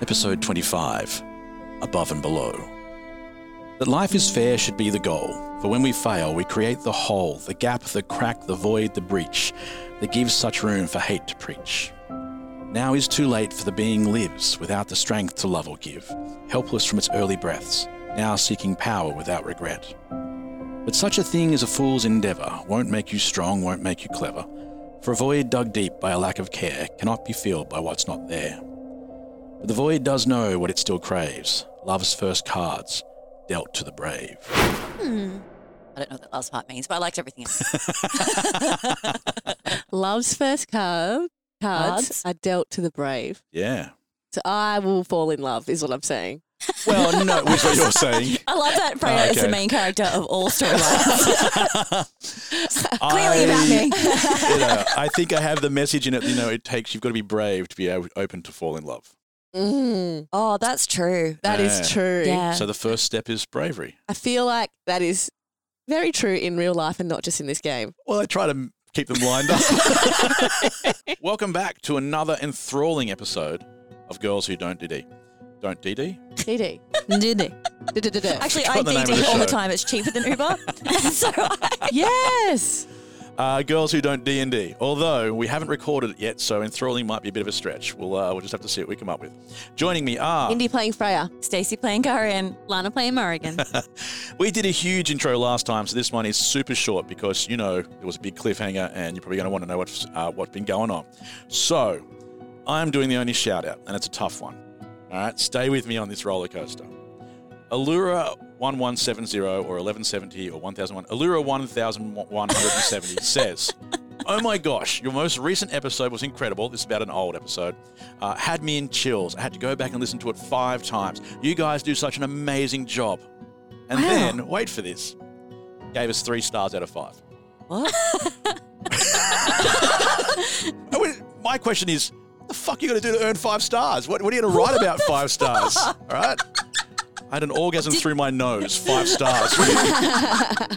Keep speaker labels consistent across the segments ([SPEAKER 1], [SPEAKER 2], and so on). [SPEAKER 1] Episode 25 Above and Below. That life is fair should be the goal, for when we fail, we create the hole, the gap, the crack, the void, the breach that gives such room for hate to preach. Now is too late, for the being lives without the strength to love or give, helpless from its early breaths, now seeking power without regret. But such a thing is a fool's endeavour, won't make you strong, won't make you clever, for a void dug deep by a lack of care cannot be filled by what's not there. But the void does know what it still craves love's first cards dealt to the brave.
[SPEAKER 2] I don't know what that last part means, but I liked everything else.
[SPEAKER 3] Love's first card cards,
[SPEAKER 2] Cards?
[SPEAKER 3] are dealt to the brave.
[SPEAKER 1] Yeah.
[SPEAKER 3] So I will fall in love is what I'm saying.
[SPEAKER 1] Well, no, which what you're saying.
[SPEAKER 2] I love that Freya is the
[SPEAKER 1] okay.
[SPEAKER 2] main character of all storylines.
[SPEAKER 1] Clearly
[SPEAKER 2] about me.
[SPEAKER 1] you know, I think I have the message in it. You know, it takes, you've got to be brave to be able, open to fall in love.
[SPEAKER 3] Mm,
[SPEAKER 2] oh, that's true.
[SPEAKER 3] that is
[SPEAKER 1] Yeah.
[SPEAKER 3] true.
[SPEAKER 2] Yeah.
[SPEAKER 1] So the first step is bravery.
[SPEAKER 3] I feel like that is very true in real life and not just in this game.
[SPEAKER 1] Well, I try to keep them lined up. Welcome back to another enthralling episode of Girls Who Don't DD. Don't DD?
[SPEAKER 3] DD.
[SPEAKER 4] Did
[SPEAKER 3] DDDD.
[SPEAKER 2] Actually, I
[SPEAKER 1] forgotten the name of
[SPEAKER 2] DD
[SPEAKER 1] the
[SPEAKER 2] all
[SPEAKER 1] show.
[SPEAKER 2] the time. It's cheaper than Uber. so I,
[SPEAKER 3] yes.
[SPEAKER 1] Uh, girls who don't D and D. Although we haven't recorded it yet, so enthralling might be a bit of a stretch. We'll uh, we'll just have to see what we come up with. Joining me are
[SPEAKER 3] Indy playing Freya.
[SPEAKER 2] Stacey playing Karen.
[SPEAKER 5] Lana playing Morrigan.
[SPEAKER 1] we did a huge intro last time, so this one is super short because you know it was a big cliffhanger, and you're probably going to want to know what's uh, what's been going on. So I'm doing the only shout out, and it's a tough one. All right, stay with me on this roller coaster. Allura 1170 or 1170 or 1001. Allura 1170 says, Oh my gosh, your most recent episode was incredible. This is about an old episode. Uh, had me in chills. I had to go back and listen to it five times. You guys do such an amazing job. And
[SPEAKER 2] Wow.
[SPEAKER 1] then, wait for this, gave us three stars out of five.
[SPEAKER 2] What?
[SPEAKER 1] I would- my question is, what the fuck are you going to do to earn five stars? What, what are you going to write about five stars? All right? I had an orgasm through my nose. Five stars.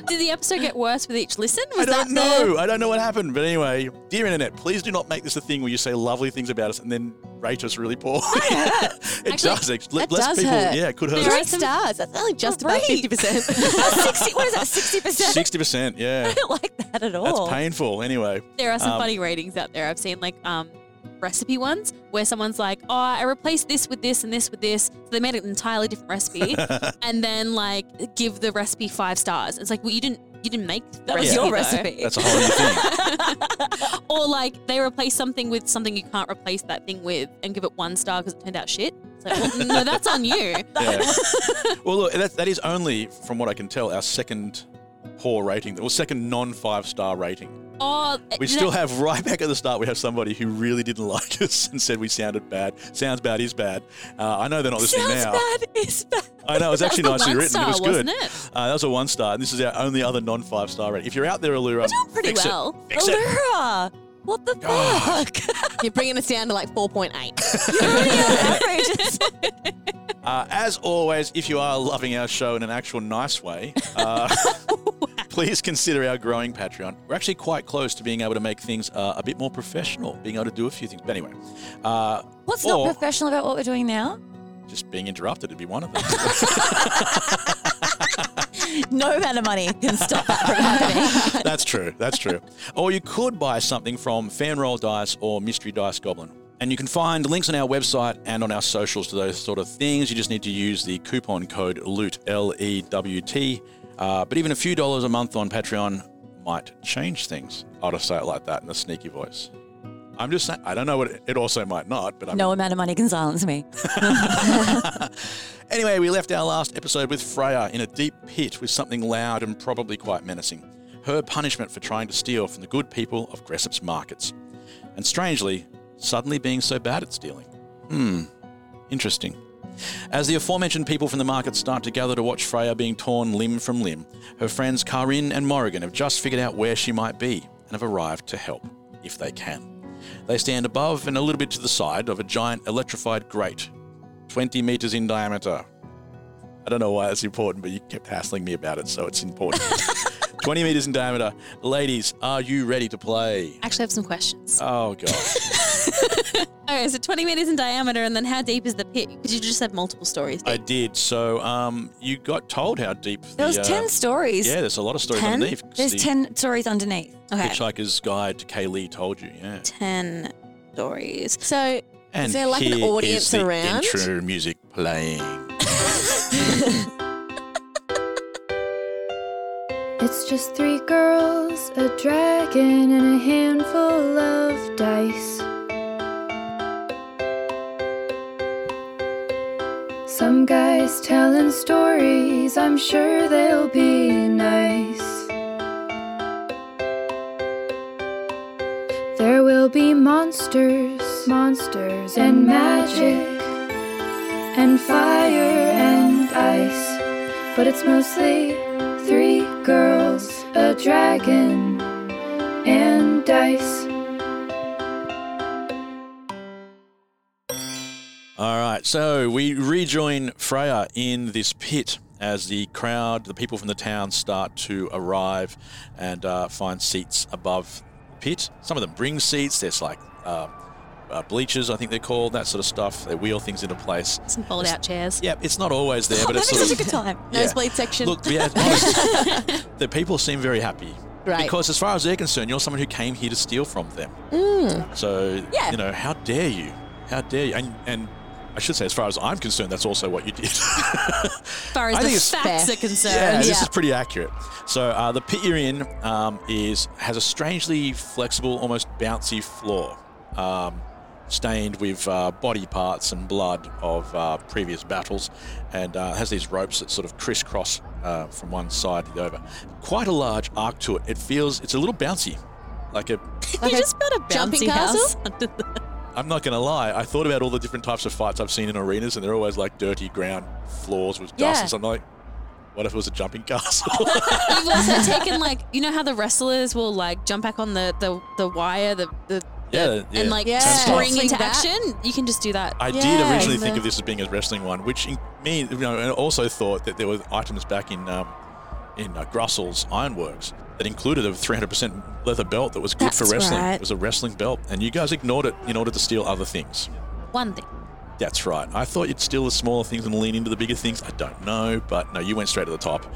[SPEAKER 5] Did the episode get worse with each listen?
[SPEAKER 1] I
[SPEAKER 5] Was
[SPEAKER 1] don't
[SPEAKER 5] that
[SPEAKER 1] know. I don't know what happened. But anyway, dear internet, please do not make this a thing where you say lovely things about us and then rate us really poor. it
[SPEAKER 5] Actually,
[SPEAKER 1] does. It let,
[SPEAKER 3] that
[SPEAKER 1] lets
[SPEAKER 3] does
[SPEAKER 1] people.
[SPEAKER 3] hurt.
[SPEAKER 1] Yeah, it could
[SPEAKER 5] There
[SPEAKER 1] hurt.
[SPEAKER 5] are
[SPEAKER 1] us.
[SPEAKER 3] Three stars. That's only just
[SPEAKER 2] Great.
[SPEAKER 3] about 50%.
[SPEAKER 2] That's 60, what is that? 60%?
[SPEAKER 1] Sixty percent. Yeah,
[SPEAKER 2] I don't like that at
[SPEAKER 1] that's
[SPEAKER 2] all.
[SPEAKER 1] painful. Anyway,
[SPEAKER 5] The, there are some
[SPEAKER 1] Um,
[SPEAKER 5] funny ratings out there. I've seen like um, recipe ones where someone's like, "Oh, I replaced this with this and this with this," so they made an entirely different recipe, and then like give the recipe five stars. It's like, well, you didn't you didn't make the
[SPEAKER 2] that was your
[SPEAKER 5] recipe,
[SPEAKER 2] recipe.
[SPEAKER 5] though.
[SPEAKER 1] that's a whole new thing.
[SPEAKER 5] or like they replace something with something you can't replace that thing with, and give it one star because it turned out shit. It's like, well, no, that's on you.
[SPEAKER 1] Yeah. well, look, that, that is only, from what I can tell, our second poor rating, or second non five star rating.
[SPEAKER 5] Oh,
[SPEAKER 1] We still have right back at the start. We have somebody who really didn't like us and said we sounded bad. Sounds bad is bad. Uh, I know they're not listening
[SPEAKER 2] Sounds
[SPEAKER 1] now.
[SPEAKER 2] bad. It's bad.
[SPEAKER 1] I know it was
[SPEAKER 5] That was
[SPEAKER 1] actually
[SPEAKER 5] the
[SPEAKER 1] nicely
[SPEAKER 5] one
[SPEAKER 1] written.
[SPEAKER 5] star,
[SPEAKER 1] it was good.
[SPEAKER 5] wasn't it?
[SPEAKER 1] Uh, that was a one star, and this is our only other non five star rating. If you're out there, Allura,
[SPEAKER 5] pretty
[SPEAKER 1] fix
[SPEAKER 5] well.
[SPEAKER 1] It. Fix it.
[SPEAKER 2] Allura, what the
[SPEAKER 1] God.
[SPEAKER 2] fuck?
[SPEAKER 3] You're bringing us down to like 4.8.
[SPEAKER 2] You're already on average.
[SPEAKER 1] Uh, as always, if you are loving our show in an actual nice way, uh, please consider our growing Patreon. We're actually quite close to being able to make things uh, a bit more professional, being able to do a few things. But anyway, uh,
[SPEAKER 2] What's
[SPEAKER 1] Or-
[SPEAKER 2] not professional about what we're doing now?
[SPEAKER 1] just being interrupted would be one of them.
[SPEAKER 2] No amount of money can stop that from happening.
[SPEAKER 1] That's true. That's true. Or you could buy something from Fanroll Dice or Mystery Dice Goblin. And you can find links on our website and on our socials to those sort of things. You just need to use the coupon code LOOT, L E W T. Uh, but even a few dollars a month on Patreon might change things. I'll just say it like that in a sneaky voice. I'm just saying, I don't know what it, it also might not, but I'm
[SPEAKER 2] No amount of money can silence me.
[SPEAKER 1] Anyway, we left our last episode with Freya in a deep pit with something loud and probably quite menacing. Her punishment for trying to steal from the good people of Gressop's markets. And strangely, suddenly being so bad at stealing. Hmm, Interesting. As the aforementioned people from the market start to gather to watch Freya being torn limb from limb, her friends Karin and Morrigan have just figured out where she might be and have arrived to help, if they can. They stand above and a little bit to the side of a giant electrified grate, 20 metres in diameter. I don't know why it's important, but you kept hassling me about it, so it's important. 20 metres in diameter. Ladies, are you ready to play?
[SPEAKER 5] Actually, I have some questions.
[SPEAKER 1] Oh, God.
[SPEAKER 5] Okay, so 20 meters in diameter, and then how deep is the pit? Because you just have multiple stories.
[SPEAKER 1] I did. So um, you got told how deep the.
[SPEAKER 2] There was
[SPEAKER 1] uh,
[SPEAKER 2] 10 stories.
[SPEAKER 1] Yeah, there's a lot of stories
[SPEAKER 2] 10?
[SPEAKER 1] underneath.
[SPEAKER 2] There's
[SPEAKER 1] The
[SPEAKER 2] 10 stories underneath. Okay.
[SPEAKER 1] Hitchhiker's Guide to Kaylee told you, yeah.
[SPEAKER 2] 10 stories.
[SPEAKER 3] So
[SPEAKER 1] And
[SPEAKER 3] there like an
[SPEAKER 1] here is
[SPEAKER 3] audience
[SPEAKER 1] the
[SPEAKER 3] around?
[SPEAKER 1] intro music playing.
[SPEAKER 6] It's just three girls, a dragon, and a handful of dice. Some guys telling stories, I'm sure they'll be nice. There will be monsters, monsters, and magic, and fire and ice but it's mostly three girls, a dragon, and dice.
[SPEAKER 1] All right, so we rejoin Freya in this pit as the crowd, the people from the town, start to arrive and uh, find seats above the pit. Some of them bring seats. There's like uh, uh, bleachers, I think they're called, that sort of stuff. They wheel things into place.
[SPEAKER 5] Some fold out chairs.
[SPEAKER 1] Yeah, it's not always there, but it's
[SPEAKER 2] Having
[SPEAKER 1] sort
[SPEAKER 2] Oh, such a
[SPEAKER 1] of
[SPEAKER 2] good time.
[SPEAKER 1] Yeah.
[SPEAKER 3] nosebleed section.
[SPEAKER 1] Look, yeah, honest- the people seem very happy.
[SPEAKER 3] Great.
[SPEAKER 1] Because as far as they're concerned, you're someone who came here to steal from them. So,
[SPEAKER 2] Yeah.
[SPEAKER 1] you know, how dare you? How dare you? And, and I should say, as far as I'm concerned, that's also what you did.
[SPEAKER 5] As far as
[SPEAKER 1] I think
[SPEAKER 5] the
[SPEAKER 1] it's
[SPEAKER 5] facts
[SPEAKER 3] fair.
[SPEAKER 5] are concerned.
[SPEAKER 1] yeah, this is pretty accurate. So uh, the pit you're in um, is has a strangely flexible, almost bouncy floor, um, stained with uh, body parts and blood of uh, previous battles, and uh, has these ropes that sort of crisscross uh, from one side to the other. Quite a large arc to it. It feels it's a little bouncy, like a
[SPEAKER 3] like
[SPEAKER 5] you
[SPEAKER 3] a
[SPEAKER 5] just built a bouncy
[SPEAKER 3] jumping
[SPEAKER 5] house.
[SPEAKER 1] I'm not going to lie. I thought about all the different types of fights I've seen in arenas, and they're always like dirty ground floors with dust.
[SPEAKER 2] Yeah.
[SPEAKER 1] And so I'm like, what if it was a jumping castle?
[SPEAKER 5] You've also taken like you know how the wrestlers will like jump back on the the, the wire the the
[SPEAKER 1] yeah, yeah.
[SPEAKER 5] and like
[SPEAKER 3] Yeah.
[SPEAKER 5] spring
[SPEAKER 3] Swing
[SPEAKER 5] into
[SPEAKER 3] that.
[SPEAKER 5] action. You can just do that.
[SPEAKER 1] I did
[SPEAKER 3] Yeah.
[SPEAKER 1] originally
[SPEAKER 3] And
[SPEAKER 1] think
[SPEAKER 3] the-
[SPEAKER 1] of this as being a wrestling one, which in, me, you know, and also thought that there were items back in um, in uh, Grussel's Ironworks that included a 300% leather belt that was good for
[SPEAKER 2] That's
[SPEAKER 1] wrestling.
[SPEAKER 2] right.
[SPEAKER 1] It was a wrestling belt, and you guys ignored it in order to steal other things.
[SPEAKER 5] One thing.
[SPEAKER 1] That's right. I thought you'd steal the smaller things and lean into the bigger things. I don't know, but no, you went straight to the top,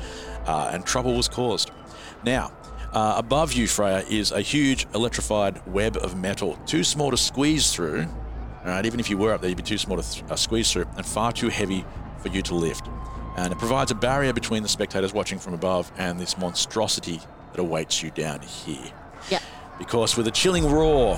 [SPEAKER 1] uh, and trouble was caused. Now, uh, above you, Freya, is a huge electrified web of metal, too small to squeeze through. All right, even if you were up there, you'd be too small to th- uh, squeeze through, and far too heavy for you to lift. And it provides a barrier between the spectators watching from above and this monstrosity that awaits you down here.
[SPEAKER 5] Yeah.
[SPEAKER 1] Because with a chilling roar,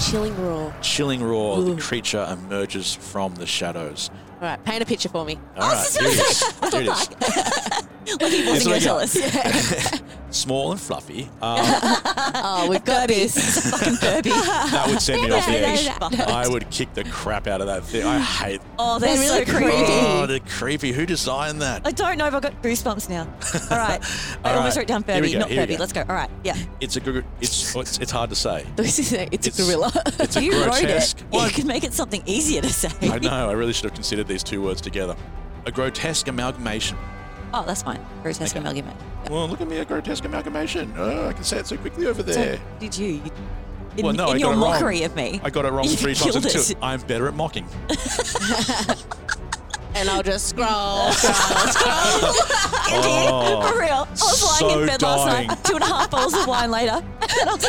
[SPEAKER 3] chilling rule.
[SPEAKER 1] chilling roar, the creature emerges from the shadows.
[SPEAKER 3] All right, paint a picture for me.
[SPEAKER 1] All right, here it is. Here it is. Here's what I got. Small and fluffy. Um,
[SPEAKER 3] Oh, we've got this.
[SPEAKER 1] that would send me off the
[SPEAKER 2] Yeah,
[SPEAKER 1] edge.
[SPEAKER 2] yeah, yeah.
[SPEAKER 1] I would kick the crap out of that thing. I hate.
[SPEAKER 2] Oh, they're,
[SPEAKER 3] They're really
[SPEAKER 2] so creepy. Uh,
[SPEAKER 3] creepy.
[SPEAKER 1] Oh, they're creepy. Who designed that?
[SPEAKER 2] I don't know if I've got goosebumps now. All right. I
[SPEAKER 1] All
[SPEAKER 2] almost
[SPEAKER 1] right.
[SPEAKER 2] wrote down
[SPEAKER 1] Here we
[SPEAKER 2] Furby,
[SPEAKER 1] go,
[SPEAKER 2] not
[SPEAKER 1] here we
[SPEAKER 2] Furby.
[SPEAKER 1] go.
[SPEAKER 2] Let's go. All right. Yeah.
[SPEAKER 1] It's a gr- it's oh, it's, it's hard to say.
[SPEAKER 3] This is a, it's,
[SPEAKER 1] It's-
[SPEAKER 3] a gorilla.
[SPEAKER 1] It's a
[SPEAKER 2] you
[SPEAKER 1] grotesque.
[SPEAKER 2] wrote it. You
[SPEAKER 1] What?
[SPEAKER 2] could make it something easier to say.
[SPEAKER 1] I know. I really should have considered these two words together. A grotesque amalgamation.
[SPEAKER 2] Oh, that's fine. Grotesque
[SPEAKER 1] Okay.
[SPEAKER 2] amalgamate.
[SPEAKER 1] Well, look at me, a grotesque amalgamation. Oh, I can say it so quickly over there.
[SPEAKER 2] Did you? you- In,
[SPEAKER 1] Well, no,
[SPEAKER 2] in
[SPEAKER 1] I got
[SPEAKER 2] your
[SPEAKER 1] it wrong.
[SPEAKER 2] mockery of me.
[SPEAKER 1] I got it wrong
[SPEAKER 2] You
[SPEAKER 1] three times.
[SPEAKER 2] killed
[SPEAKER 1] in two.
[SPEAKER 2] it.
[SPEAKER 1] I'm better at mocking.
[SPEAKER 3] and I'll just scroll. scroll.
[SPEAKER 1] Oh.
[SPEAKER 2] For real. I was lying
[SPEAKER 1] so
[SPEAKER 2] in bed
[SPEAKER 1] dying.
[SPEAKER 2] last night, two and a half bottles of wine later. And I was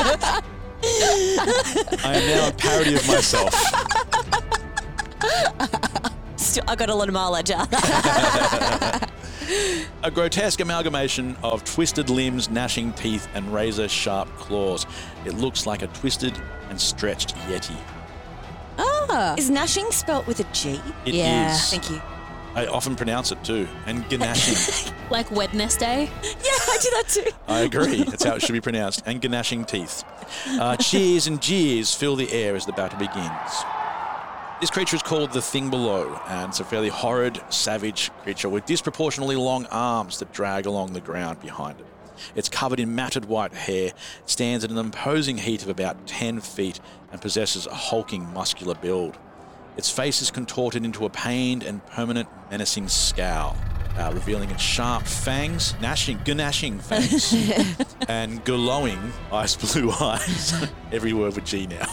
[SPEAKER 2] like,
[SPEAKER 1] I am now a parody of myself.
[SPEAKER 2] still, I got a lot of mile jar.
[SPEAKER 1] A grotesque amalgamation of twisted limbs, gnashing teeth, and razor sharp claws. It looks like a twisted and stretched Yeti.
[SPEAKER 3] Ah.
[SPEAKER 2] Is gnashing spelt with a G?
[SPEAKER 1] It is.
[SPEAKER 2] yeah. Thank you.
[SPEAKER 1] I often pronounce it too. And gnashing.
[SPEAKER 5] Like Wednesday.
[SPEAKER 2] Yeah, I do that too.
[SPEAKER 1] I agree. That's how it should be pronounced. And gnashing teeth. Uh, cheers and jeers fill the air as the battle begins. This creature is called the Thing Below, and it's a fairly horrid, savage creature with disproportionately long arms that drag along the ground behind it. It's covered in matted white hair, stands at an imposing heat of about 10 feet, and possesses a hulking, muscular build. Its face is contorted into a pained and permanent, menacing scowl, uh, revealing its sharp fangs, gnashing, gnashing fangs, and glowing ice blue eyes. Every word with G now.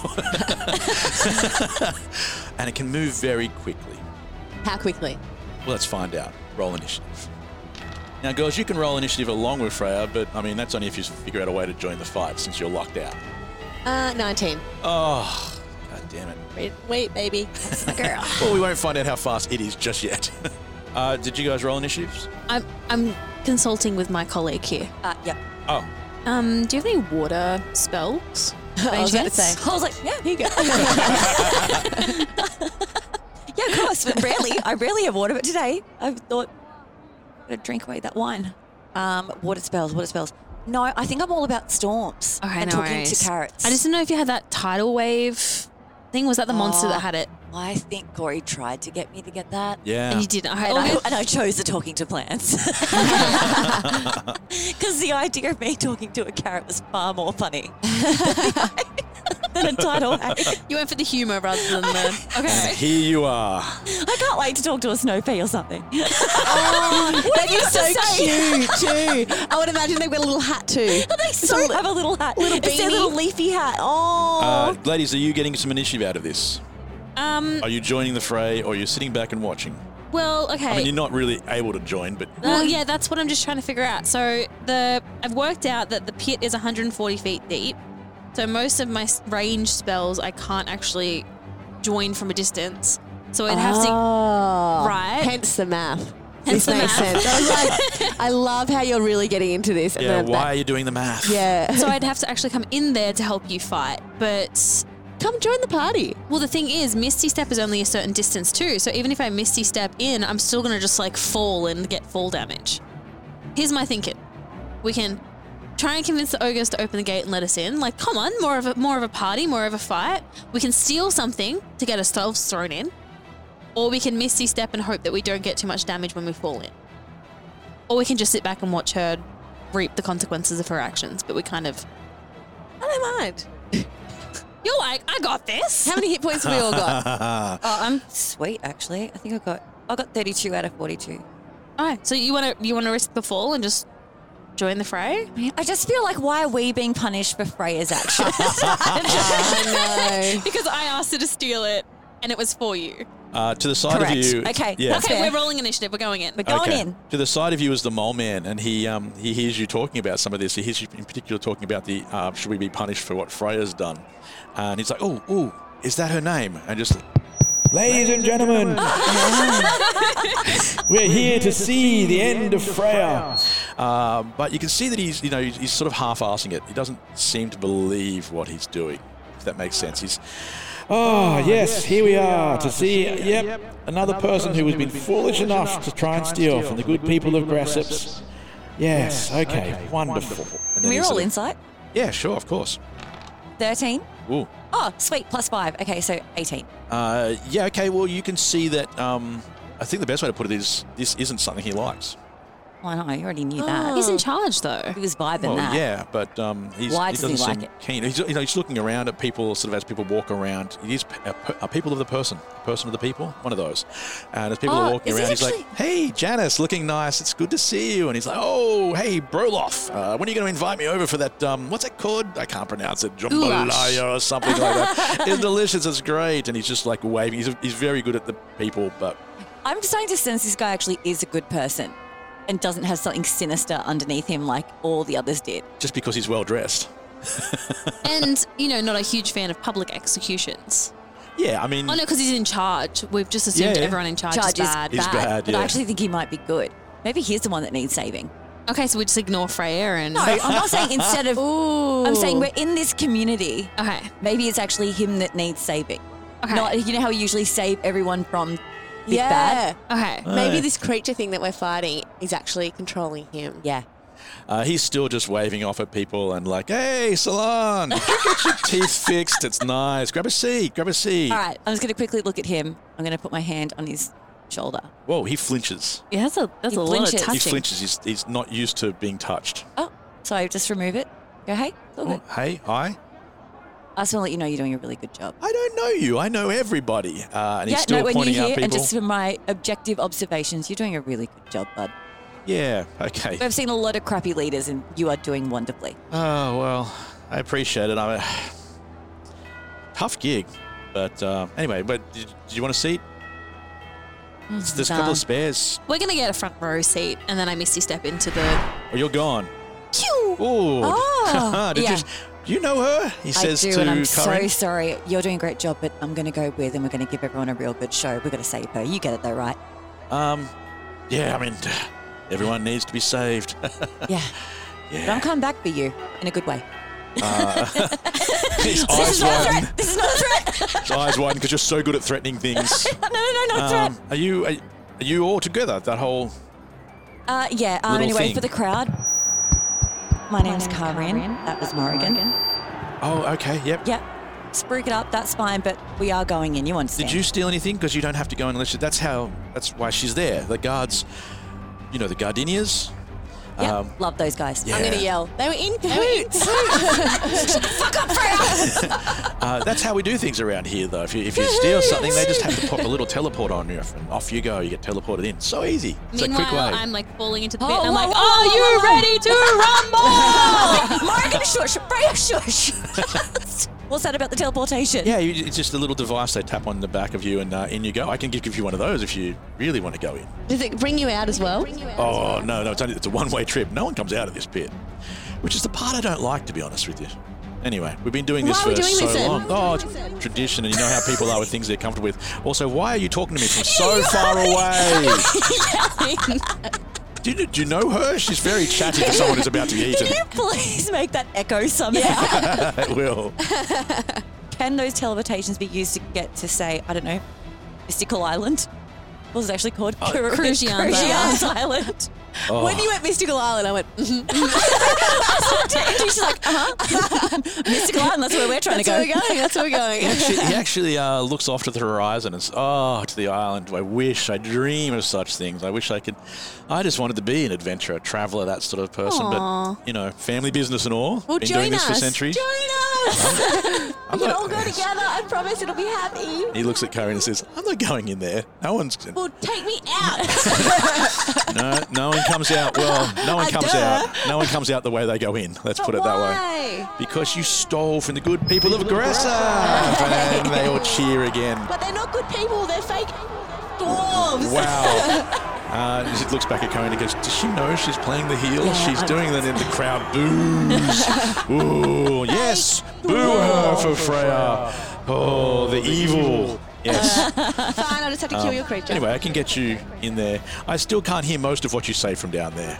[SPEAKER 1] and it can move very quickly.
[SPEAKER 3] How quickly?
[SPEAKER 1] Well, let's find out. Roll initiative. Now, girls, you can roll initiative along with Freya, but I mean, that's only if you figure out a way to join the fight since you're locked out.
[SPEAKER 3] Uh, 19.
[SPEAKER 1] Oh, god damn it.
[SPEAKER 3] Wait, wait baby. That's my girl.
[SPEAKER 1] Well, we won't find out how fast it is just yet. uh, did you guys roll initiatives?
[SPEAKER 5] I'm, I'm consulting with my colleague here.
[SPEAKER 2] Uh, yep.
[SPEAKER 1] Oh,
[SPEAKER 5] Um, do you have any water spells?
[SPEAKER 3] I was about to say.
[SPEAKER 2] I was like, yeah, here you go. yeah, of course, but rarely. I rarely have water, but today I thought I'm going to drink away that wine. Um, water spells, water spells. No, I think I'm all about storms
[SPEAKER 5] Okay,
[SPEAKER 2] and
[SPEAKER 5] no
[SPEAKER 2] talking
[SPEAKER 5] worries.
[SPEAKER 2] to carrots.
[SPEAKER 5] I just didn't know if you had that tidal wave thing. Was that the monster
[SPEAKER 2] Oh.
[SPEAKER 5] that had it?
[SPEAKER 2] I think Corey tried to get me to get that.
[SPEAKER 1] yeah.
[SPEAKER 5] And you didn't. Okay,
[SPEAKER 2] And,
[SPEAKER 5] all
[SPEAKER 2] I,
[SPEAKER 5] good.
[SPEAKER 2] and I chose the talking to plants. Because the idea of me talking to a carrot was far more funny than a tidal wave.
[SPEAKER 5] you went for the humor rather than the.
[SPEAKER 1] And
[SPEAKER 5] Okay.
[SPEAKER 1] here you are.
[SPEAKER 2] I can't wait to talk to a snow pea or something.
[SPEAKER 3] that is so cute, too. I would imagine they've got a little hat, too.
[SPEAKER 2] They so have a little hat.
[SPEAKER 3] little
[SPEAKER 2] it's their
[SPEAKER 3] beanie.
[SPEAKER 2] little leafy hat. Oh.
[SPEAKER 1] Uh, ladies, are you getting some initiative out of this?
[SPEAKER 5] Um.
[SPEAKER 1] Are you joining the fray or are you sitting back and watching?
[SPEAKER 5] Well. Okay.
[SPEAKER 1] I mean, you're not really able to join, but
[SPEAKER 5] Well, yeah, that's what I'm just trying to figure out. So the I've worked out that the pit is 140 feet deep. So most of my s- range spells I can't actually join from a distance. So I'd have to.
[SPEAKER 3] Oh,
[SPEAKER 5] Right.
[SPEAKER 3] Hence the math. this
[SPEAKER 5] Hence the
[SPEAKER 3] makes
[SPEAKER 5] math.
[SPEAKER 3] sense. I, was like, I love how you're really getting into this. And
[SPEAKER 1] yeah,
[SPEAKER 3] then
[SPEAKER 1] why are you doing the math?
[SPEAKER 3] That, yeah.
[SPEAKER 5] So I'd have to actually come in there to help you fight. But
[SPEAKER 3] come join the party.
[SPEAKER 5] well, the thing is, Misty Step is only a certain distance too. So even if I Misty Step in, I'm still gonna just like fall and get fall damage. Here's my thinking: we can try and convince the ogres to open the gate and let us in. Like, come on, more of a more of a party, more of a fight. We can steal something to get ourselves thrown in, or we can Misty Step and hope that we don't get too much damage when we fall in, or we can just sit back and watch her reap the consequences of her actions. But we kind of
[SPEAKER 3] I don't mind.
[SPEAKER 5] you're like, I got this.
[SPEAKER 3] How many hit points have we all got?
[SPEAKER 2] Oh, I'm sweet actually. I think I got I got 32 out of 42.
[SPEAKER 5] All right. So you want to you want to risk the fall and just join the fray?
[SPEAKER 2] I just feel like why are we being punished for Freya's actions? Uh-huh.
[SPEAKER 3] I
[SPEAKER 5] because I asked her to steal it, and it was for you.
[SPEAKER 1] Uh, to the side
[SPEAKER 2] Correct.
[SPEAKER 1] of you.
[SPEAKER 2] Okay,
[SPEAKER 1] Yeah.
[SPEAKER 2] that's
[SPEAKER 5] Okay,
[SPEAKER 2] fair.
[SPEAKER 5] we're rolling initiative. We're going in.
[SPEAKER 2] We're going
[SPEAKER 1] Okay.
[SPEAKER 2] in.
[SPEAKER 1] To the side of you is the mole man, and he um, he hears you talking about some of this. He hears you in particular talking about the uh, should we be punished for what Freya's done, and he's like, oh, oh, is that her name? And just
[SPEAKER 7] Ladies and gentlemen, we're here to see the end of Freya.
[SPEAKER 1] Um, but you can see that he's, you know, he's, he's sort of half-assing it. He doesn't seem to believe what he's doing, if that makes sense. He's,
[SPEAKER 7] Ah, yes, here we are to see, yep, another person who has been foolish enough to try and steal from the good people of Grassops. Yes, okay, wonderful.
[SPEAKER 1] and
[SPEAKER 2] Can
[SPEAKER 1] then
[SPEAKER 2] we
[SPEAKER 1] he's
[SPEAKER 2] roll
[SPEAKER 1] sort of-
[SPEAKER 2] insight?
[SPEAKER 1] Yeah, sure, of course.
[SPEAKER 2] 13.
[SPEAKER 1] Ooh.
[SPEAKER 2] Oh, sweet, plus five. Okay, so 18.
[SPEAKER 1] Uh, yeah, okay, well, you can see that, um, I think the best way to put it is this isn't something he likes.
[SPEAKER 2] Oh no, you already knew that.
[SPEAKER 5] He's in charge though.
[SPEAKER 2] He was vibing
[SPEAKER 1] Well,
[SPEAKER 2] that.
[SPEAKER 1] yeah, but um, he's,
[SPEAKER 2] Why
[SPEAKER 1] he
[SPEAKER 2] doesn't he
[SPEAKER 1] doesn't seem
[SPEAKER 2] like it?
[SPEAKER 1] keen. He's, you know, he's looking around at people, sort of as people walk around. He is a, pe- a people of the person, a person of the people, one of those. And as people are
[SPEAKER 2] Oh,
[SPEAKER 1] walking
[SPEAKER 2] is he
[SPEAKER 1] around, he's like, "Hey, Janice, looking nice. It's good to see you." And he's like, "Oh, hey, Broloff, uh, when are you going to invite me over for that? Um, what's it called? I can't pronounce it. Jambalaya or something like that. It's delicious. It's great." And he's just like waving. He's, he's very good at the people, but
[SPEAKER 2] I'm starting to sense this guy actually is a good person and doesn't have something sinister underneath him like all the others did.
[SPEAKER 1] just because he's well dressed.
[SPEAKER 5] and you know, not a huge fan of public executions.
[SPEAKER 1] Yeah, I mean,
[SPEAKER 5] Oh no, because he's in charge. We've just assumed
[SPEAKER 1] Yeah, yeah.
[SPEAKER 5] everyone in charge,
[SPEAKER 2] Hmm. Charges
[SPEAKER 5] is bad.
[SPEAKER 1] He's bad,
[SPEAKER 2] but
[SPEAKER 1] yeah.
[SPEAKER 2] I actually think he might be good. Maybe he's the one that needs saving.
[SPEAKER 5] Okay, so we just ignore Freya and
[SPEAKER 2] No, I'm not saying instead of. I'm saying we're in this community.
[SPEAKER 5] okay,
[SPEAKER 2] Maybe it's actually him that needs saving.
[SPEAKER 5] okay,
[SPEAKER 2] Not you know how we usually save everyone from big
[SPEAKER 3] yeah.
[SPEAKER 2] bad.
[SPEAKER 5] okay.
[SPEAKER 1] Uh,
[SPEAKER 3] Maybe this creature thing that we're fighting is actually controlling him.
[SPEAKER 2] Yeah.
[SPEAKER 1] Uh, he's still just waving off at people and like, "Hey, Salon, get your teeth fixed. It's nice. Grab a seat. Grab a seat."
[SPEAKER 2] All right, I'm just going to quickly look at him. I'm going to put my hand on his shoulder.
[SPEAKER 1] Whoa, he flinches.
[SPEAKER 5] Yeah, that's a that's
[SPEAKER 2] He
[SPEAKER 5] a lot of
[SPEAKER 2] flinches.
[SPEAKER 5] touch.
[SPEAKER 1] He
[SPEAKER 2] Touching.
[SPEAKER 1] flinches. He's, he's not used to being touched.
[SPEAKER 2] Oh, so I just remove it. Go, hey, it's all good.
[SPEAKER 1] Oh, hey, hi.
[SPEAKER 2] I just want to let you know you're doing a really good job.
[SPEAKER 1] I don't know you. I know everybody. Uh, and he's still
[SPEAKER 2] no, when
[SPEAKER 1] pointing
[SPEAKER 2] you're
[SPEAKER 1] out
[SPEAKER 2] here,
[SPEAKER 1] people.
[SPEAKER 2] and just from my objective observations, you're doing a really good job, bud.
[SPEAKER 1] Yeah. Okay.
[SPEAKER 2] I've seen a lot of crappy leaders, and you are doing wonderfully.
[SPEAKER 1] Oh well, I appreciate it. I'm a tough gig, but uh, anyway. But do, do you want a seat? There's there's a couple
[SPEAKER 2] Nah.
[SPEAKER 1] of spares.
[SPEAKER 5] We're gonna get a front row seat, and then I misty step into the.
[SPEAKER 1] Oh, you're gone.
[SPEAKER 2] Phew!
[SPEAKER 1] Ooh.
[SPEAKER 2] Oh,
[SPEAKER 1] Did
[SPEAKER 2] yeah.
[SPEAKER 1] you, do you know her? He says
[SPEAKER 2] I do,
[SPEAKER 1] to
[SPEAKER 2] and I'm so
[SPEAKER 1] Corinne.
[SPEAKER 2] sorry. You're doing a great job, but I'm going to go with, and we're going to give everyone a real good show. We're going to save her. You get it though, right?
[SPEAKER 1] um, yeah. I mean, everyone needs to be saved.
[SPEAKER 2] Yeah. But I'm
[SPEAKER 1] yeah.
[SPEAKER 2] coming back for you in a good way.
[SPEAKER 1] His
[SPEAKER 2] This
[SPEAKER 1] eyes
[SPEAKER 2] is not a
[SPEAKER 1] widen.
[SPEAKER 2] threat. This is not a threat.
[SPEAKER 1] His eyes widen because you're so good at threatening things.
[SPEAKER 2] no, no, no, not a threat.
[SPEAKER 1] Um, are you? Are, are you all together? That whole.
[SPEAKER 2] Uh, yeah. Um,
[SPEAKER 1] Little
[SPEAKER 2] anyway,
[SPEAKER 1] thing.
[SPEAKER 2] for the crowd, my name's Karin. That was Morrigan.
[SPEAKER 1] Oh, okay. Yep.
[SPEAKER 2] Yep. Spruik it up. That's fine, but we are going in. You understand?
[SPEAKER 1] Did you steal anything? Because you don't have to go unless you. That's how. That's why she's there. The guards, you know, the gardenias.
[SPEAKER 2] Yep. Love those guys.
[SPEAKER 1] um, yeah.
[SPEAKER 3] I'm going to yell. They were in cahoots.
[SPEAKER 1] Uh, that's how we do things around here, though. If you, if you steal something, they just have to pop a little teleport on you, and off you go. You get teleported in. So easy. It's a quick way.
[SPEAKER 5] Meanwhile, I'm like falling into the pit,
[SPEAKER 2] Oh,
[SPEAKER 5] and I'm
[SPEAKER 2] whoa,
[SPEAKER 5] like,
[SPEAKER 2] whoa,
[SPEAKER 5] "Oh,
[SPEAKER 2] whoa,
[SPEAKER 5] you
[SPEAKER 2] whoa, whoa."
[SPEAKER 5] ready to rumble?"
[SPEAKER 2] Morgan shush. Freya shush. What's that about the teleportation?
[SPEAKER 1] yeah, you, it's just a little device they tap on the back of you, and uh, in you go. I can give, give you one of those if you really want to go in.
[SPEAKER 3] Does it bring you out as well?
[SPEAKER 1] Oh no, no, it's only it's a one-way trip. No one comes out of this pit, which is the part I don't like, to be honest with you. Anyway, we've been doing this
[SPEAKER 3] Why are
[SPEAKER 1] for
[SPEAKER 3] we doing
[SPEAKER 1] so
[SPEAKER 3] this then?
[SPEAKER 1] long.
[SPEAKER 3] Why are
[SPEAKER 1] Oh,
[SPEAKER 3] we
[SPEAKER 1] it's
[SPEAKER 3] doing this then?
[SPEAKER 1] tradition, and you know how people are with things they're comfortable with. Also, why are you talking to me from so far away? do, you, do you know her? She's very chatty for someone who's about to be eaten.
[SPEAKER 2] Can you please make that echo somehow?
[SPEAKER 1] it will.
[SPEAKER 2] Can those teleportations be used to get to, say, I don't know, Mystical Island? What was it actually called? Oh,
[SPEAKER 5] Cruzian's
[SPEAKER 2] Island.
[SPEAKER 1] Oh,
[SPEAKER 3] When you went Mystical Island, I went, "Mm,
[SPEAKER 2] and she's like, uh huh. Mystical Island, that's where we're trying
[SPEAKER 3] that's
[SPEAKER 2] to
[SPEAKER 3] where
[SPEAKER 2] go.
[SPEAKER 3] we're going. That's where we're going.
[SPEAKER 1] she, he actually uh, looks off to the horizon and says, "Oh, to the island. I wish. I dream of such things. I wish I could. I just wanted to be an adventurer, a traveler, that sort of person.
[SPEAKER 5] Aw.
[SPEAKER 1] But you know, family business and all.
[SPEAKER 3] Well,
[SPEAKER 1] Been
[SPEAKER 3] join
[SPEAKER 1] doing this for
[SPEAKER 3] us.
[SPEAKER 1] centuries.
[SPEAKER 2] Join us.
[SPEAKER 1] I'm
[SPEAKER 2] We can
[SPEAKER 1] not-
[SPEAKER 2] all go together. I promise it'll be happy.
[SPEAKER 1] He looks at Corinne and says, "I'm not going in there. No one's
[SPEAKER 2] Well, take me out.
[SPEAKER 1] no, no one comes out. Well, no one comes out. No one comes out the way they go in. Let's put it that way."
[SPEAKER 2] Why?
[SPEAKER 1] Because you stole from the good people of Aggressor! and they all cheer again.
[SPEAKER 3] But they're not good people. They're fake
[SPEAKER 2] Dwarves.
[SPEAKER 1] Wow. Uh, she looks back at Corinne and goes, Does she know she's playing the heel? she's doing that in the crowd. Boos. Ooh, yes. Boo her for Freya. Oh, the evil. Yes.
[SPEAKER 3] Fine, I'll just have to kill your creature.
[SPEAKER 1] Anyway, I can get you in there. I still can't hear most of what you say from down there.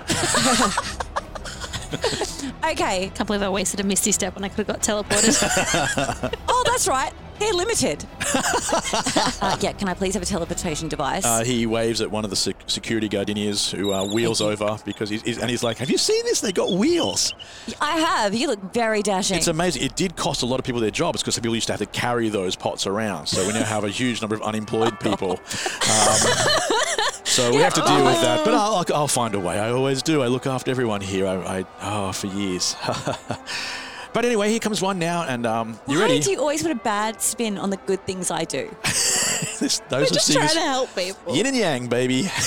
[SPEAKER 2] Okay.
[SPEAKER 5] Can't believe I wasted a misty step when I could have got teleported.
[SPEAKER 2] Oh, that's right. They're limited. uh, yeah, can I please have a teleportation device?
[SPEAKER 1] Uh, he waves at one of the sec- security gardenias who uh, wheels over because he's, he's, and he's like, Have you seen this? They got wheels.
[SPEAKER 2] I have. You look very dashing.
[SPEAKER 1] It's amazing. It did cost a lot of people their jobs because people used to have to carry those pots around. So we now have a huge number of unemployed people. Um, so we have to deal with that. But I'll, I'll- I'll find a way. I always do. I look after everyone here. I, I oh for years. but anyway, here comes one now, and um, you
[SPEAKER 2] Why
[SPEAKER 1] ready?
[SPEAKER 2] do you always put a bad spin on the good things I do?
[SPEAKER 1] This- Those are
[SPEAKER 3] just trying
[SPEAKER 1] singers.
[SPEAKER 3] to help people.
[SPEAKER 1] Yin and yang, baby.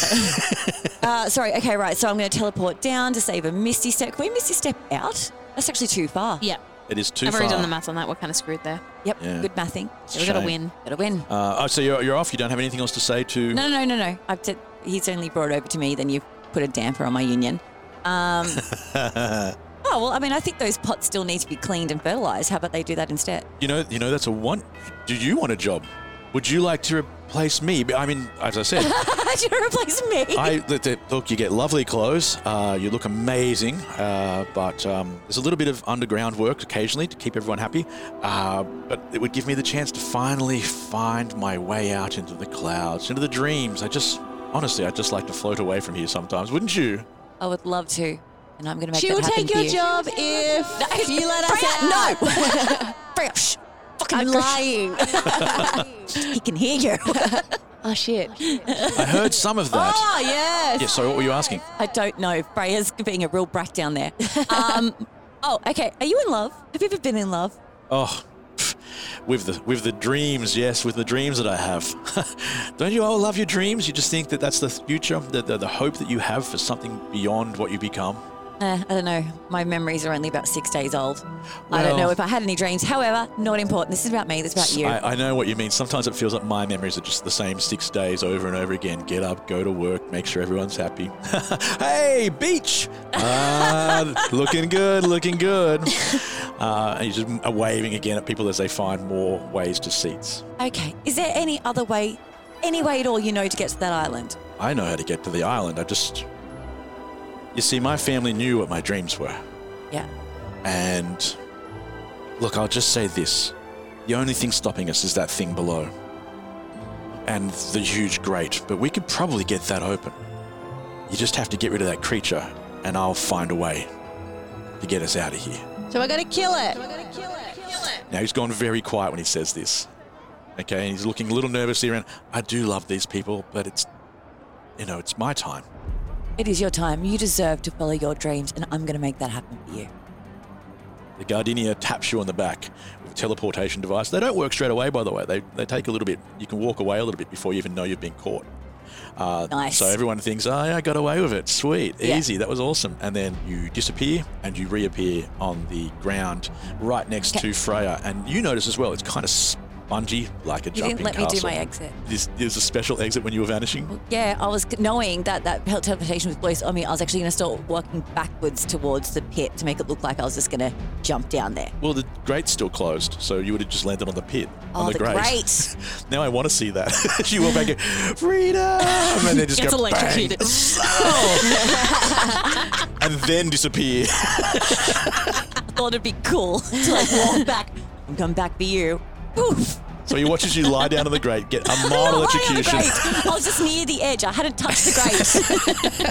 [SPEAKER 2] Uh, sorry. Okay, right. So I'm going to teleport down to save a misty step. Can we misty step out? That's actually too far.
[SPEAKER 5] yeah,
[SPEAKER 1] it is too
[SPEAKER 5] I've
[SPEAKER 1] far.
[SPEAKER 5] already done the math on that. We're kind of screwed there.
[SPEAKER 2] Yep.
[SPEAKER 1] Yeah.
[SPEAKER 2] Good mathing.
[SPEAKER 5] So we got to
[SPEAKER 1] Shame.
[SPEAKER 5] win.
[SPEAKER 2] Gotta win.
[SPEAKER 1] Uh, oh, so you're, you're off. You don't have anything else to say to.
[SPEAKER 2] No, no, no, no. I've t- he's only brought it over to me. Then you've put a damper on my union. Um, oh well, I mean, I think those pots still need to be cleaned and fertilized. How about they do that instead?
[SPEAKER 1] You know, you know that's a want. Do you want a job? Would you like to replace me? I mean, as I said,
[SPEAKER 2] How do you replace me?
[SPEAKER 1] I the, the, look. You get lovely clothes. Uh, you look amazing. Uh, but um, there's a little bit of underground work occasionally to keep everyone happy. Uh, but it would give me the chance to finally find my way out into the clouds, into the dreams. I just, honestly, I'd just like to float away from here sometimes, wouldn't you?
[SPEAKER 2] I would love to. and I'm going to make
[SPEAKER 3] She
[SPEAKER 2] that
[SPEAKER 3] will
[SPEAKER 2] happen
[SPEAKER 3] take
[SPEAKER 2] for
[SPEAKER 3] your
[SPEAKER 2] you.
[SPEAKER 3] job if you let us
[SPEAKER 2] Freya,
[SPEAKER 3] out.
[SPEAKER 2] No. Freya, shh. Fucking
[SPEAKER 3] I'm
[SPEAKER 2] Nicholas.
[SPEAKER 3] lying.
[SPEAKER 2] He can hear you.
[SPEAKER 3] oh shit.
[SPEAKER 1] I heard some of that.
[SPEAKER 2] oh, yes.
[SPEAKER 1] Yeah, so what were you asking?
[SPEAKER 2] I don't know. Freya's being a real brat down there. Um, oh, okay. Are you in love? Have you ever been in love?
[SPEAKER 1] Oh, pff, with the with the dreams, yes, with the dreams that I have. Don't you all love your dreams? You just think that that's the future, the, the, the hope that you have for something beyond what you become.
[SPEAKER 2] Uh, I don't know. My memories are only about six days old. I don't
[SPEAKER 1] Well-
[SPEAKER 2] know if I had any dreams. However, not important. This is about me. This is about you.
[SPEAKER 1] I, I know what you mean. Sometimes it feels like my memories are just the same six days over and over again. Get up, go to work, make sure everyone's happy. hey, beach! Ah, looking good, looking good. Uh, and you're just waving again at people as they find more ways to seats.
[SPEAKER 2] okay. Is there any other way, any way at all you know to get to that island?
[SPEAKER 1] I know how to get to the island. I just. You see, my family knew what my dreams were.
[SPEAKER 2] Yeah.
[SPEAKER 1] And look, I'll just say this. The only thing stopping us is that thing below. And the huge grate, but we could probably get that open. You just have to get rid of that creature, and I'll find a way to get us out of here.
[SPEAKER 3] So we're gonna kill it.
[SPEAKER 1] Now he's gone very quiet when he says this. Okay, and he's looking a little nervously around. I do love these people, but it's you know, it's my time.
[SPEAKER 2] It is your time. You deserve to follow your dreams, and I'm going to make that happen for you.
[SPEAKER 1] The Gardenia taps you on the back with a teleportation device. They don't work straight away, by the way. They, they take a little bit. You can walk away a little bit before you even know you've been caught. Uh,
[SPEAKER 2] Nice.
[SPEAKER 1] So everyone thinks, oh, yeah, I got away with it. Sweet.
[SPEAKER 2] Yeah.
[SPEAKER 1] Easy. That was awesome. And then you disappear and you reappear on the ground right next
[SPEAKER 2] Okay.
[SPEAKER 1] to Freya. And you notice as well, it's kind of spongy like a
[SPEAKER 2] You
[SPEAKER 1] jumping
[SPEAKER 2] didn't let me do
[SPEAKER 1] castle.
[SPEAKER 2] my exit.
[SPEAKER 1] There's, there's a special exit when you were vanishing.
[SPEAKER 2] Yeah, I was knowing that that pelt teleportation was placed on me. I was actually going to start walking backwards towards the pit to make it look like I was just going to jump down there.
[SPEAKER 1] Well, the grate's still closed, so you would have just landed on the pit.
[SPEAKER 2] oh,
[SPEAKER 1] on the,
[SPEAKER 2] the
[SPEAKER 1] grate.
[SPEAKER 2] great!
[SPEAKER 1] Now I want to see that. she walked back and, freedom! And then just
[SPEAKER 5] Gets
[SPEAKER 1] go,
[SPEAKER 5] electrocuted.
[SPEAKER 1] bang, zow! and then disappear.
[SPEAKER 2] Thought it'd be cool to like walk back. I'm coming back for you. Poof!
[SPEAKER 1] So he watches you lie down on the grate, get a mild
[SPEAKER 2] Lying on the
[SPEAKER 1] electrocution,
[SPEAKER 2] grate. I was just near the edge. I hadn't touched the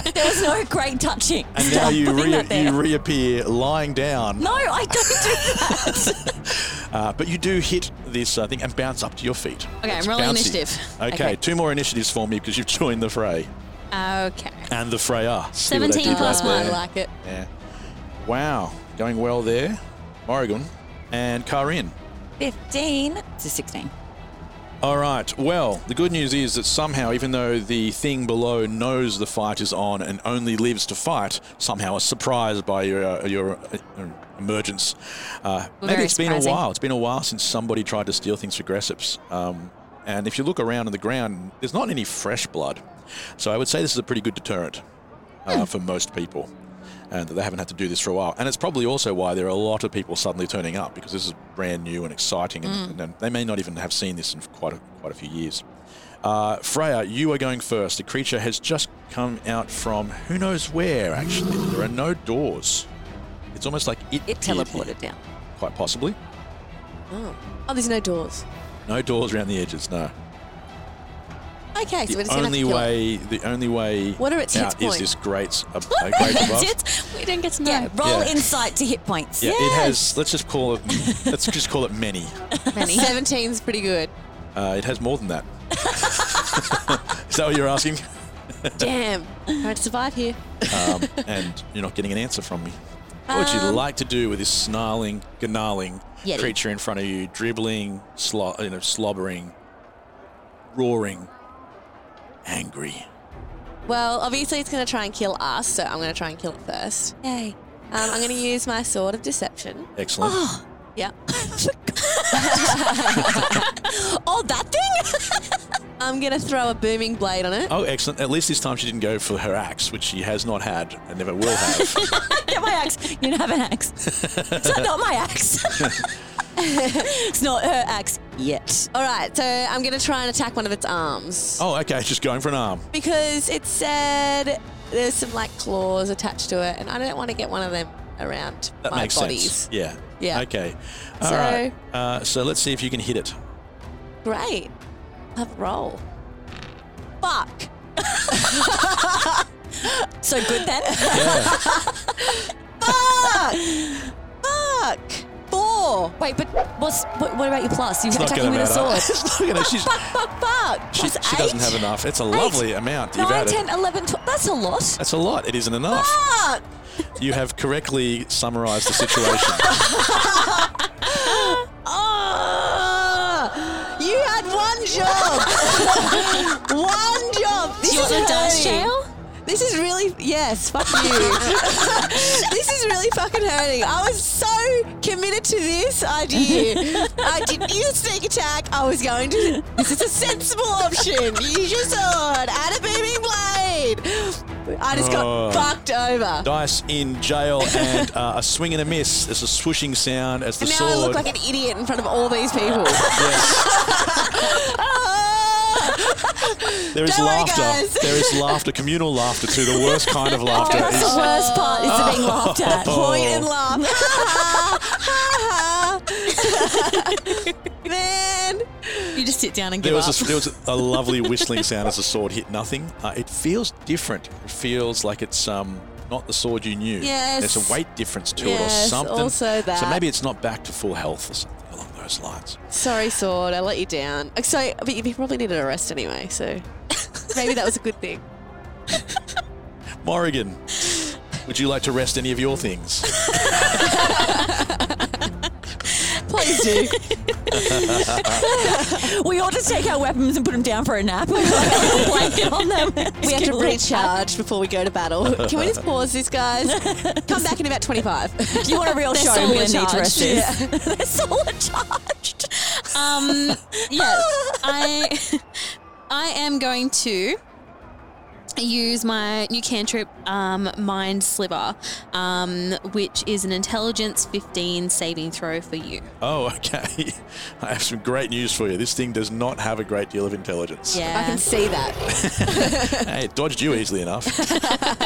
[SPEAKER 2] grate. there was no grate touching.
[SPEAKER 1] and now
[SPEAKER 2] Stop
[SPEAKER 1] you,
[SPEAKER 2] putting that
[SPEAKER 1] re-
[SPEAKER 2] there.
[SPEAKER 1] you reappear lying down.
[SPEAKER 2] no, I don't do that.
[SPEAKER 1] Uh, but you do hit this uh, thing and bounce up to your feet.
[SPEAKER 5] Okay,
[SPEAKER 1] It's
[SPEAKER 5] I'm rolling
[SPEAKER 1] bouncy.
[SPEAKER 5] initiative.
[SPEAKER 1] Okay,
[SPEAKER 2] Okay.
[SPEAKER 1] two more initiatives for me because you've joined the fray
[SPEAKER 5] Okay.
[SPEAKER 1] and the fray are. See what they
[SPEAKER 5] 17
[SPEAKER 1] did
[SPEAKER 5] plus one.
[SPEAKER 1] there.
[SPEAKER 3] like it.
[SPEAKER 1] Yeah. Wow, going well there. Morrigan and Karin.
[SPEAKER 2] 15 to 16.
[SPEAKER 1] All right. Well, the good news is that somehow, even though the thing below knows the fight is on and only lives to fight, somehow is surprised by your uh, your uh, uh, emergence. Uh,
[SPEAKER 5] Well,
[SPEAKER 1] maybe
[SPEAKER 5] very
[SPEAKER 1] it's been a
[SPEAKER 5] surprising.
[SPEAKER 1] while. It's been a while since somebody tried to steal things for Gressips. Um, and if you look around on the ground, there's not any fresh blood. So I would say this is a pretty good deterrent
[SPEAKER 5] Hmm.
[SPEAKER 1] uh, for most people. And that they haven't had to do this for a while. And it's probably also why there are a lot of people suddenly turning up because this is brand new and exciting. And, and, they may not even have seen this in quite a, quite a few years. Uh, Freya, you are going first. The creature has just come out from who knows where, actually. There are no doors. It's almost like it,
[SPEAKER 2] It
[SPEAKER 1] appeared here.
[SPEAKER 2] teleported down.
[SPEAKER 1] Quite possibly.
[SPEAKER 3] Oh, there's no doors.
[SPEAKER 1] No doors around the edges, no.
[SPEAKER 3] Okay, so we're
[SPEAKER 1] the
[SPEAKER 3] just gonna have
[SPEAKER 1] only
[SPEAKER 3] to kill it.
[SPEAKER 1] way, the only way
[SPEAKER 3] What are its hit
[SPEAKER 1] out is
[SPEAKER 3] points?
[SPEAKER 1] this great, a, a great above.
[SPEAKER 5] It's- we didn't get to know.
[SPEAKER 2] Yeah, roll
[SPEAKER 1] Yeah.
[SPEAKER 2] insight to hit points.
[SPEAKER 1] Yeah, it has. Let's just call it. let's just call it many.
[SPEAKER 5] Many.
[SPEAKER 3] 17's pretty good.
[SPEAKER 1] Uh, it has more than that. is that what you're asking?
[SPEAKER 3] Damn. I had to survive here.
[SPEAKER 1] Um, and you're not getting an answer from me. What would you like to do with this snarling, gnarling
[SPEAKER 3] Yeti.
[SPEAKER 1] creature in front of you, dribbling, slo- you know, slobbering, roaring, angry?
[SPEAKER 3] Well, obviously it's going to try and kill us, so I'm going to try and kill it first.
[SPEAKER 2] Yay.
[SPEAKER 3] Um, I'm going to use my sword of deception.
[SPEAKER 1] Excellent.
[SPEAKER 3] Yep.
[SPEAKER 2] Oh, that thing?
[SPEAKER 3] I'm going to throw a booming blade on it.
[SPEAKER 1] Oh, excellent. At least this time she didn't go for her axe, which she has not had and never will have.
[SPEAKER 2] Get my axe. You don't have an axe. It's not, not my axe. it's not her axe yet.
[SPEAKER 3] All right, so I'm going to try and attack one of its arms.
[SPEAKER 1] oh, okay. Just going for an arm.
[SPEAKER 3] Because it said there's some like claws attached to it, and I don't want to get one of them around
[SPEAKER 1] That
[SPEAKER 3] my
[SPEAKER 1] makes
[SPEAKER 3] bodies.
[SPEAKER 1] sense. Yeah.
[SPEAKER 3] Yeah.
[SPEAKER 1] Okay. All
[SPEAKER 3] So-
[SPEAKER 1] right. Uh, so let's see if you can hit it.
[SPEAKER 3] Great. Have a roll. Fuck.
[SPEAKER 2] So good then. Fuck! Fuck! Four. Wait, but what's what, what about your plus? You're
[SPEAKER 1] It's not
[SPEAKER 2] attacking
[SPEAKER 1] going to
[SPEAKER 2] with a
[SPEAKER 1] matter.
[SPEAKER 2] sword.
[SPEAKER 1] It's not gonna- she's-
[SPEAKER 2] Fuck! Fuck! Fuck!
[SPEAKER 1] she,
[SPEAKER 2] Plus
[SPEAKER 1] she
[SPEAKER 2] eight.
[SPEAKER 1] doesn't have enough. It's a lovely amount you've
[SPEAKER 2] Nine,
[SPEAKER 1] added.
[SPEAKER 2] ten, eleven, twelve. That's a lot.
[SPEAKER 1] That's a lot. It isn't enough.
[SPEAKER 2] Fuck!
[SPEAKER 1] You have correctly summarised the situation.
[SPEAKER 2] Ah!
[SPEAKER 3] You had one job. one job. This
[SPEAKER 5] Do you want
[SPEAKER 3] is
[SPEAKER 5] the dice
[SPEAKER 3] hurting.
[SPEAKER 5] jail?
[SPEAKER 3] This is really yes, fuck you. this is really fucking hurting. I was so committed to this idea. I didn't use sneak attack. I was going to. This is a sensible option. Use your sword. Add a beaming blade. I just got
[SPEAKER 1] Oh.
[SPEAKER 3] fucked over.
[SPEAKER 1] Dice in jail and uh, a swing and a miss. There's a swooshing sound as the
[SPEAKER 3] And now
[SPEAKER 1] sword.
[SPEAKER 3] I look like an idiot in front of all these people.
[SPEAKER 1] yes.
[SPEAKER 3] Ah!
[SPEAKER 1] There is
[SPEAKER 3] Don't worry,
[SPEAKER 1] laughter.
[SPEAKER 3] guys.
[SPEAKER 1] There is laughter, communal laughter too. The worst kind of laughter.
[SPEAKER 2] That's
[SPEAKER 1] is- Oh.
[SPEAKER 2] the worst part is the being laughed at.
[SPEAKER 3] Point and laugh. Ha ha ha ha. Man.
[SPEAKER 5] You just sit down and give
[SPEAKER 1] There was,
[SPEAKER 5] up.
[SPEAKER 1] a, there was a lovely whistling sound as the sword hit nothing. Uh, it feels different. It feels like it's um not the sword you knew.
[SPEAKER 3] Yes.
[SPEAKER 1] There's a weight difference to it or
[SPEAKER 3] Yes,
[SPEAKER 1] something.
[SPEAKER 3] also
[SPEAKER 1] So
[SPEAKER 3] that.
[SPEAKER 1] maybe it's not back to full health or something along those lines.
[SPEAKER 3] Sorry, sword. I let you down. Uh, So, but you probably needed a rest anyway. So maybe that was a good thing.
[SPEAKER 1] Morrigan, would you like to rest any of your things?
[SPEAKER 3] Please do.
[SPEAKER 2] We ought to take our weapons and put them down for a nap. We've got a little blanket on them.
[SPEAKER 3] we have to recharge before we go to battle. Can we just pause this, guys? Come back in about 25.
[SPEAKER 2] You want a real
[SPEAKER 5] They're
[SPEAKER 2] show?
[SPEAKER 5] solar
[SPEAKER 2] we need to
[SPEAKER 5] charged.
[SPEAKER 2] rest this. They're solar charged.
[SPEAKER 5] Um, yes, I I am going to use my new cantrip, um, Mind Sliver, um, which is an intelligence 15 saving throw for you.
[SPEAKER 1] Oh, okay. I have some great news for you. This thing does not have a great deal of intelligence.
[SPEAKER 3] I can see that.
[SPEAKER 1] Hey, it dodged you easily enough. uh,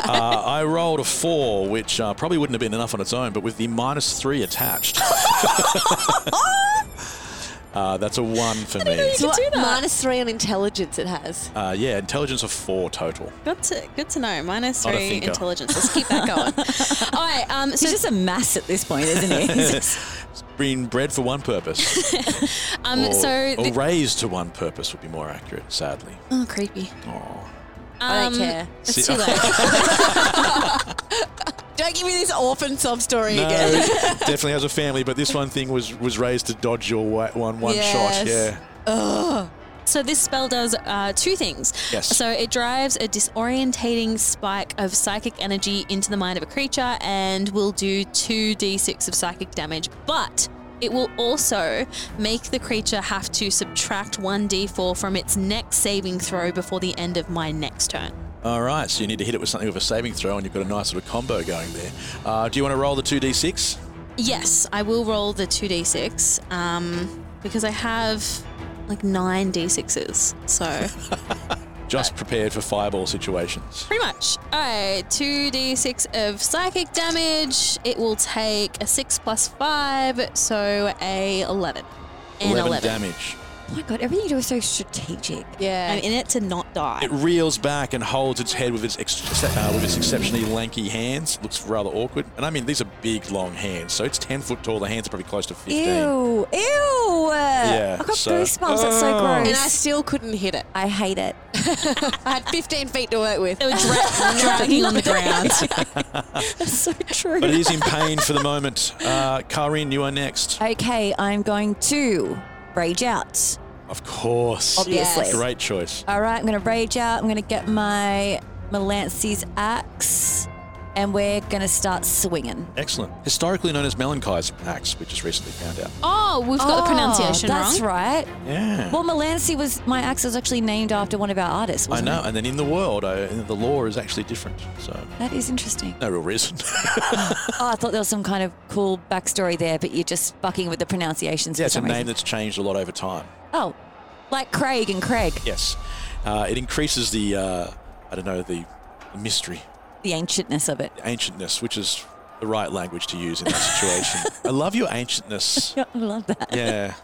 [SPEAKER 1] I rolled a four, which uh, probably wouldn't have been enough on its own, but with the minus three attached. uh, that's a one for me.
[SPEAKER 3] So what, minus three on intelligence it has.
[SPEAKER 1] Uh, yeah, intelligence of four total.
[SPEAKER 5] Good to good to know. Minus
[SPEAKER 1] Not a
[SPEAKER 5] three
[SPEAKER 1] thinker.
[SPEAKER 5] intelligence. Let's keep that going. All right. Um, so
[SPEAKER 2] He's just a mass at this point, isn't he?
[SPEAKER 1] Been bred for one purpose.
[SPEAKER 5] um,
[SPEAKER 1] or,
[SPEAKER 5] so
[SPEAKER 1] or
[SPEAKER 5] the,
[SPEAKER 1] raised to one purpose would be more accurate, sadly.
[SPEAKER 5] oh, creepy.
[SPEAKER 1] Oh.
[SPEAKER 5] I
[SPEAKER 3] don't care.
[SPEAKER 5] It's
[SPEAKER 1] See-
[SPEAKER 5] too late.
[SPEAKER 3] Don't give me this orphan sob story
[SPEAKER 1] No,
[SPEAKER 3] again.
[SPEAKER 1] definitely has a family, but this one thing was was raised to dodge your wa- one one shot.
[SPEAKER 3] Yes.
[SPEAKER 1] Yeah.
[SPEAKER 5] So this spell does uh, two things.
[SPEAKER 1] Yes.
[SPEAKER 5] So it drives a disorientating spike of psychic energy into the mind of a creature and will do 2d6 of psychic damage, but it will also make the creature have to subtract 1d4 from its next saving throw before the end of my next turn.
[SPEAKER 1] All right, so you need to hit it with something with a saving throw, and you've got a nice little combo going there. Uh, do you want to roll the two d six?
[SPEAKER 5] Yes, I will roll the 2d6 um, because I have like 9 d6s. So
[SPEAKER 1] Just prepared for fireball situations.
[SPEAKER 5] Pretty much. All right, 2d6 of psychic damage. It will take a 6 plus 5, so a 11. And 11.
[SPEAKER 1] damage.
[SPEAKER 2] oh my god, everything you do is so strategic.
[SPEAKER 3] Yeah.
[SPEAKER 5] I'm in it to not die.
[SPEAKER 1] It reels back and holds its head with its ex- uh, with its exceptionally lanky hands. Looks rather awkward, and I mean these are big, long hands. So it's ten foot tall. The hands are probably close to fifteen.
[SPEAKER 2] Ew. Ew. Yeah, I got
[SPEAKER 1] so-
[SPEAKER 2] goosebumps. That's so gross.
[SPEAKER 3] Oh. and I still couldn't hit it.
[SPEAKER 2] I hate it.
[SPEAKER 3] I had 15 feet to work with.
[SPEAKER 5] They were dra- dragging on the ground.
[SPEAKER 2] That's so true.
[SPEAKER 1] But it is in pain for the moment. Uh, Karin, you are next.
[SPEAKER 2] Okay, I'm going to rage out.
[SPEAKER 1] Of course.
[SPEAKER 2] Obviously.
[SPEAKER 1] Great choice.
[SPEAKER 2] All right, I'm going to rage out. I'm going to get my Melancy's axe, and we're going to start swinging.
[SPEAKER 1] Excellent. Historically known as Melankai's axe, we just recently found out.
[SPEAKER 5] Oh, we've got the pronunciation
[SPEAKER 2] That's
[SPEAKER 5] wrong.
[SPEAKER 2] right.
[SPEAKER 1] Yeah.
[SPEAKER 2] Well, Melancy was my axe was actually named after one of our artists.
[SPEAKER 1] I
[SPEAKER 2] Wasn't
[SPEAKER 1] know. And then in the world, I, the law is actually different. So,
[SPEAKER 2] It? That is interesting.
[SPEAKER 1] no real reason.
[SPEAKER 2] Oh, I thought there was some kind of cool backstory there, but you're just fucking with the pronunciations.
[SPEAKER 1] yeah,
[SPEAKER 2] for
[SPEAKER 1] it's a
[SPEAKER 2] some
[SPEAKER 1] name
[SPEAKER 2] reason.
[SPEAKER 1] that's changed a lot over time.
[SPEAKER 2] Oh, like Craig and Craig,
[SPEAKER 1] Yes. Uh, it increases the, uh, I don't know, the mystery,
[SPEAKER 2] the ancientness of it.
[SPEAKER 1] the ancientness, which is the right language to use in that situation. I love your ancientness.
[SPEAKER 2] I love that.
[SPEAKER 1] Yeah,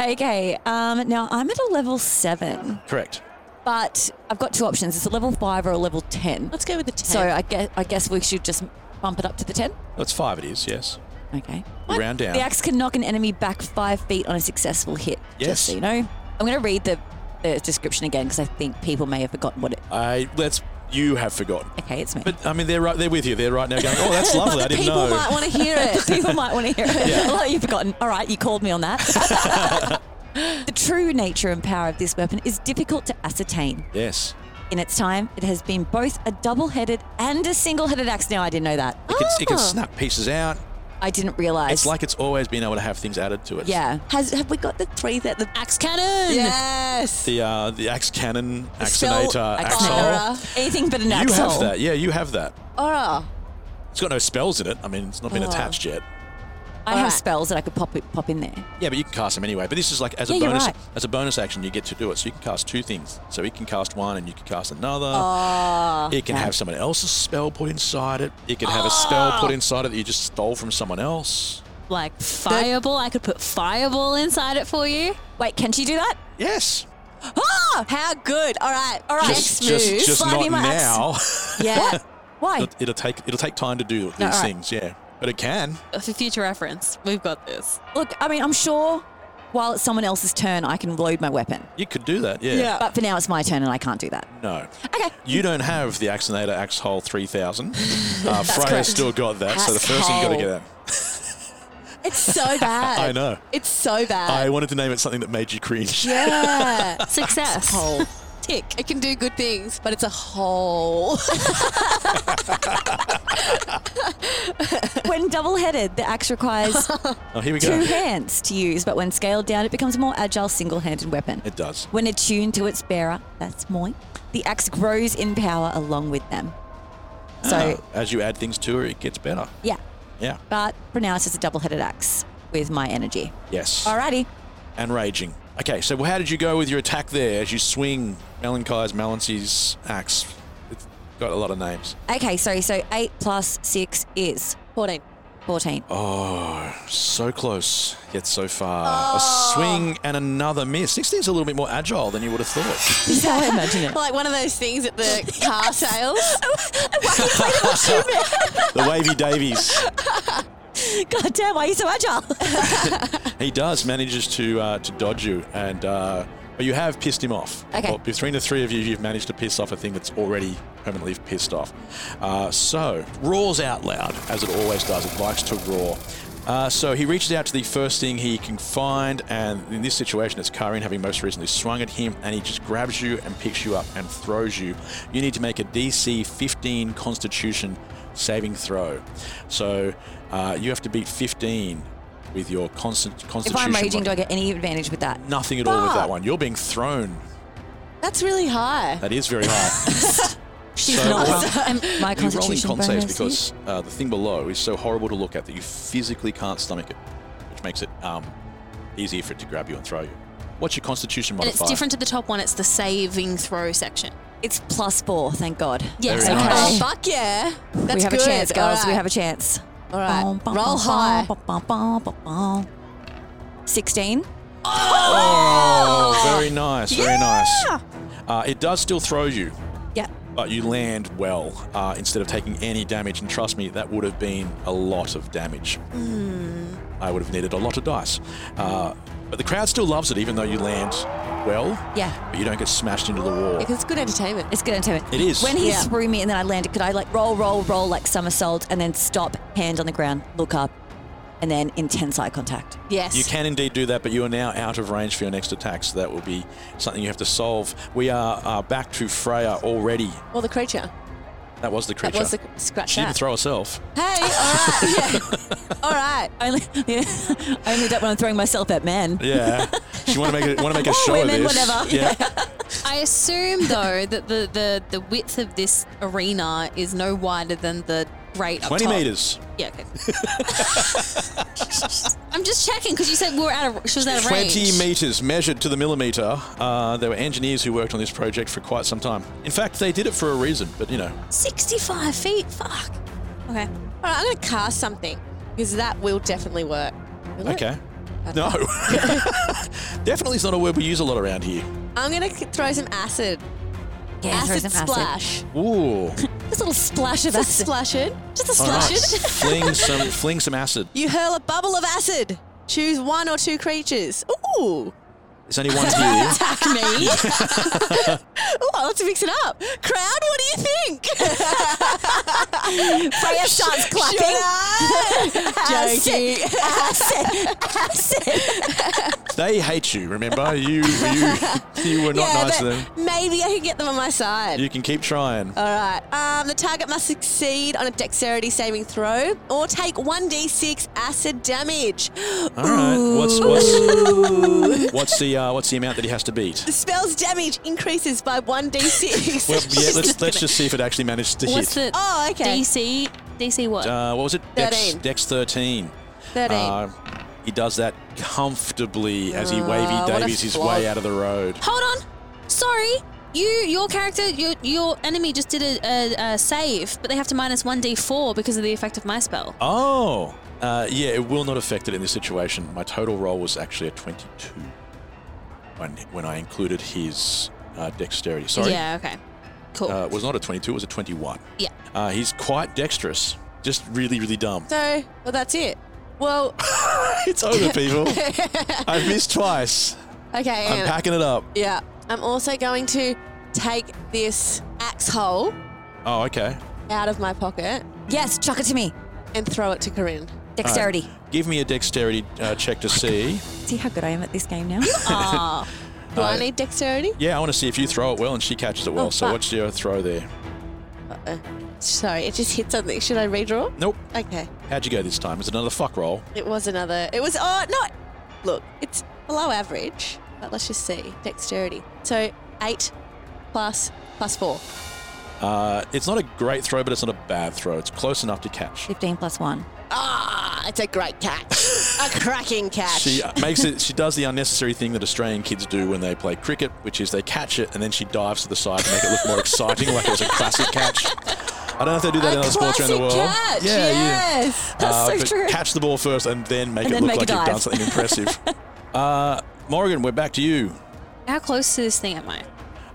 [SPEAKER 2] Okay, um, now I'm at a level seven.
[SPEAKER 1] correct.
[SPEAKER 2] But I've got two options. It's a level five or a level ten.
[SPEAKER 5] Let's go with the 10.
[SPEAKER 2] So I guess I guess we should just bump it up to the ten.
[SPEAKER 1] That's five, it is, yes.
[SPEAKER 2] Okay.
[SPEAKER 1] You round down.
[SPEAKER 2] The axe can knock an enemy back five feet on a successful hit.
[SPEAKER 1] Yes.
[SPEAKER 2] Just so you know. I'm going to read the, the description again because I think people may have forgotten what it.
[SPEAKER 1] I let's you have forgotten.
[SPEAKER 2] Okay, it's me.
[SPEAKER 1] But I mean they're right there with you. They're right now going, Oh, that's lovely, I didn't
[SPEAKER 2] people
[SPEAKER 1] know.
[SPEAKER 2] might want to hear it. people might want to hear it. Oh, you've forgotten. All right, you called me on that. the true nature and power of this weapon is difficult to ascertain.
[SPEAKER 1] Yes.
[SPEAKER 2] In its time, it has been both a double-headed and a single-headed axe. Now I didn't know that. Ah.
[SPEAKER 1] It can, it can snap pieces out.
[SPEAKER 2] Oh. I didn't realize.
[SPEAKER 1] It's like it's always been able to have things added to it.
[SPEAKER 2] yeah. Has have we got the three that the
[SPEAKER 5] Axe cannon.
[SPEAKER 3] Yes.
[SPEAKER 1] The uh, the axe cannon,
[SPEAKER 2] Spell-
[SPEAKER 1] axonator,
[SPEAKER 2] Axonara.
[SPEAKER 1] axole.
[SPEAKER 2] Anything but an axole.
[SPEAKER 1] You have that. Yeah, you have that.
[SPEAKER 3] Oh,
[SPEAKER 1] It's got no spells in it. I mean, it's not
[SPEAKER 2] Oh.
[SPEAKER 1] been attached yet.
[SPEAKER 2] I have
[SPEAKER 3] Alright.
[SPEAKER 2] spells that I could pop it, pop in there.
[SPEAKER 1] Yeah, but you can cast them anyway. But this is like as a
[SPEAKER 2] Yeah, you're
[SPEAKER 1] bonus
[SPEAKER 2] right.
[SPEAKER 1] as a bonus action, you get to do it. So you can cast two things. So you can cast one, and you can cast another.
[SPEAKER 2] Oh,
[SPEAKER 1] it can have someone else's spell put inside it. It can have a spell
[SPEAKER 2] Oh.
[SPEAKER 1] put inside it that you just stole from someone else.
[SPEAKER 5] Like fireball. I could put fireball inside it for you.
[SPEAKER 2] Wait, can she do that?
[SPEAKER 1] Yes.
[SPEAKER 2] Oh, how good! All right, all right.
[SPEAKER 1] Just, just, just
[SPEAKER 2] Slide
[SPEAKER 1] not
[SPEAKER 2] me my axe.
[SPEAKER 1] now.
[SPEAKER 2] Yeah. What? Why?
[SPEAKER 1] It'll- it'll take it'll take time to do these
[SPEAKER 2] alright.
[SPEAKER 1] things. Yeah, but it can.
[SPEAKER 5] Uh, For future reference, we've got this.
[SPEAKER 2] Look, I mean, I'm sure while it's someone else's turn, I can load my weapon.
[SPEAKER 1] You could do that. Yeah.
[SPEAKER 2] But for now, it's my turn, and I can't do that.
[SPEAKER 1] No.
[SPEAKER 2] Okay.
[SPEAKER 1] You don't have the Axonator Axe Hole 3000. Uh, Freya's
[SPEAKER 2] correct.
[SPEAKER 1] still got that, so the first thing you got to get that.
[SPEAKER 3] it's so bad.
[SPEAKER 1] I know.
[SPEAKER 3] It's so bad.
[SPEAKER 1] I wanted to name it something that made you cringe.
[SPEAKER 3] yeah.
[SPEAKER 5] Success.
[SPEAKER 3] Tick. It can do good things, but it's a hole.
[SPEAKER 2] when double-headed, the axe requires
[SPEAKER 1] Oh, here we go.
[SPEAKER 2] two hands to use, but when scaled down, it becomes a more agile single-handed weapon.
[SPEAKER 1] It does.
[SPEAKER 2] When attuned to its bearer, that's moi, the axe grows in power along with them. So,
[SPEAKER 1] As you add things to it, it gets better.
[SPEAKER 2] yeah.
[SPEAKER 1] Yeah.
[SPEAKER 2] But for now, it's just a double-headed axe with my energy.
[SPEAKER 1] Yes.
[SPEAKER 2] Alrighty.
[SPEAKER 1] And raging. Okay, so how did you go with your attack there as you swing Melankai's Malancy's axe? It's got a lot of names.
[SPEAKER 2] Okay, sorry. So eight plus six is
[SPEAKER 3] 14.
[SPEAKER 2] 14.
[SPEAKER 1] Oh, so close, yet so far.
[SPEAKER 2] Oh.
[SPEAKER 1] A swing and another miss. 16's a little bit more agile than you would have thought.
[SPEAKER 2] Is how I imagine it.
[SPEAKER 3] Like one of those things at the car sales.
[SPEAKER 1] The wavy Davies.
[SPEAKER 2] God damn, why are you so agile?
[SPEAKER 1] He does manages to uh, to dodge you, and uh, but you have pissed him off.
[SPEAKER 2] Okay.
[SPEAKER 1] Well, between the three of you, you've managed to piss off a thing that's already permanently pissed off. Uh, so roars out loud as it always does. It likes to roar. Uh, so he reaches out to the first thing he can find, and in this situation, it's Karin having most recently swung at him, and he just grabs you and picks you up and throws you. You need to make a DC 15 Constitution saving throw. So uh, you have to beat 15 with your constant
[SPEAKER 2] if
[SPEAKER 1] constitution.
[SPEAKER 2] I'm raging, do I
[SPEAKER 1] mod-
[SPEAKER 2] get any advantage with that?
[SPEAKER 1] nothing at all with that one? You're being thrown.
[SPEAKER 3] That's really high.
[SPEAKER 1] That is very high.
[SPEAKER 2] She's
[SPEAKER 1] So-
[SPEAKER 2] not
[SPEAKER 1] Well,
[SPEAKER 2] wrong. My
[SPEAKER 1] You're rolling
[SPEAKER 2] constitution
[SPEAKER 1] con
[SPEAKER 2] bonus.
[SPEAKER 1] saves
[SPEAKER 2] is-
[SPEAKER 1] because uh, the thing below is so horrible to look at that you physically can't stomach it, which makes it um, easier for it to grab you and throw you. What's your constitution
[SPEAKER 5] And
[SPEAKER 1] modifier?
[SPEAKER 5] it's different to the top one. It's the saving throw section.
[SPEAKER 2] It's plus four, thank God.
[SPEAKER 5] Yes.
[SPEAKER 1] Very
[SPEAKER 5] okay.
[SPEAKER 1] nice.
[SPEAKER 3] Oh, fuck yeah. That's
[SPEAKER 2] we have
[SPEAKER 3] good.
[SPEAKER 2] a chance,
[SPEAKER 3] All
[SPEAKER 2] girls. We
[SPEAKER 3] right.
[SPEAKER 2] have a chance.
[SPEAKER 3] All right.
[SPEAKER 2] Bum, bum,
[SPEAKER 3] Roll
[SPEAKER 2] bum,
[SPEAKER 3] high.
[SPEAKER 2] bum, bum, bum, bum, bum, bum. 16.
[SPEAKER 1] Oh, very nice, very nice. Uh, it does still throw you,
[SPEAKER 2] Yep.
[SPEAKER 1] but you land well uh, instead of taking any damage. And trust me, that would have been a lot of damage.
[SPEAKER 3] Hmm.
[SPEAKER 1] I would have needed a lot of dice. Uh, but the crowd still loves it, even though you land well,
[SPEAKER 2] Yeah.
[SPEAKER 1] but you don't get smashed into the wall.
[SPEAKER 3] It's good entertainment.
[SPEAKER 2] It's good entertainment.
[SPEAKER 1] It is.
[SPEAKER 2] When he
[SPEAKER 3] Yeah.
[SPEAKER 2] threw me and then I landed, could I like roll, roll, roll like somersault and then stop, hand on the ground, look up, and then intense eye contact?
[SPEAKER 3] Yes.
[SPEAKER 1] You can indeed do that, but you are now out of range for your next attack, so that will be something you have to solve. We are uh, back to Freya already.
[SPEAKER 3] Or the creature.
[SPEAKER 1] That was the
[SPEAKER 3] That
[SPEAKER 1] creature.
[SPEAKER 3] was the scratch
[SPEAKER 1] she didn't
[SPEAKER 3] that.
[SPEAKER 1] throw herself.
[SPEAKER 3] hey, all right. Yeah. all right.
[SPEAKER 2] Only, yeah, I only do that when I'm throwing myself at men.
[SPEAKER 1] Yeah, she want to make a, want to make a show
[SPEAKER 2] women,
[SPEAKER 1] of this.
[SPEAKER 2] whatever.
[SPEAKER 1] Yeah,
[SPEAKER 5] I assume though that the, the the width of this arena is no wider than the grate. up
[SPEAKER 1] twenty
[SPEAKER 5] top.
[SPEAKER 1] meters.
[SPEAKER 5] Yeah. Okay. I'm just checking because you said we were out of she was out of
[SPEAKER 1] 20
[SPEAKER 5] range.
[SPEAKER 1] meters measured to the millimeter. Uh, there were engineers who worked on this project for quite some time. In fact, they did it for a reason, but you know,
[SPEAKER 5] 65 feet. Fuck. Okay.
[SPEAKER 3] All right, I'm going to cast something because that will definitely work. Will it?
[SPEAKER 1] okay. No. Definitely is not a word we use a lot around here.
[SPEAKER 3] I'm going to throw some acid
[SPEAKER 2] Yeah, throw
[SPEAKER 3] Acid
[SPEAKER 2] some
[SPEAKER 3] splash.
[SPEAKER 1] Ooh.
[SPEAKER 2] Just a little splash of
[SPEAKER 3] Just
[SPEAKER 2] acid.
[SPEAKER 3] splash it.
[SPEAKER 2] Just a
[SPEAKER 1] All right.
[SPEAKER 2] splash.
[SPEAKER 1] fling some fling some acid.
[SPEAKER 3] You hurl a bubble of acid. Choose one or two creatures. Ooh.
[SPEAKER 1] There's only one here.
[SPEAKER 3] Attack me. Ooh, I like to mix it up. Crowd, what do you think?
[SPEAKER 2] Freya starts clapping.
[SPEAKER 3] Joking.
[SPEAKER 1] They hate you. Remember, you you you were not
[SPEAKER 3] Yeah,
[SPEAKER 1] nice to
[SPEAKER 3] but
[SPEAKER 1] them.
[SPEAKER 3] Maybe I can get them on my side.
[SPEAKER 1] You can keep trying.
[SPEAKER 3] All right. Um, the target must succeed on a dexterity saving throw or take 1d6 acid damage.
[SPEAKER 1] All right. What's what's what's the uh, what's the amount that he has to beat?
[SPEAKER 3] The spell's damage increases by 1d6.
[SPEAKER 1] Well, yeah. Let's let's just see if it actually managed to
[SPEAKER 5] What's
[SPEAKER 1] hit.
[SPEAKER 5] the
[SPEAKER 3] oh, okay.
[SPEAKER 5] DC? DC what?
[SPEAKER 1] Uh, what was it? Dex,
[SPEAKER 3] 13.
[SPEAKER 1] Dex thirteen.
[SPEAKER 3] 13.
[SPEAKER 1] Uh, he does that comfortably as he
[SPEAKER 3] Ah,
[SPEAKER 1] wavy
[SPEAKER 3] what a
[SPEAKER 1] davies his
[SPEAKER 3] flog.
[SPEAKER 1] way out of the road.
[SPEAKER 5] Hold on. Sorry. You, your character, your your enemy just did a, a, a save, but they have to minus one d four because of the effect of my spell.
[SPEAKER 1] Oh, uh, yeah, it will not affect it in this situation. My total roll was actually a 22 when, when I included his uh, dexterity. Sorry.
[SPEAKER 5] Yeah. Okay. Cool.
[SPEAKER 1] Uh, it was not a 22, it was a 21.
[SPEAKER 5] Yeah.
[SPEAKER 1] Uh, he's quite dexterous, just really, really dumb.
[SPEAKER 3] So, well, that's it. Well,
[SPEAKER 1] it's over, people. I've missed twice.
[SPEAKER 3] okay.
[SPEAKER 1] I'm
[SPEAKER 3] Anna.
[SPEAKER 1] packing it up.
[SPEAKER 3] Yeah. I'm also going to take this axe hole
[SPEAKER 1] Oh, okay.
[SPEAKER 3] out of my pocket
[SPEAKER 2] Yes, chuck it to me.
[SPEAKER 3] and throw it to Corinne.
[SPEAKER 2] Dexterity.
[SPEAKER 1] Give me a dexterity uh, check to see.
[SPEAKER 2] See how good I am at this game now?
[SPEAKER 3] Do I need dexterity?
[SPEAKER 1] Yeah, I want to see if you throw it well and she catches
[SPEAKER 2] Oh,
[SPEAKER 1] it well. so,
[SPEAKER 3] fuck.
[SPEAKER 1] what's your throw there?
[SPEAKER 3] Sorry, it just hit something. Should I redraw?
[SPEAKER 1] Nope.
[SPEAKER 3] Okay.
[SPEAKER 1] How'd you go this time? It's another fuck roll.
[SPEAKER 3] It was another. It was oh not. Look, it's below average, but let's just see dexterity. So eight plus plus four.
[SPEAKER 1] Uh, it's not a great throw, but it's not a bad throw. It's close enough to catch.
[SPEAKER 2] 15 plus 1.
[SPEAKER 3] Ah, it's a great catch, a cracking catch.
[SPEAKER 1] She uh, makes it. She does the unnecessary thing that Australian kids do when they play cricket, which is they catch it and then she dives to the side to make it look more exciting, like it was a classic catch. I don't know if they do that in other sports around the world.
[SPEAKER 3] catch. yes.
[SPEAKER 1] That's
[SPEAKER 2] so true.
[SPEAKER 1] Catch the ball first and then make
[SPEAKER 2] And
[SPEAKER 1] it
[SPEAKER 2] then
[SPEAKER 1] look
[SPEAKER 2] make
[SPEAKER 1] like
[SPEAKER 2] a
[SPEAKER 1] you've done
[SPEAKER 2] dive.
[SPEAKER 1] something impressive. uh, Morgan, we're back to you.
[SPEAKER 5] How close to this thing am I?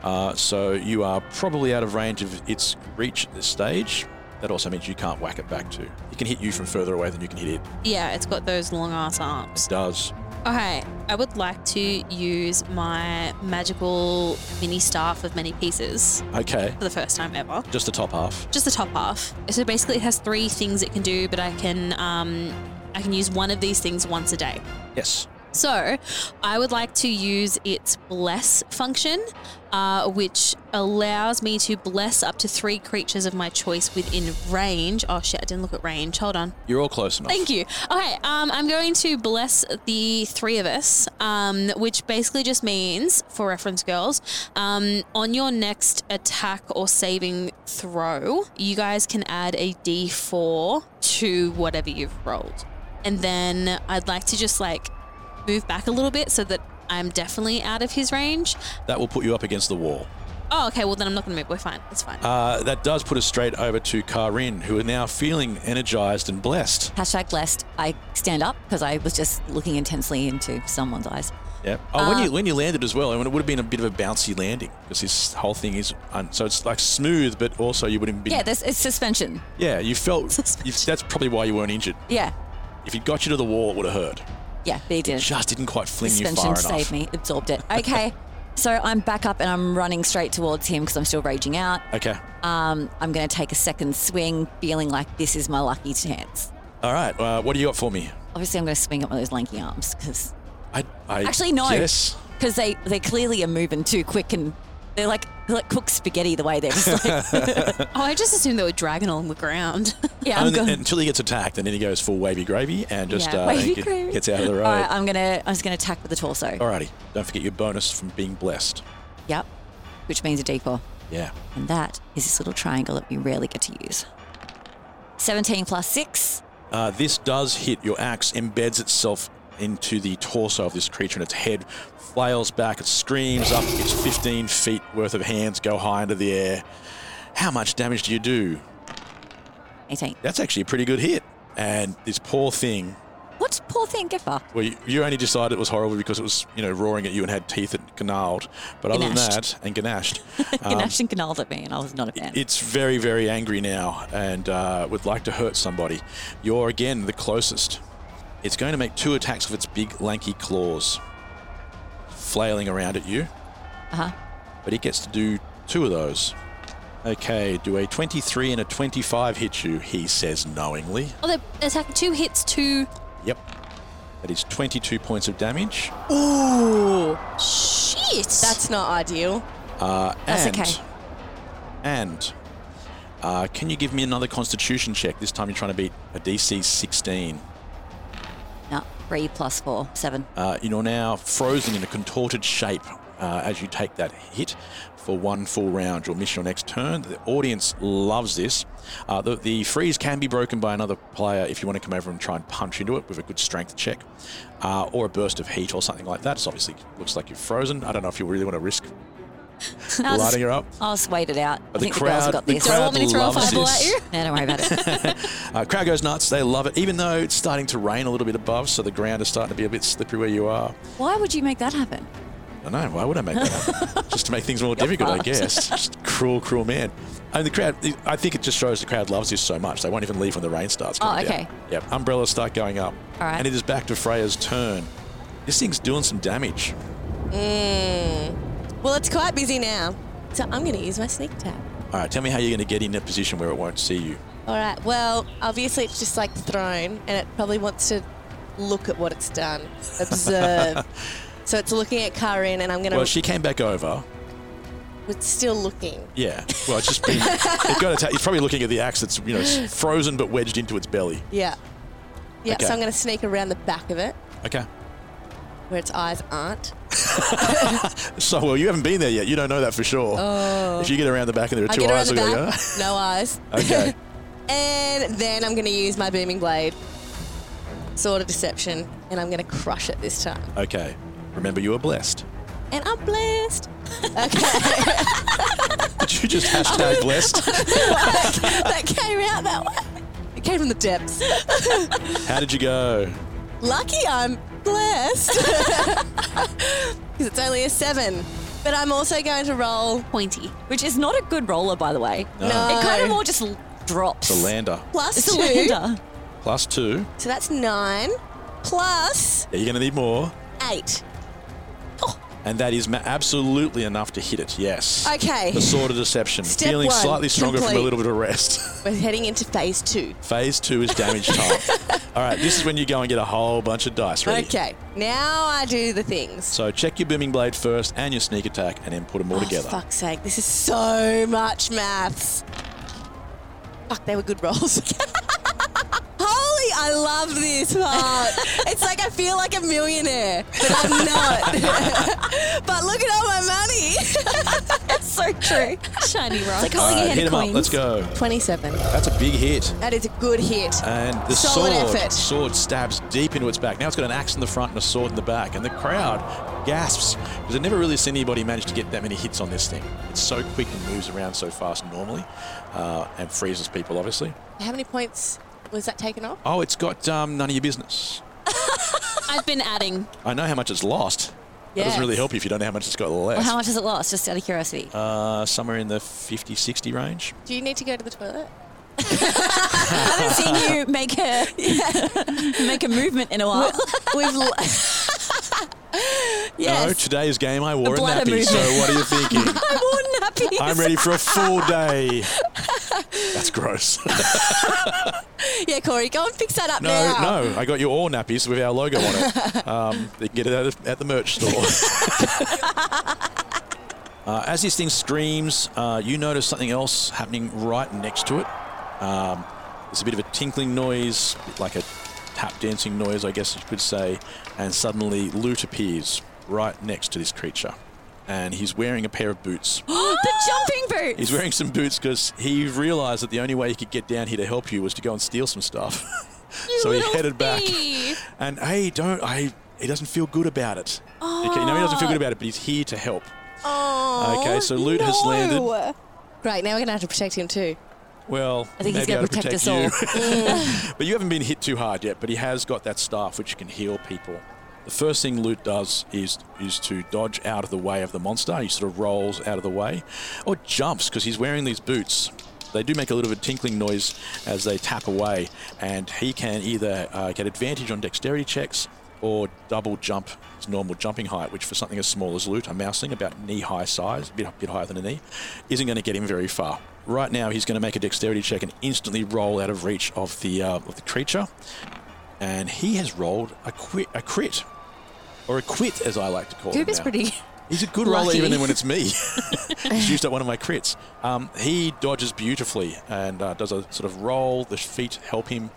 [SPEAKER 1] Uh, so you are probably out of range of its reach at this stage. That also means you can't whack it back to. It can hit you from further away than you can hit it.
[SPEAKER 5] Yeah, it's got those long ass arms.
[SPEAKER 1] It does.
[SPEAKER 5] Okay, I would like to use my magical mini staff of many pieces
[SPEAKER 1] Okay.
[SPEAKER 5] for the first time ever.
[SPEAKER 1] Just the top half.
[SPEAKER 5] Just the top half. So basically, it has three things it can do, but I can um, I can use one of these things once a day.
[SPEAKER 1] Yes.
[SPEAKER 5] So, I would like to use its bless function, uh, which allows me to bless up to three creatures of my choice within range. Oh shit, I didn't look at range. Hold on.
[SPEAKER 1] You're all close enough.
[SPEAKER 5] Thank you. Okay, um, I'm going to bless the three of us, um, which basically just means, for reference, girls, um, on your next attack or saving throw, you guys can add a d4 to whatever you've rolled. And then I'd like to just like move back a little bit so that I'm definitely out of his range.
[SPEAKER 1] That will put you up against the wall.
[SPEAKER 5] Oh, okay, well, then I'm not going to move. We're fine. It's fine.
[SPEAKER 1] Uh, that does put us straight over to Karin, who are now feeling energized and blessed.
[SPEAKER 2] Hashtag blessed. I stand up because I was just looking intensely into someone's eyes.
[SPEAKER 1] Yeah. Oh,
[SPEAKER 5] Uh,
[SPEAKER 1] when you when you landed as well, I mean, it would have been a bit of a bouncy landing because this whole thing is un- so it's like smooth, but also you wouldn't be.
[SPEAKER 2] Yeah, this, it's suspension.
[SPEAKER 1] yeah. You felt. You, that's probably why you weren't injured.
[SPEAKER 2] Yeah.
[SPEAKER 1] If he'd got you to the wall, it would have hurt.
[SPEAKER 2] Yeah, but he did.
[SPEAKER 1] Just didn't quite fling you far
[SPEAKER 2] Suspension
[SPEAKER 1] enough.
[SPEAKER 2] saved me, absorbed it. Okay. so I'm back up and I'm running straight towards him because I'm still raging out.
[SPEAKER 1] Okay.
[SPEAKER 2] Um, I'm going to take a second swing, feeling like this is my lucky chance.
[SPEAKER 1] All right. Uh, what do you got for me?
[SPEAKER 2] Obviously, I'm going to swing at one of those lanky arms because
[SPEAKER 1] I, I
[SPEAKER 2] Actually, no.
[SPEAKER 1] Yes.
[SPEAKER 2] because they, they clearly are moving too quick and they're like, they're like cooked spaghetti the way they're just like,
[SPEAKER 5] oh, I just assumed they were dragging along the ground.
[SPEAKER 2] yeah, I'm
[SPEAKER 1] Only-
[SPEAKER 2] going.
[SPEAKER 1] until he gets attacked, and then he goes full wavy gravy and just
[SPEAKER 5] Yeah,
[SPEAKER 1] uh,
[SPEAKER 2] wavy
[SPEAKER 1] get-
[SPEAKER 2] gravy.
[SPEAKER 1] gets out of the road.
[SPEAKER 2] All right, I'm gonna. I'm just gonna attack with the torso.
[SPEAKER 1] Alrighty. Don't forget your bonus from being blessed.
[SPEAKER 2] Yep, which means a D4,
[SPEAKER 1] Yeah.
[SPEAKER 2] and that is this little triangle that we rarely get to use. 17 plus six.
[SPEAKER 1] Uh, this does hit your axe, embeds itself into the torso of this creature, and its head flails back. It screams up. Its 15 feet worth of hands go high into the air. How much damage do you do?
[SPEAKER 2] 18.
[SPEAKER 1] That's actually a pretty good hit. And this poor thing
[SPEAKER 2] What poor thing, get fucked.
[SPEAKER 1] Well, you, you only decided it was horrible because it was, you know, roaring at you and had teeth and gnarled. But other than
[SPEAKER 2] Ganashed.
[SPEAKER 1] that, and ganashed, um,
[SPEAKER 2] Ganache and canalled at me, and I was not a fan.
[SPEAKER 1] it's very, very angry now and uh, would like to hurt somebody. You're again the closest. It's going to make two attacks with its big, lanky claws, flailing around at you.
[SPEAKER 2] Uh-huh.
[SPEAKER 1] But it gets to do two of those. Okay, do a 23 and a 25 hit you? He says knowingly.
[SPEAKER 5] Oh, they attack two hits, two.
[SPEAKER 1] Yep. That is 22 points of damage.
[SPEAKER 3] Ooh,
[SPEAKER 5] Shit. That's
[SPEAKER 3] that's not ideal.
[SPEAKER 1] Uh,
[SPEAKER 2] That's
[SPEAKER 1] and,
[SPEAKER 2] okay.
[SPEAKER 1] And uh, can you give me another Constitution check? This time you're trying to beat a DC 16.
[SPEAKER 2] No, three plus four, seven.
[SPEAKER 1] Uh, you're now frozen in a contorted shape uh, as you take that hit for one full round. You'll miss your next turn. The audience loves this. Uh, the, the freeze can be broken by another player if you want to come over and try and punch into it with a good strength check uh, or a burst of heat or something like that. It's obviously looks like you're frozen. I don't know if you really want to risk
[SPEAKER 2] No, I'll,
[SPEAKER 1] lighting
[SPEAKER 2] just,
[SPEAKER 1] her up.
[SPEAKER 2] I'll just wait it out. I
[SPEAKER 1] But
[SPEAKER 2] think the girls have got
[SPEAKER 1] the
[SPEAKER 2] this.
[SPEAKER 1] crowd
[SPEAKER 5] want me to throw a
[SPEAKER 1] loves
[SPEAKER 5] fireball
[SPEAKER 1] this.
[SPEAKER 5] at you?
[SPEAKER 2] No, don't worry about it.
[SPEAKER 1] Uh, crowd goes nuts. They love it, even though it's starting to rain a little bit above, so the ground is starting to be a bit slippery where you are.
[SPEAKER 2] Why would you make that happen?
[SPEAKER 1] I know. Why would I make that happen? just to make things more difficult, I
[SPEAKER 2] fucked.
[SPEAKER 1] guess. Just cruel, cruel man. And the crowd, I think it just shows the crowd loves this so much. They won't even leave when the rain starts.
[SPEAKER 2] Oh,
[SPEAKER 1] coming down.
[SPEAKER 2] okay.
[SPEAKER 1] Yep. Umbrellas start going up.
[SPEAKER 2] All right.
[SPEAKER 1] And it is back to Freya's turn. This thing's doing some damage.
[SPEAKER 3] Mm. Well, it's quite busy now, so I'm going to use my sneak attack.
[SPEAKER 1] All right. Tell me how you're going to get in a position where it won't see you.
[SPEAKER 3] All right. Well, obviously it's just like thrown, and it probably wants to look at what it's done, observe. so it's looking at Karin, and I'm gonna.
[SPEAKER 1] Well, she came back over.
[SPEAKER 3] it's still looking.
[SPEAKER 1] Yeah. Well, it's just been. it got attacked. You're probably looking at the axe that's you know s- frozen but wedged into its belly.
[SPEAKER 3] Yeah. Yeah.
[SPEAKER 1] Okay.
[SPEAKER 3] So I'm gonna sneak around the back of it
[SPEAKER 1] Okay.
[SPEAKER 3] where its eyes aren't.
[SPEAKER 1] So well, you haven't been there yet. You don't know that for sure. If you get around the back and there are
[SPEAKER 3] Oh. I
[SPEAKER 1] two
[SPEAKER 3] get around
[SPEAKER 1] eyes,
[SPEAKER 3] the
[SPEAKER 1] looking
[SPEAKER 3] back.
[SPEAKER 1] like,
[SPEAKER 3] No eyes.
[SPEAKER 1] "Ah." okay.
[SPEAKER 3] And then I'm gonna use my booming blade, sword of deception, and I'm gonna crush it this time.
[SPEAKER 1] Okay. Remember, you are blessed.
[SPEAKER 3] And I'm blessed. Okay.
[SPEAKER 1] Did you just hashtag blessed?
[SPEAKER 3] that came out that way. It came from the depths.
[SPEAKER 1] How did you go?
[SPEAKER 3] Lucky I'm blessed. Because it's only a seven. But I'm also going to roll.
[SPEAKER 5] pointy.
[SPEAKER 2] Which is not a good roller, by the way.
[SPEAKER 1] No.
[SPEAKER 3] No.
[SPEAKER 2] It kind of more just l- drops.
[SPEAKER 1] The lander.
[SPEAKER 3] Plus
[SPEAKER 2] It's
[SPEAKER 3] two.
[SPEAKER 2] a lander.
[SPEAKER 1] Plus two.
[SPEAKER 3] So that's nine. Plus
[SPEAKER 1] Yeah, you're going to need more.
[SPEAKER 3] eight.
[SPEAKER 1] And that is ma- absolutely enough to hit it, yes.
[SPEAKER 3] Okay.
[SPEAKER 1] The Sword of Deception.
[SPEAKER 3] Step
[SPEAKER 1] Feeling
[SPEAKER 3] one,
[SPEAKER 1] slightly stronger from a
[SPEAKER 3] complete.
[SPEAKER 1] little bit of rest.
[SPEAKER 3] We're heading into phase two.
[SPEAKER 1] Phase two is damage time. All right, this is when you go and get a whole bunch of dice ready.
[SPEAKER 3] Okay. Now I do the things.
[SPEAKER 1] So check your booming blade first and your sneak attack and then put them all together.
[SPEAKER 3] Oh, fuck's sake. This is so much maths. Fuck, they were good rolls. Holy, I love this part. it's like I feel like a millionaire, but I'm not. but look at all my money.
[SPEAKER 2] That's so true.
[SPEAKER 5] Shiny rock.
[SPEAKER 2] Like
[SPEAKER 1] All
[SPEAKER 2] holding
[SPEAKER 1] right,
[SPEAKER 2] a head
[SPEAKER 1] hit
[SPEAKER 2] of
[SPEAKER 1] them up.
[SPEAKER 2] coins.
[SPEAKER 1] Let's go.
[SPEAKER 3] 27.
[SPEAKER 1] That's a big hit.
[SPEAKER 3] That is a good hit.
[SPEAKER 1] And the
[SPEAKER 3] Solid
[SPEAKER 1] sword,
[SPEAKER 3] effort.
[SPEAKER 1] sword stabs deep into its back. Now it's got an axe in the front and a sword in the back, and the crowd gasps because I've never really seen anybody manage to get that many hits on this thing. It's so quick and moves around so fast normally, uh, and freezes people obviously.
[SPEAKER 3] How many points was that taken off?
[SPEAKER 1] Oh, it's got um, none of your business.
[SPEAKER 5] I've been adding.
[SPEAKER 1] I know how much it's lost. That doesn't really
[SPEAKER 3] Yes.
[SPEAKER 1] help you if you don't know how much it's got
[SPEAKER 2] Well, how
[SPEAKER 1] left.
[SPEAKER 2] much has it lost? Just out of curiosity.
[SPEAKER 1] Uh, somewhere in the 50, 60 range.
[SPEAKER 3] Do you need to go to the toilet?
[SPEAKER 2] I haven't seen you make a make a movement in a while.
[SPEAKER 3] We've. L-
[SPEAKER 1] No,
[SPEAKER 3] yes.
[SPEAKER 1] today's game I wore a
[SPEAKER 2] bladder
[SPEAKER 1] nappy. So
[SPEAKER 2] movement.
[SPEAKER 1] what are you thinking?
[SPEAKER 2] I'm more than happy.
[SPEAKER 1] I'm ready for a full day. That's gross.
[SPEAKER 3] yeah, Corey, go and fix that up
[SPEAKER 1] No,
[SPEAKER 3] now.
[SPEAKER 1] no. I got you all nappies with our logo on it. Um, you can get it at the, at the merch store. uh, as this thing screams, uh, you notice something else happening right next to it. Um, there's a bit of a tinkling noise, a bit like a tap dancing noise, I guess you could say. And suddenly, Loot appears right next to this creature. And he's wearing a pair of boots.
[SPEAKER 2] the jumping boot.
[SPEAKER 1] He's wearing some boots because he realised that the only way he could get down here to help you was to go and steal some stuff. so he
[SPEAKER 5] little
[SPEAKER 1] headed back.
[SPEAKER 5] bee.
[SPEAKER 1] And hey, don't I? He doesn't feel good about it. Okay, no, he doesn't feel good about it, but he's here to help.
[SPEAKER 3] Oh,
[SPEAKER 1] Okay, so loot has landed.
[SPEAKER 3] Great, now we're going to have to protect him too.
[SPEAKER 1] Well,
[SPEAKER 2] I think he's
[SPEAKER 1] maybe
[SPEAKER 2] gonna
[SPEAKER 1] I'll
[SPEAKER 2] protect us
[SPEAKER 1] you. but you haven't been hit too hard yet. But he has got that staff which can heal people. The first thing Loot does is is to dodge out of the way of the monster. He sort of rolls out of the way, or jumps because he's wearing these boots. They do make a little bit of tinkling noise as they tap away, and he can either uh, get advantage on dexterity checks or double jump his normal jumping height, which for something as small as Loot, a mouseling about knee high size, a bit, bit higher than a knee, isn't going to get him very far. Right now, he's going to make a dexterity check and instantly roll out of reach of the uh, of the creature, and he has rolled a quit, a crit, or a quit as I like to call it.
[SPEAKER 5] Goop is
[SPEAKER 1] now.
[SPEAKER 5] pretty.
[SPEAKER 1] He's a good roller
[SPEAKER 5] Lucky.
[SPEAKER 1] even when it's me. He's used up one of my crits. Um, he dodges beautifully and uh, does a sort of roll. The feet help him,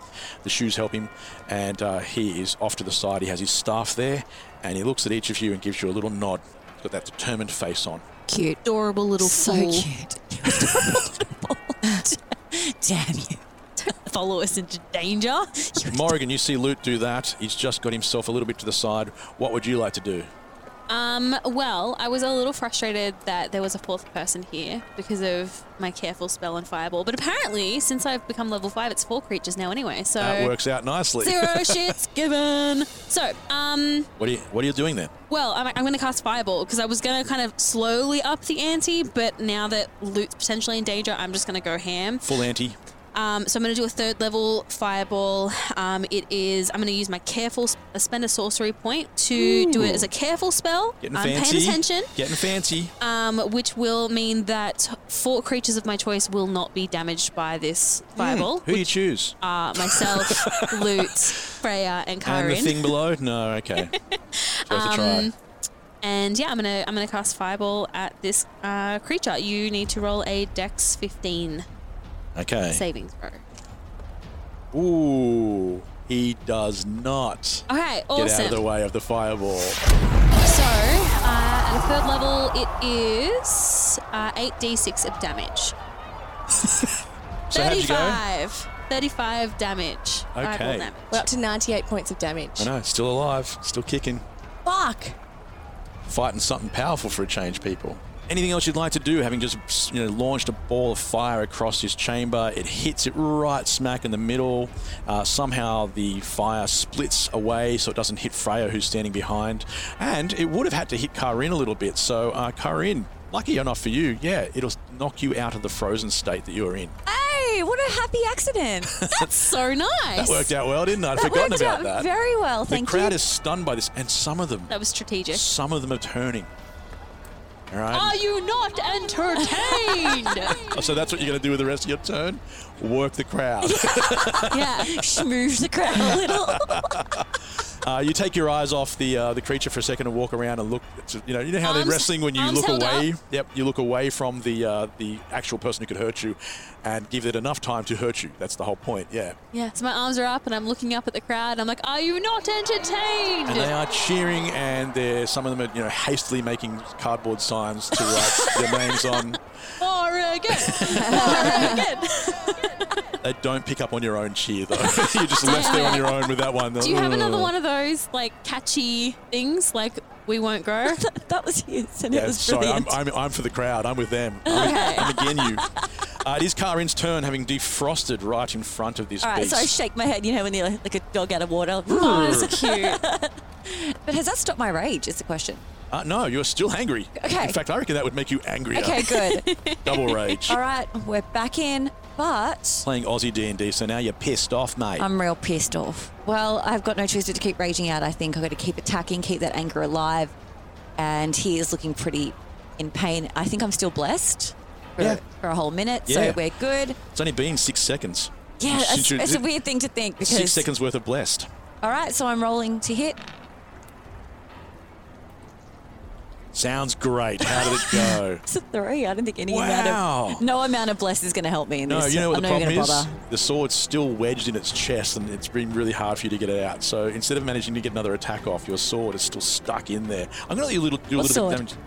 [SPEAKER 1] the shoes help him, and uh, he is off to the side. He has his staff there, and he looks at each of you and gives you a little nod. He's got that determined face on.
[SPEAKER 3] Cute.
[SPEAKER 5] Adorable little
[SPEAKER 2] So
[SPEAKER 5] fool.
[SPEAKER 2] cute. Damn you.
[SPEAKER 5] Follow us into danger.
[SPEAKER 1] Morrigan, you see Lute do that. He's just got himself a little bit to the side. What would you like to do?
[SPEAKER 5] Um, well, I was a little frustrated that there was a fourth person here because of my careful spell and fireball. But apparently, since I've become level five, it's four creatures now anyway. So
[SPEAKER 1] That works out nicely.
[SPEAKER 5] zero shits given. So, um,
[SPEAKER 1] What are you What are you doing then?
[SPEAKER 5] Well, I'm, I'm going to cast Fireball because I was going to kind of slowly up the ante, but now that loot's potentially in danger, I'm just going to go ham.
[SPEAKER 1] Full anti.
[SPEAKER 5] Um, so I'm going to do a third level Fireball. Um, it is, I'm going to use my careful, s- uh, spend a sorcery point to do it as a careful spell.
[SPEAKER 1] Getting
[SPEAKER 5] I'm
[SPEAKER 1] fancy.
[SPEAKER 5] paying attention,
[SPEAKER 1] Getting fancy.
[SPEAKER 5] um, which will mean that four creatures of my choice will not be damaged by this Fireball.
[SPEAKER 1] Hmm. Who do you choose?
[SPEAKER 5] are myself, Loot, Freya, and
[SPEAKER 1] and the
[SPEAKER 5] Karin.
[SPEAKER 1] thing below? No. Okay. It's worth a try.
[SPEAKER 5] Um, and yeah, I'm gonna I'm gonna cast Fireball at this uh, creature. You need to roll a Dex 15
[SPEAKER 1] Okay.
[SPEAKER 5] saving throw.
[SPEAKER 1] Ooh, he does not
[SPEAKER 5] Okay,
[SPEAKER 1] get out of the
[SPEAKER 5] awesome.
[SPEAKER 1] way of the fireball.
[SPEAKER 5] So uh, at a third level, it is uh, 8d6 of damage.
[SPEAKER 1] So how'd you go?
[SPEAKER 5] 35. 35 damage. Fireball
[SPEAKER 1] Okay.
[SPEAKER 5] damage.
[SPEAKER 3] We're up to 98 points of damage.
[SPEAKER 1] I know, still alive, still kicking,
[SPEAKER 3] Fuck.
[SPEAKER 1] fighting something powerful for a change, people. Anything else you'd like to do? Having just you know launched a ball of fire across his chamber, it hits it right smack in the middle. Uh, somehow the fire splits away, so it doesn't hit Freya, who's standing behind, and it would have had to hit Karin a little bit. So uh, Karin, lucky enough for you, yeah, it'll knock you out of the frozen state that you're in.
[SPEAKER 2] Hey, what a happy accident.
[SPEAKER 5] That's so nice.
[SPEAKER 1] That worked out well, didn't I? I'd
[SPEAKER 2] That
[SPEAKER 1] forgotten
[SPEAKER 2] worked
[SPEAKER 1] about
[SPEAKER 2] out
[SPEAKER 1] that.
[SPEAKER 2] very well,
[SPEAKER 1] The
[SPEAKER 2] thank you.
[SPEAKER 1] crowd is stunned by this, and some of them,
[SPEAKER 5] That was strategic.
[SPEAKER 1] some of them are turning. All
[SPEAKER 5] Are
[SPEAKER 2] Oh,
[SPEAKER 1] right.
[SPEAKER 5] you not entertained?
[SPEAKER 1] Oh, so that's what you're going to do with the rest of your turn? Work the crowd.
[SPEAKER 5] yeah.
[SPEAKER 2] Smooth the crowd a little.
[SPEAKER 1] uh, you take your eyes off the uh, the creature for a second and walk around and look. to- you know, you know how they're
[SPEAKER 5] Arms-
[SPEAKER 1] wrestling when you
[SPEAKER 5] arms
[SPEAKER 1] look
[SPEAKER 5] held
[SPEAKER 1] away.
[SPEAKER 5] up.
[SPEAKER 1] Yep, you look away from the uh, the actual person who could hurt you, and give it enough time to hurt you. That's the whole point. Yeah,
[SPEAKER 5] Yeah, so my arms are up and I'm looking up at the crowd. I'm like, are you not entertained?
[SPEAKER 1] and they are cheering, and they're some of them are you know hastily making cardboard signs to write their names on.
[SPEAKER 5] Oregon! Oregon!
[SPEAKER 1] They don't pick up on your own cheer though. You're just left there on your own with that one.
[SPEAKER 5] Do you have another one of those like catchy things like we won't go?
[SPEAKER 2] that was his, and
[SPEAKER 1] Yeah,
[SPEAKER 2] it was
[SPEAKER 1] sorry,
[SPEAKER 2] brilliant.
[SPEAKER 1] I'm, I'm, I'm for the crowd. I'm with them. I'm,
[SPEAKER 2] Okay.
[SPEAKER 1] I'm again you. Uh, it is Karin's turn, having defrosted right in front of this
[SPEAKER 2] All right,
[SPEAKER 1] beast.
[SPEAKER 2] so I shake my head, you know, when you're like, like a dog out of water.
[SPEAKER 5] oh, that's cute.
[SPEAKER 2] But has that stopped my rage? Is the question.
[SPEAKER 1] uh, no, you're still angry.
[SPEAKER 2] Okay.
[SPEAKER 1] In fact, I reckon that would make you angrier.
[SPEAKER 2] Okay, good.
[SPEAKER 1] Double rage.
[SPEAKER 2] All right, we're back in, but
[SPEAKER 1] Playing Aussie D&D, so now you're pissed off, mate.
[SPEAKER 2] I'm real pissed off. Well, I've got no choice but to keep raging out. I think I've got to keep attacking, keep that anger alive. And he is looking pretty in pain. I think I'm still blessed for,
[SPEAKER 1] Yeah.
[SPEAKER 2] for a whole minute,
[SPEAKER 1] Yeah.
[SPEAKER 2] so we're good.
[SPEAKER 1] it's only been six seconds.
[SPEAKER 2] Yeah,
[SPEAKER 1] Since
[SPEAKER 2] it's,
[SPEAKER 1] you-
[SPEAKER 2] it's a weird thing to think because.
[SPEAKER 1] Six seconds worth of blessed.
[SPEAKER 2] All right, so I'm rolling to hit.
[SPEAKER 1] Sounds great. How did it go?
[SPEAKER 2] It's a three. I don't think any
[SPEAKER 1] Wow.
[SPEAKER 2] amount of no amount of bless is going to help me in
[SPEAKER 1] No,
[SPEAKER 2] this.
[SPEAKER 1] you know what
[SPEAKER 2] I'm
[SPEAKER 1] the
[SPEAKER 2] not even
[SPEAKER 1] problem
[SPEAKER 2] going
[SPEAKER 1] is?
[SPEAKER 2] to bother.
[SPEAKER 1] The sword's still wedged in its chest and it's been really hard for you to get it out. So instead of managing to get another attack off, your sword is still stuck in there. I'm going to let you little, do a
[SPEAKER 2] What
[SPEAKER 1] little
[SPEAKER 2] sword?
[SPEAKER 1] bit of damage.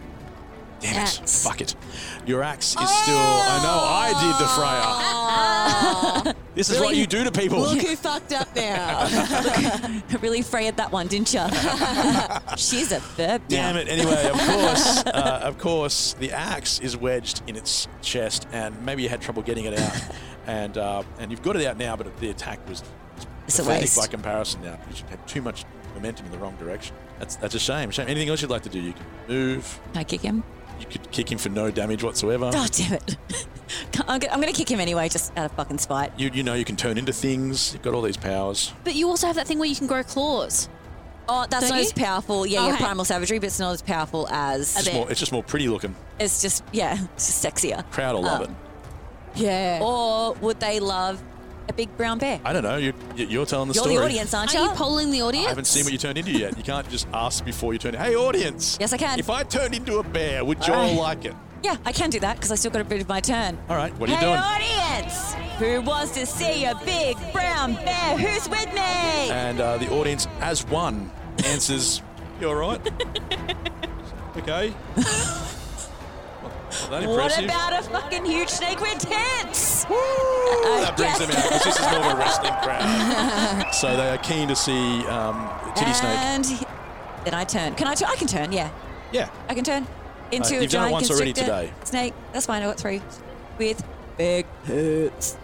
[SPEAKER 1] Damn it.
[SPEAKER 2] Axe. Oh.
[SPEAKER 1] Fuck it. Your axe is still. I know, I did the Freya. This is what you do to people.
[SPEAKER 3] Look who fucked up now.
[SPEAKER 2] really frayed that one, didn't you? She's a verb.
[SPEAKER 1] Damn it! Anyway, of course, uh, of course, the axe is wedged in its chest, and maybe you had trouble getting it out, and uh, and you've got it out now, but the attack was
[SPEAKER 2] It's a
[SPEAKER 1] pathetic
[SPEAKER 2] waste.
[SPEAKER 1] by comparison now because you had too much momentum in the wrong direction. That's that's a shame. Shame. Anything else you'd like to do? You can move.
[SPEAKER 2] Can I kick him?
[SPEAKER 1] You could kick him for no damage whatsoever.
[SPEAKER 2] Oh, damn it. I'm going to kick him anyway, just out of fucking spite.
[SPEAKER 1] You you know you can turn into things. You've got all these powers.
[SPEAKER 5] But you also have that thing where you can grow claws.
[SPEAKER 2] Oh, that's
[SPEAKER 5] Don't
[SPEAKER 2] not
[SPEAKER 5] you?
[SPEAKER 2] as powerful. Yeah, yeah,
[SPEAKER 5] Okay.
[SPEAKER 2] primal savagery, but it's not as powerful as.
[SPEAKER 1] It's, just more, it's just more pretty looking.
[SPEAKER 2] It's just, yeah, it's just sexier.
[SPEAKER 1] Crowd will love
[SPEAKER 2] Um,
[SPEAKER 1] it.
[SPEAKER 3] yeah.
[SPEAKER 2] Or would they love a big brown bear?
[SPEAKER 1] I don't know. You you- you're telling the
[SPEAKER 2] You're
[SPEAKER 1] story.
[SPEAKER 2] the audience, aren't
[SPEAKER 5] Are
[SPEAKER 2] you?
[SPEAKER 5] you polling the audience?
[SPEAKER 1] I haven't seen what you turned into yet. You can't just ask before you turn. Hey, audience.
[SPEAKER 2] Yes, I can.
[SPEAKER 1] If I turned into a bear, would you
[SPEAKER 2] All
[SPEAKER 1] all
[SPEAKER 2] right.
[SPEAKER 1] like it?
[SPEAKER 2] yeah, I can do that because I still got a bit of my turn.
[SPEAKER 1] All right. What are you
[SPEAKER 2] hey,
[SPEAKER 1] doing?
[SPEAKER 2] audience! Who wants to see a big brown bear? Who's with me?
[SPEAKER 1] And uh, the audience, as one, answers, "You all right? okay." Not that
[SPEAKER 2] What
[SPEAKER 1] impressive.
[SPEAKER 2] about a fucking huge snake with tits?
[SPEAKER 1] Ooh, that brings them out 'cause this is more of a wrestling crowd. so they are keen to see um, Titty Snake.
[SPEAKER 2] And he- then I turn. Can I turn? I can turn, yeah.
[SPEAKER 1] Yeah.
[SPEAKER 2] I can turn into
[SPEAKER 1] Uh,
[SPEAKER 2] a
[SPEAKER 1] you've done it
[SPEAKER 2] giant
[SPEAKER 1] once already
[SPEAKER 2] constrictor
[SPEAKER 1] today.
[SPEAKER 2] Snake. That's fine. I got three with big hoots.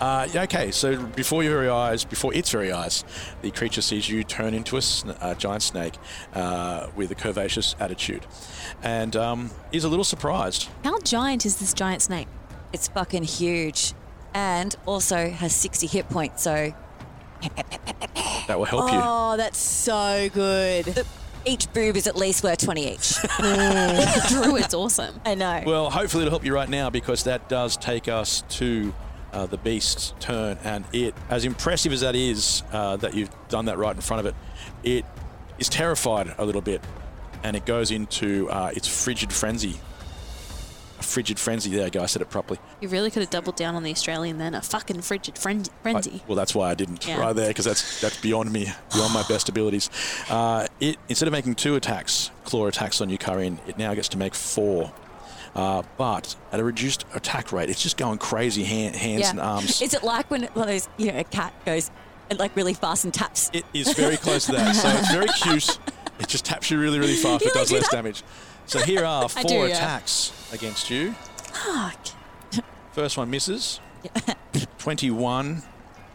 [SPEAKER 1] Uh, yeah, okay, so before your very eyes, before its very eyes, the creature sees you turn into a sn- uh, giant snake uh, with a curvaceous attitude, and um, is a little surprised.
[SPEAKER 5] How giant is this giant snake?
[SPEAKER 2] It's fucking huge, and also has 60 hit points. So
[SPEAKER 1] That will help you.
[SPEAKER 3] oh, that's so good.
[SPEAKER 2] the, each boob is at least worth 20 each.
[SPEAKER 5] The druid's awesome.
[SPEAKER 3] I know.
[SPEAKER 1] Well, hopefully it'll help you right now because that does take us to uh, the beast's turn, and it, as impressive as that is, uh, that you've done that right in front of it, it is terrified a little bit, and it goes into uh, its frigid frenzy. A frigid frenzy. There, you go. I said it properly.
[SPEAKER 5] You really could have doubled down on the Australian then. A fucking frigid fren-
[SPEAKER 1] I-
[SPEAKER 5] frenzy.
[SPEAKER 1] well, that's why I didn't
[SPEAKER 5] Yeah.
[SPEAKER 1] right there because that's that's beyond me, beyond my best abilities. Uh, it instead of making two attacks, claw attacks on you, Karin, it now gets to make four. Uh, but at a reduced attack rate, it's just going crazy hand, hands and arms.
[SPEAKER 2] Is it like when one of those, you know, a cat goes and like really fast and taps?
[SPEAKER 1] it is very close to that, so it's very cute. It just taps you really, really fast, but
[SPEAKER 2] You like
[SPEAKER 1] does
[SPEAKER 2] do
[SPEAKER 1] less
[SPEAKER 2] that?
[SPEAKER 1] damage. So here are four
[SPEAKER 5] do, yeah.
[SPEAKER 1] attacks against you.
[SPEAKER 5] Fuck.
[SPEAKER 1] First one misses. 21,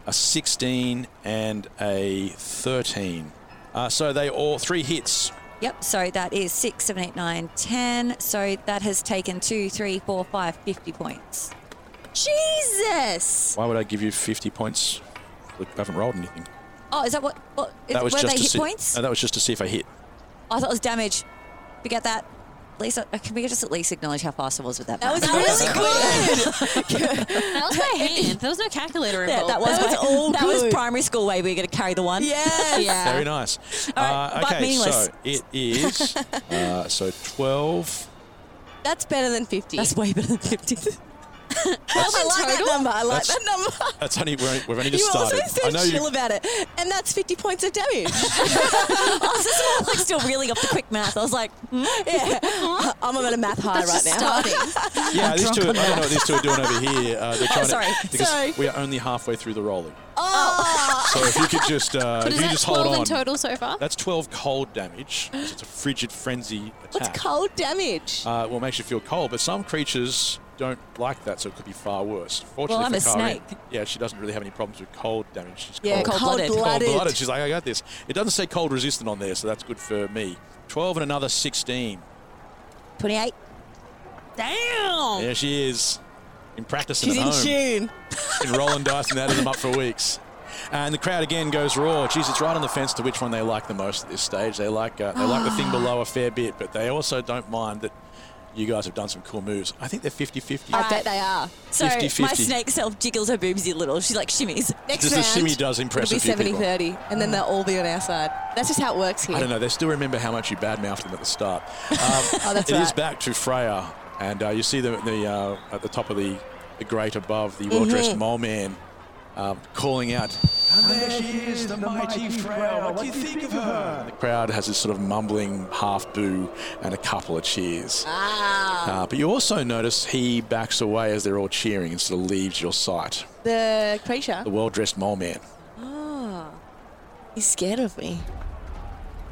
[SPEAKER 1] a 16, and a 13. Uh, so they all three hits.
[SPEAKER 2] Yep. So that is six, seven, eight, nine, ten. So that has taken two, three, four, five, fifty points. Jesus!
[SPEAKER 1] Why would I give you 50 points? Look, I haven't rolled anything.
[SPEAKER 2] Oh, is that what? what is,
[SPEAKER 1] That was
[SPEAKER 2] were
[SPEAKER 1] just
[SPEAKER 2] they
[SPEAKER 1] to
[SPEAKER 2] hit
[SPEAKER 1] see,
[SPEAKER 2] points?
[SPEAKER 1] No, that was just to see if I hit.
[SPEAKER 2] I thought it was damage. We get that. At least, uh, can we just at least acknowledge how fast I was with that?
[SPEAKER 3] that was
[SPEAKER 2] math?
[SPEAKER 3] really good.
[SPEAKER 5] That was my hand. There was no calculator
[SPEAKER 2] Yeah,
[SPEAKER 5] involved.
[SPEAKER 2] that was,
[SPEAKER 3] was
[SPEAKER 2] my-
[SPEAKER 3] all
[SPEAKER 2] That was
[SPEAKER 3] good.
[SPEAKER 2] primary school way we were going to carry the one.
[SPEAKER 3] Yes.
[SPEAKER 5] Yeah.
[SPEAKER 1] Very nice.
[SPEAKER 2] Uh, right,
[SPEAKER 1] uh,
[SPEAKER 2] but
[SPEAKER 1] okay,
[SPEAKER 2] meaningless.
[SPEAKER 1] so it is. uh, so 12.
[SPEAKER 3] That's better than 50.
[SPEAKER 2] That's way better than 50. Oh,
[SPEAKER 3] I like that number. I like
[SPEAKER 1] That's-
[SPEAKER 3] that number.
[SPEAKER 1] That's only, we're, we've only just
[SPEAKER 3] You also
[SPEAKER 1] started. I
[SPEAKER 3] said
[SPEAKER 1] know
[SPEAKER 3] chill
[SPEAKER 1] you,
[SPEAKER 3] about it. And that's 50 points of damage.
[SPEAKER 2] I was just like still reeling off the quick math. I was like, hmm?
[SPEAKER 3] yeah. I'm on a math high right now.
[SPEAKER 1] yeah, these two, I don't know what these two are doing over here. Uh, they're trying
[SPEAKER 2] sorry,
[SPEAKER 1] to, because
[SPEAKER 3] sorry.
[SPEAKER 1] we are only halfway through the rolling.
[SPEAKER 3] Oh,
[SPEAKER 1] So if you could just, uh,
[SPEAKER 5] But
[SPEAKER 1] if
[SPEAKER 5] is
[SPEAKER 1] you
[SPEAKER 5] that
[SPEAKER 1] just hold
[SPEAKER 5] 12
[SPEAKER 1] on.
[SPEAKER 5] in total so far?
[SPEAKER 1] That's 12 cold damage. 'cause It's a frigid frenzy
[SPEAKER 3] what's
[SPEAKER 1] attack.
[SPEAKER 3] cold damage?
[SPEAKER 1] Uh, well, it makes you feel cold, but some creatures don't like that, so it could be far worse. Fortunately
[SPEAKER 2] Well, I'm
[SPEAKER 1] for
[SPEAKER 2] a
[SPEAKER 1] Karin,
[SPEAKER 2] snake.
[SPEAKER 1] yeah, she doesn't really have any problems with cold damage. She's
[SPEAKER 3] yeah,
[SPEAKER 1] cold.
[SPEAKER 2] cold-blooded.
[SPEAKER 3] cold-blooded.
[SPEAKER 1] Cold-blooded. She's like, I got this. It doesn't say cold resistant on there, so that's good for me. 12 and another 16.
[SPEAKER 2] 28. Damn!
[SPEAKER 1] There she is, in practice and
[SPEAKER 3] She's
[SPEAKER 1] at
[SPEAKER 3] in
[SPEAKER 1] home.
[SPEAKER 3] tune.
[SPEAKER 1] been rolling dice and that them up for weeks. And the crowd again goes raw. Jeez, it's right on the fence to which one they like the most at this stage. They like uh, they like the thing below a fair bit, but they also don't mind that you guys have done some cool moves. I think they're 50-50.
[SPEAKER 3] I bet they are.
[SPEAKER 2] So
[SPEAKER 1] 50-50.
[SPEAKER 2] my snake self jiggles her boobsy little. She like shimmies.
[SPEAKER 3] Next
[SPEAKER 1] Just the
[SPEAKER 3] round,
[SPEAKER 1] shimmy does impress
[SPEAKER 3] it'll
[SPEAKER 1] a
[SPEAKER 3] be
[SPEAKER 1] few people.
[SPEAKER 3] 30, and then they'll all be on our side. That's just how it works here.
[SPEAKER 1] I don't know. They still remember how much you badmouthed them at the start. Um, oh,
[SPEAKER 3] that's
[SPEAKER 1] It is
[SPEAKER 3] right.
[SPEAKER 1] back to Freya, and uh, you see them at the uh, at the top of the, the grate above the well-dressed mole man um, calling out, And there she is, the mighty Frau. What do you think of her? The crowd has this sort of mumbling half boo and a couple of cheers. Ah. but you also notice he backs away as they're all cheering and sort of leaves your sight.
[SPEAKER 3] The creature.
[SPEAKER 1] The well dressed mole man.
[SPEAKER 3] He's scared of me.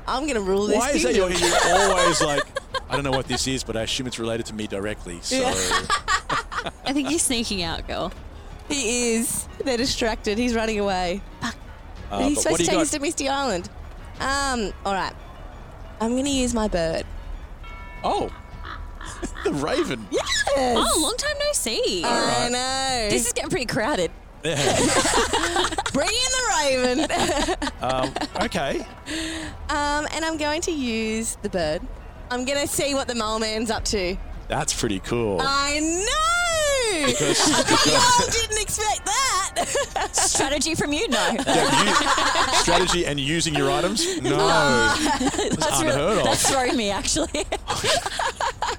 [SPEAKER 3] I'm gonna rule this.
[SPEAKER 1] Why is that
[SPEAKER 3] thing.
[SPEAKER 1] you're, you're always like, I don't know what this is, but I assume it's related to me directly. So uh,
[SPEAKER 5] I think you're sneaking out, girl.
[SPEAKER 3] He is. They're distracted. He's running away.
[SPEAKER 1] uh,
[SPEAKER 3] He's
[SPEAKER 1] but
[SPEAKER 3] supposed
[SPEAKER 1] what
[SPEAKER 3] to
[SPEAKER 1] do
[SPEAKER 3] take
[SPEAKER 1] you
[SPEAKER 3] us
[SPEAKER 1] got?
[SPEAKER 3] to Misty Island. Um. All right. I'm gonna use my bird.
[SPEAKER 1] Oh. the Raven.
[SPEAKER 5] Oh, long time no see.
[SPEAKER 3] I know.
[SPEAKER 2] This is getting pretty crowded.
[SPEAKER 1] Yeah.
[SPEAKER 3] Bring in the raven.
[SPEAKER 1] um, okay.
[SPEAKER 3] um. And I'm going to use the bird. I'm gonna see what the mole man's up to.
[SPEAKER 1] That's pretty cool.
[SPEAKER 3] I know.
[SPEAKER 1] Because-
[SPEAKER 3] Y'all didn't expect that.
[SPEAKER 2] Strategy from you, no.
[SPEAKER 1] Yeah, you- strategy and using your items? No.
[SPEAKER 3] Ah.
[SPEAKER 2] That's
[SPEAKER 1] unheard
[SPEAKER 2] really-
[SPEAKER 1] of.
[SPEAKER 2] That's thrown me actually.
[SPEAKER 3] Uh,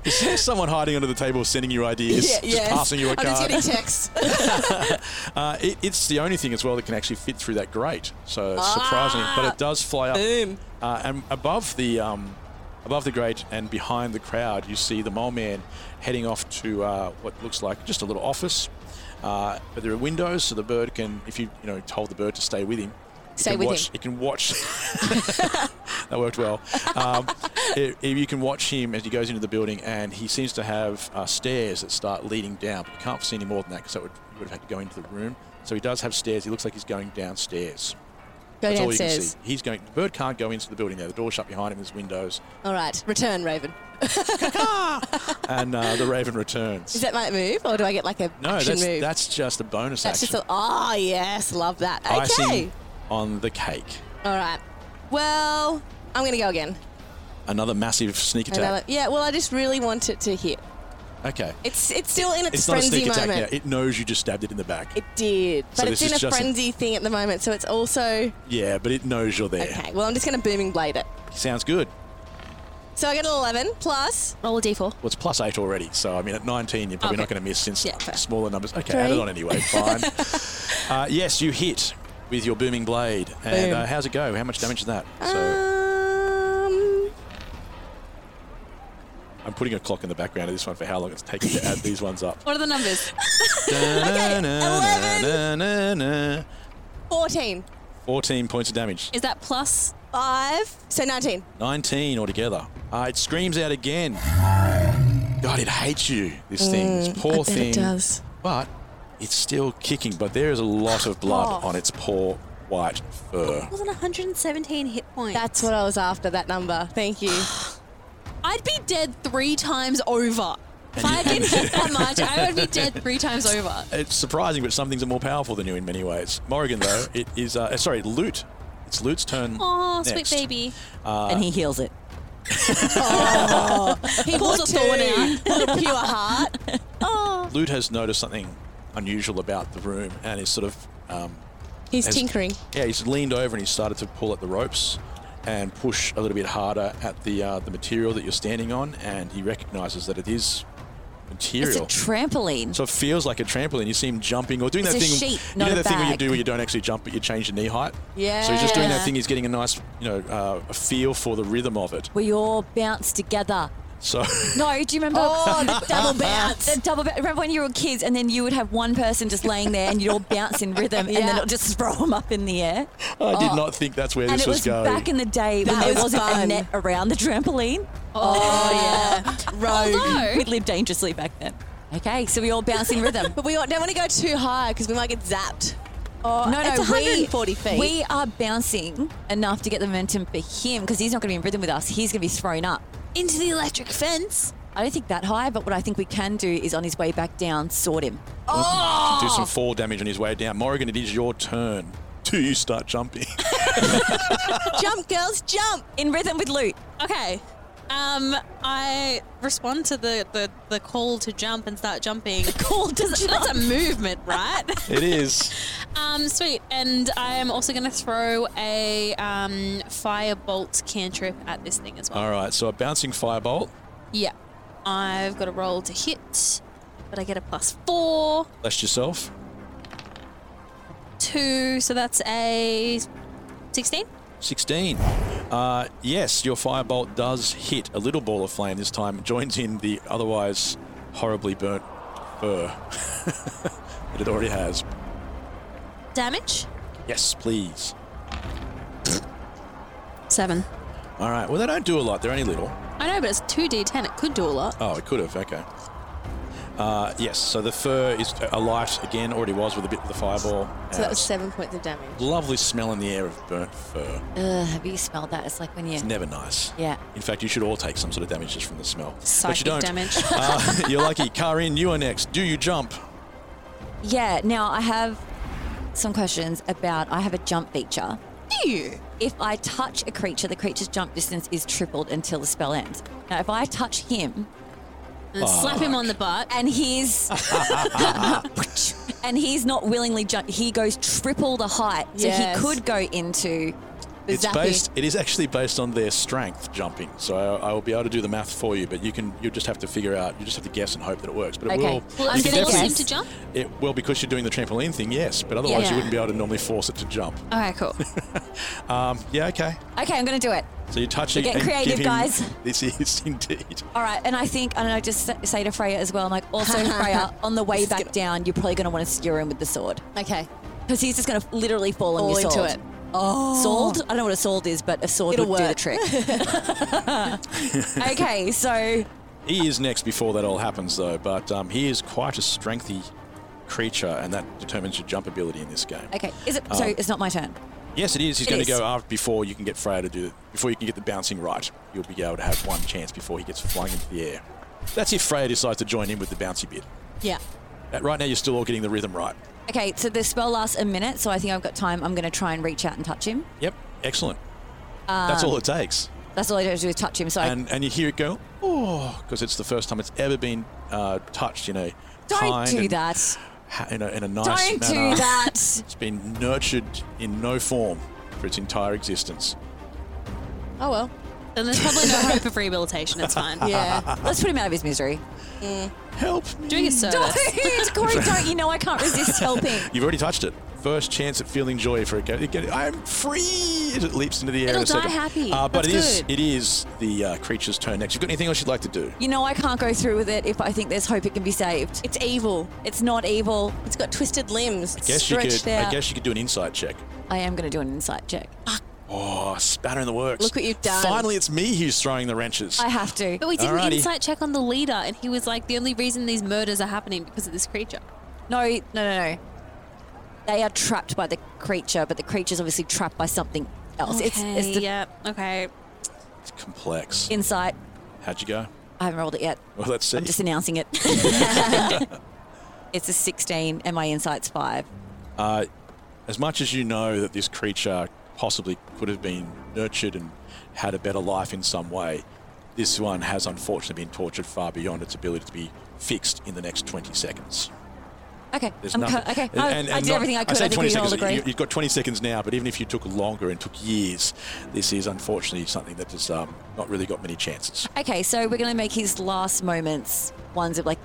[SPEAKER 1] Is there someone hiding under the table sending you ideas? just passing you a
[SPEAKER 3] I'm just
[SPEAKER 1] card?
[SPEAKER 3] getting texts.
[SPEAKER 1] Uh, it, it's the only thing as well that can actually fit through that grate. So it's surprising, but it does fly up.
[SPEAKER 3] Boom.
[SPEAKER 1] Uh, and above the um, above the grate and behind the crowd, you see the mole man heading off to uh, what looks like just a little office. Uh, but there are windows, so the bird can, if you you know, told the bird to stay with him, it
[SPEAKER 3] Stay
[SPEAKER 1] can
[SPEAKER 3] with
[SPEAKER 1] watch,
[SPEAKER 3] him.
[SPEAKER 1] It can watch. that worked well. Um, it- it- you can watch him as he goes into the building, and he seems to have uh, stairs that start leading down. But you can't see any more than that because that would you would have had to go into the room. So he does have stairs. He looks like he's going downstairs.
[SPEAKER 3] Go
[SPEAKER 1] That's all you can
[SPEAKER 3] downstairs.
[SPEAKER 1] see. He's going. The bird can't go into the building now. The door's shut behind him. There's windows,
[SPEAKER 3] All right. Return, raven.
[SPEAKER 1] and uh, the raven returns.
[SPEAKER 3] Is that my move, or do I get like a
[SPEAKER 1] no,
[SPEAKER 3] action
[SPEAKER 1] that's
[SPEAKER 3] move?
[SPEAKER 1] that's just a bonus
[SPEAKER 3] That's
[SPEAKER 1] action.
[SPEAKER 3] just a, oh yes, love that. Okay,
[SPEAKER 1] Icing on the cake.
[SPEAKER 3] all right. Well, I'm gonna go again.
[SPEAKER 1] Another massive sneak attack.
[SPEAKER 3] Another, yeah. Well, I just really want it to hit.
[SPEAKER 1] okay.
[SPEAKER 3] It's it's still in its,
[SPEAKER 1] It's not a
[SPEAKER 3] frenzy
[SPEAKER 1] sneak attack
[SPEAKER 3] moment.
[SPEAKER 1] now. It knows you just stabbed it in the back.
[SPEAKER 3] It did,
[SPEAKER 1] So
[SPEAKER 3] but
[SPEAKER 1] this is
[SPEAKER 3] it's in a
[SPEAKER 1] just a-
[SPEAKER 3] frenzy thing at the moment, so it's also
[SPEAKER 1] yeah, but it knows you're there.
[SPEAKER 3] okay. Well, I'm just gonna booming blade it.
[SPEAKER 1] Sounds good.
[SPEAKER 3] So I get an 11 plus.
[SPEAKER 5] Roll a d4.
[SPEAKER 1] Well, it's plus eight already, so I mean, at 19, you're probably
[SPEAKER 5] Okay.
[SPEAKER 1] not going to miss since
[SPEAKER 5] Yeah, fair.
[SPEAKER 1] smaller numbers. Okay, add it
[SPEAKER 3] Three.
[SPEAKER 1] on anyway. Fine. uh, yes, you hit with your booming blade. And
[SPEAKER 3] Boom. Uh.
[SPEAKER 1] uh, how's it go? How much damage is that? So
[SPEAKER 3] Um,
[SPEAKER 1] I'm putting a clock in the background of this one for how long it's taken to add these ones up.
[SPEAKER 5] What are the numbers?
[SPEAKER 1] Da-na-na-na-na-na.
[SPEAKER 3] 14,
[SPEAKER 1] 14 points of damage.
[SPEAKER 5] Is that plus?
[SPEAKER 3] 5, so 19.
[SPEAKER 1] 19 altogether. Uh, it screams out again. God, it hates you, this thing, this
[SPEAKER 3] Mm, I
[SPEAKER 1] poor
[SPEAKER 3] bet it
[SPEAKER 1] thing.
[SPEAKER 3] does.
[SPEAKER 1] But it's still kicking, but there is a lot of blood
[SPEAKER 3] Oh.
[SPEAKER 1] on its poor white fur.
[SPEAKER 5] More than 117 hit points.
[SPEAKER 3] That's what I was after. That number. Thank you.
[SPEAKER 5] I'd be dead three times over. If I didn't hit that much, I would be dead three times over.
[SPEAKER 1] It's surprising, but some things are more powerful than you in many ways. Morrigan, though, it is, uh, sorry, Loot. It's Loot's turn.
[SPEAKER 5] Oh,
[SPEAKER 1] next.
[SPEAKER 5] sweet baby.
[SPEAKER 2] and he heals it.
[SPEAKER 3] He pulls a thorn out. What a pure heart.
[SPEAKER 1] Loot has noticed something unusual about the room and is sort of um,
[SPEAKER 3] He's
[SPEAKER 1] Has-
[SPEAKER 3] tinkering.
[SPEAKER 1] Yeah, he's leaned over and he started to pull at the ropes and push a little bit harder at the uh, the material that you're standing on, and he recognises that it is
[SPEAKER 2] It's a
[SPEAKER 1] material.
[SPEAKER 2] trampoline.
[SPEAKER 1] so it feels like a trampoline. You see him jumping or doing
[SPEAKER 2] It's
[SPEAKER 1] that
[SPEAKER 2] a
[SPEAKER 1] thing.
[SPEAKER 2] sheet,
[SPEAKER 1] you
[SPEAKER 2] not
[SPEAKER 1] know
[SPEAKER 2] a
[SPEAKER 1] that thing where you
[SPEAKER 2] bag.
[SPEAKER 1] do where you don't actually jump, but you change your knee height. So he's just doing that
[SPEAKER 3] Yeah.
[SPEAKER 1] thing. He's getting a nice, you know, uh, a feel for the rhythm of it.
[SPEAKER 2] We all bounce together.
[SPEAKER 1] So
[SPEAKER 2] No, do you remember?
[SPEAKER 3] Oh, the double bounce.
[SPEAKER 2] The double bounce. Remember when you were kids and then you would have one person just laying there and you'd all bounce in rhythm and then
[SPEAKER 3] Yeah.
[SPEAKER 2] it'll just throw them up in the air.
[SPEAKER 1] I did not think that's where
[SPEAKER 2] Oh. and
[SPEAKER 1] this
[SPEAKER 2] it was
[SPEAKER 1] going.
[SPEAKER 2] back in the day when
[SPEAKER 3] That
[SPEAKER 2] there
[SPEAKER 3] was
[SPEAKER 2] wasn't a
[SPEAKER 3] fun.
[SPEAKER 2] net around the trampoline.
[SPEAKER 5] Oh,
[SPEAKER 3] yeah. Rogue.
[SPEAKER 5] Although,
[SPEAKER 2] We lived dangerously back then. Okay, so we all bounce in rhythm.
[SPEAKER 3] But we don't want to go too high because we might get zapped. Oh, no,
[SPEAKER 2] it's
[SPEAKER 3] no,
[SPEAKER 2] 140
[SPEAKER 3] 140 feet.
[SPEAKER 2] We are bouncing enough to get the momentum for him because he's not going to be in rhythm with us. He's going to be thrown up.
[SPEAKER 5] into the electric fence.
[SPEAKER 2] I don't think that high, but what I think we can do is on his way back down, sword him.
[SPEAKER 1] do
[SPEAKER 2] Oh.
[SPEAKER 1] some fall damage on his way down. Morrigan, it is your turn. Do you start jumping?
[SPEAKER 3] jump, girls, jump.
[SPEAKER 2] In rhythm with Loot.
[SPEAKER 5] Okay. Um, I respond to the, the, the call to jump and start jumping.
[SPEAKER 2] Cool, does
[SPEAKER 5] That's
[SPEAKER 2] it
[SPEAKER 5] that's a movement, right?
[SPEAKER 1] it is.
[SPEAKER 5] um, sweet. And I am also going to throw a um, firebolt cantrip at this thing as well.
[SPEAKER 1] All right, so a bouncing firebolt.
[SPEAKER 5] Yeah. I've got a roll to hit, but I get a plus four,
[SPEAKER 1] Bless yourself.
[SPEAKER 5] two, two, so that's a 16.
[SPEAKER 1] 16. Uh, yes, your firebolt does hit a little ball of flame this time. It joins in the otherwise horribly burnt fur that it already has.
[SPEAKER 5] Damage?
[SPEAKER 1] Yes, please.
[SPEAKER 5] Seven.
[SPEAKER 1] All right. Well, they don't do a lot. They're only little.
[SPEAKER 5] I know, but it's 2d10. It could do a lot.
[SPEAKER 1] Oh, it could have. Okay. Uh, yes. So the fur is alight again. Already was with a bit of the fireball.
[SPEAKER 3] So that was
[SPEAKER 1] Ouch.
[SPEAKER 3] seven points of damage.
[SPEAKER 1] Lovely smell in the air of burnt fur.
[SPEAKER 2] Ugh, have you smelled that? It's like when you.
[SPEAKER 1] It's never nice.
[SPEAKER 2] Yeah.
[SPEAKER 1] In fact, you should all take some sort of damage just from the smell. but you
[SPEAKER 5] Psychic
[SPEAKER 1] don't.
[SPEAKER 5] damage.
[SPEAKER 1] Uh, you're lucky. Karin, you are next. Do you jump?
[SPEAKER 2] Yeah. Now I have some questions about. I have a jump feature.
[SPEAKER 3] Do you?
[SPEAKER 2] If I touch a creature, the creature's jump distance is tripled until the spell ends. Now, if I touch him
[SPEAKER 5] And slap him on the butt.
[SPEAKER 2] and he's and he's not willingly jump, he goes triple the height, so
[SPEAKER 3] Yes.
[SPEAKER 2] he could go into the
[SPEAKER 1] It's
[SPEAKER 2] zappy.
[SPEAKER 1] based. It is actually based on their strength jumping. So I, I will be able to do the math for you, but you can. You just have to figure out. You just have to guess and hope that it works. But it
[SPEAKER 2] Okay.
[SPEAKER 1] will.
[SPEAKER 5] Well,
[SPEAKER 2] I'm
[SPEAKER 5] I'm
[SPEAKER 1] you can
[SPEAKER 5] going to
[SPEAKER 1] definitely-
[SPEAKER 5] force him to jump.
[SPEAKER 1] It well because you're doing the trampoline thing, yes. But otherwise,
[SPEAKER 2] Yeah.
[SPEAKER 1] you wouldn't be able to normally force it to jump.
[SPEAKER 5] Okay, cool.
[SPEAKER 1] Um, yeah, okay.
[SPEAKER 2] Okay, I'm gonna do it.
[SPEAKER 1] So you touch it.
[SPEAKER 2] We're getting
[SPEAKER 1] and
[SPEAKER 2] creative,
[SPEAKER 1] give him-
[SPEAKER 2] guys.
[SPEAKER 1] This is indeed.
[SPEAKER 2] All right, and I think I don't know. Just s- say to Freya as well. I'm like, also Freya, on the way back down, you're probably gonna want to skewer him with the sword
[SPEAKER 3] Okay.
[SPEAKER 2] because he's just gonna f- literally fall on
[SPEAKER 3] All
[SPEAKER 2] your
[SPEAKER 3] into
[SPEAKER 2] sword.
[SPEAKER 3] it.
[SPEAKER 2] Oh, sword! I don't know what a sword is, but a sword
[SPEAKER 3] It'll
[SPEAKER 2] would do the
[SPEAKER 3] work.
[SPEAKER 2] trick. okay, so
[SPEAKER 1] He is next before that all happens, though. But um, he is quite a strengthy creature, and that determines your jump ability in this game.
[SPEAKER 2] okay, is it? so
[SPEAKER 1] Um,
[SPEAKER 2] it's not my turn.
[SPEAKER 1] Yes, it is. He's
[SPEAKER 2] It
[SPEAKER 1] going to
[SPEAKER 2] is.
[SPEAKER 1] go after before you can get Freya to do before you can get the bouncing right. You'll be able to have one chance before he gets flying into the air. That's if Freya decides to join in with the bouncy bit.
[SPEAKER 3] Yeah.
[SPEAKER 1] Uh, Right now, you're still all getting the rhythm right.
[SPEAKER 2] Okay, so the spell lasts a minute, so I think I've got time. I'm gonna try and reach out and touch him.
[SPEAKER 1] Yep, excellent. That's all it takes.
[SPEAKER 2] That's all Um, I have to do is touch him. So
[SPEAKER 1] and and you hear it go oh because it's the first time it's ever been uh, touched in a
[SPEAKER 2] I don't
[SPEAKER 1] kind
[SPEAKER 2] do
[SPEAKER 1] and
[SPEAKER 2] that.
[SPEAKER 1] ha- in a, in a nice
[SPEAKER 2] Don't
[SPEAKER 1] manner.
[SPEAKER 2] do that.
[SPEAKER 1] It's been nurtured in no form for its entire existence.
[SPEAKER 3] Oh well.
[SPEAKER 5] Then there's probably no hope of rehabilitation. It's fine.
[SPEAKER 3] Yeah.
[SPEAKER 2] Let's put him out of his misery.
[SPEAKER 1] Help me!
[SPEAKER 5] Doing a service.
[SPEAKER 2] Don't, Corey, don't. You know I can't resist helping.
[SPEAKER 1] You've already touched it. First chance at feeling joy for it. Go- it go- I'm free! As it leaps into the air. in
[SPEAKER 5] It'll
[SPEAKER 1] a second.
[SPEAKER 5] die happy.
[SPEAKER 1] Uh, but
[SPEAKER 5] That's
[SPEAKER 1] it is
[SPEAKER 5] good.
[SPEAKER 1] it is the uh, creature's turn next. You've got anything else you'd like to do?
[SPEAKER 2] You know I can't go through with it if I think there's hope it can be saved.
[SPEAKER 3] It's evil.
[SPEAKER 2] It's not evil.
[SPEAKER 3] It's got twisted limbs. It's
[SPEAKER 1] Guess you
[SPEAKER 3] stretched
[SPEAKER 1] could.
[SPEAKER 3] out.
[SPEAKER 1] I guess you could do an insight check.
[SPEAKER 2] I am going to do an insight check.
[SPEAKER 1] Oh, spanner in the works!
[SPEAKER 3] Look what you've done.
[SPEAKER 1] Finally, it's me who's throwing the wrenches.
[SPEAKER 2] I have to.
[SPEAKER 5] But we did an
[SPEAKER 1] Alrighty.
[SPEAKER 5] insight check on the leader, and he was like, the only reason these murders are happening because of this creature.
[SPEAKER 2] No, no, no, no. They are trapped by the creature, but the creature's obviously trapped by something else. It's, it's the
[SPEAKER 5] yeah, okay.
[SPEAKER 1] It's complex.
[SPEAKER 2] insight.
[SPEAKER 1] How'd you go?
[SPEAKER 2] I haven't rolled it yet.
[SPEAKER 1] Well, let's see.
[SPEAKER 2] I'm just announcing it. it's a 16 and my insight's 5.
[SPEAKER 1] Uh, as much as you know that this creature possibly could have been nurtured and had a better life in some way, this one has unfortunately been tortured far beyond its ability to be fixed in the next 20 seconds.
[SPEAKER 2] Okay.
[SPEAKER 1] There's
[SPEAKER 2] I'm
[SPEAKER 1] nothing.
[SPEAKER 2] co- okay. I, I did
[SPEAKER 1] not-
[SPEAKER 2] everything I could.
[SPEAKER 1] say
[SPEAKER 2] I, think
[SPEAKER 1] 20
[SPEAKER 2] we can all
[SPEAKER 1] seconds.
[SPEAKER 2] agree.
[SPEAKER 1] You, have got 20 seconds now, but even if you took longer and took years, this is unfortunately something that has um, not really got many chances.
[SPEAKER 2] Okay, so we're going to make his last moments ones of like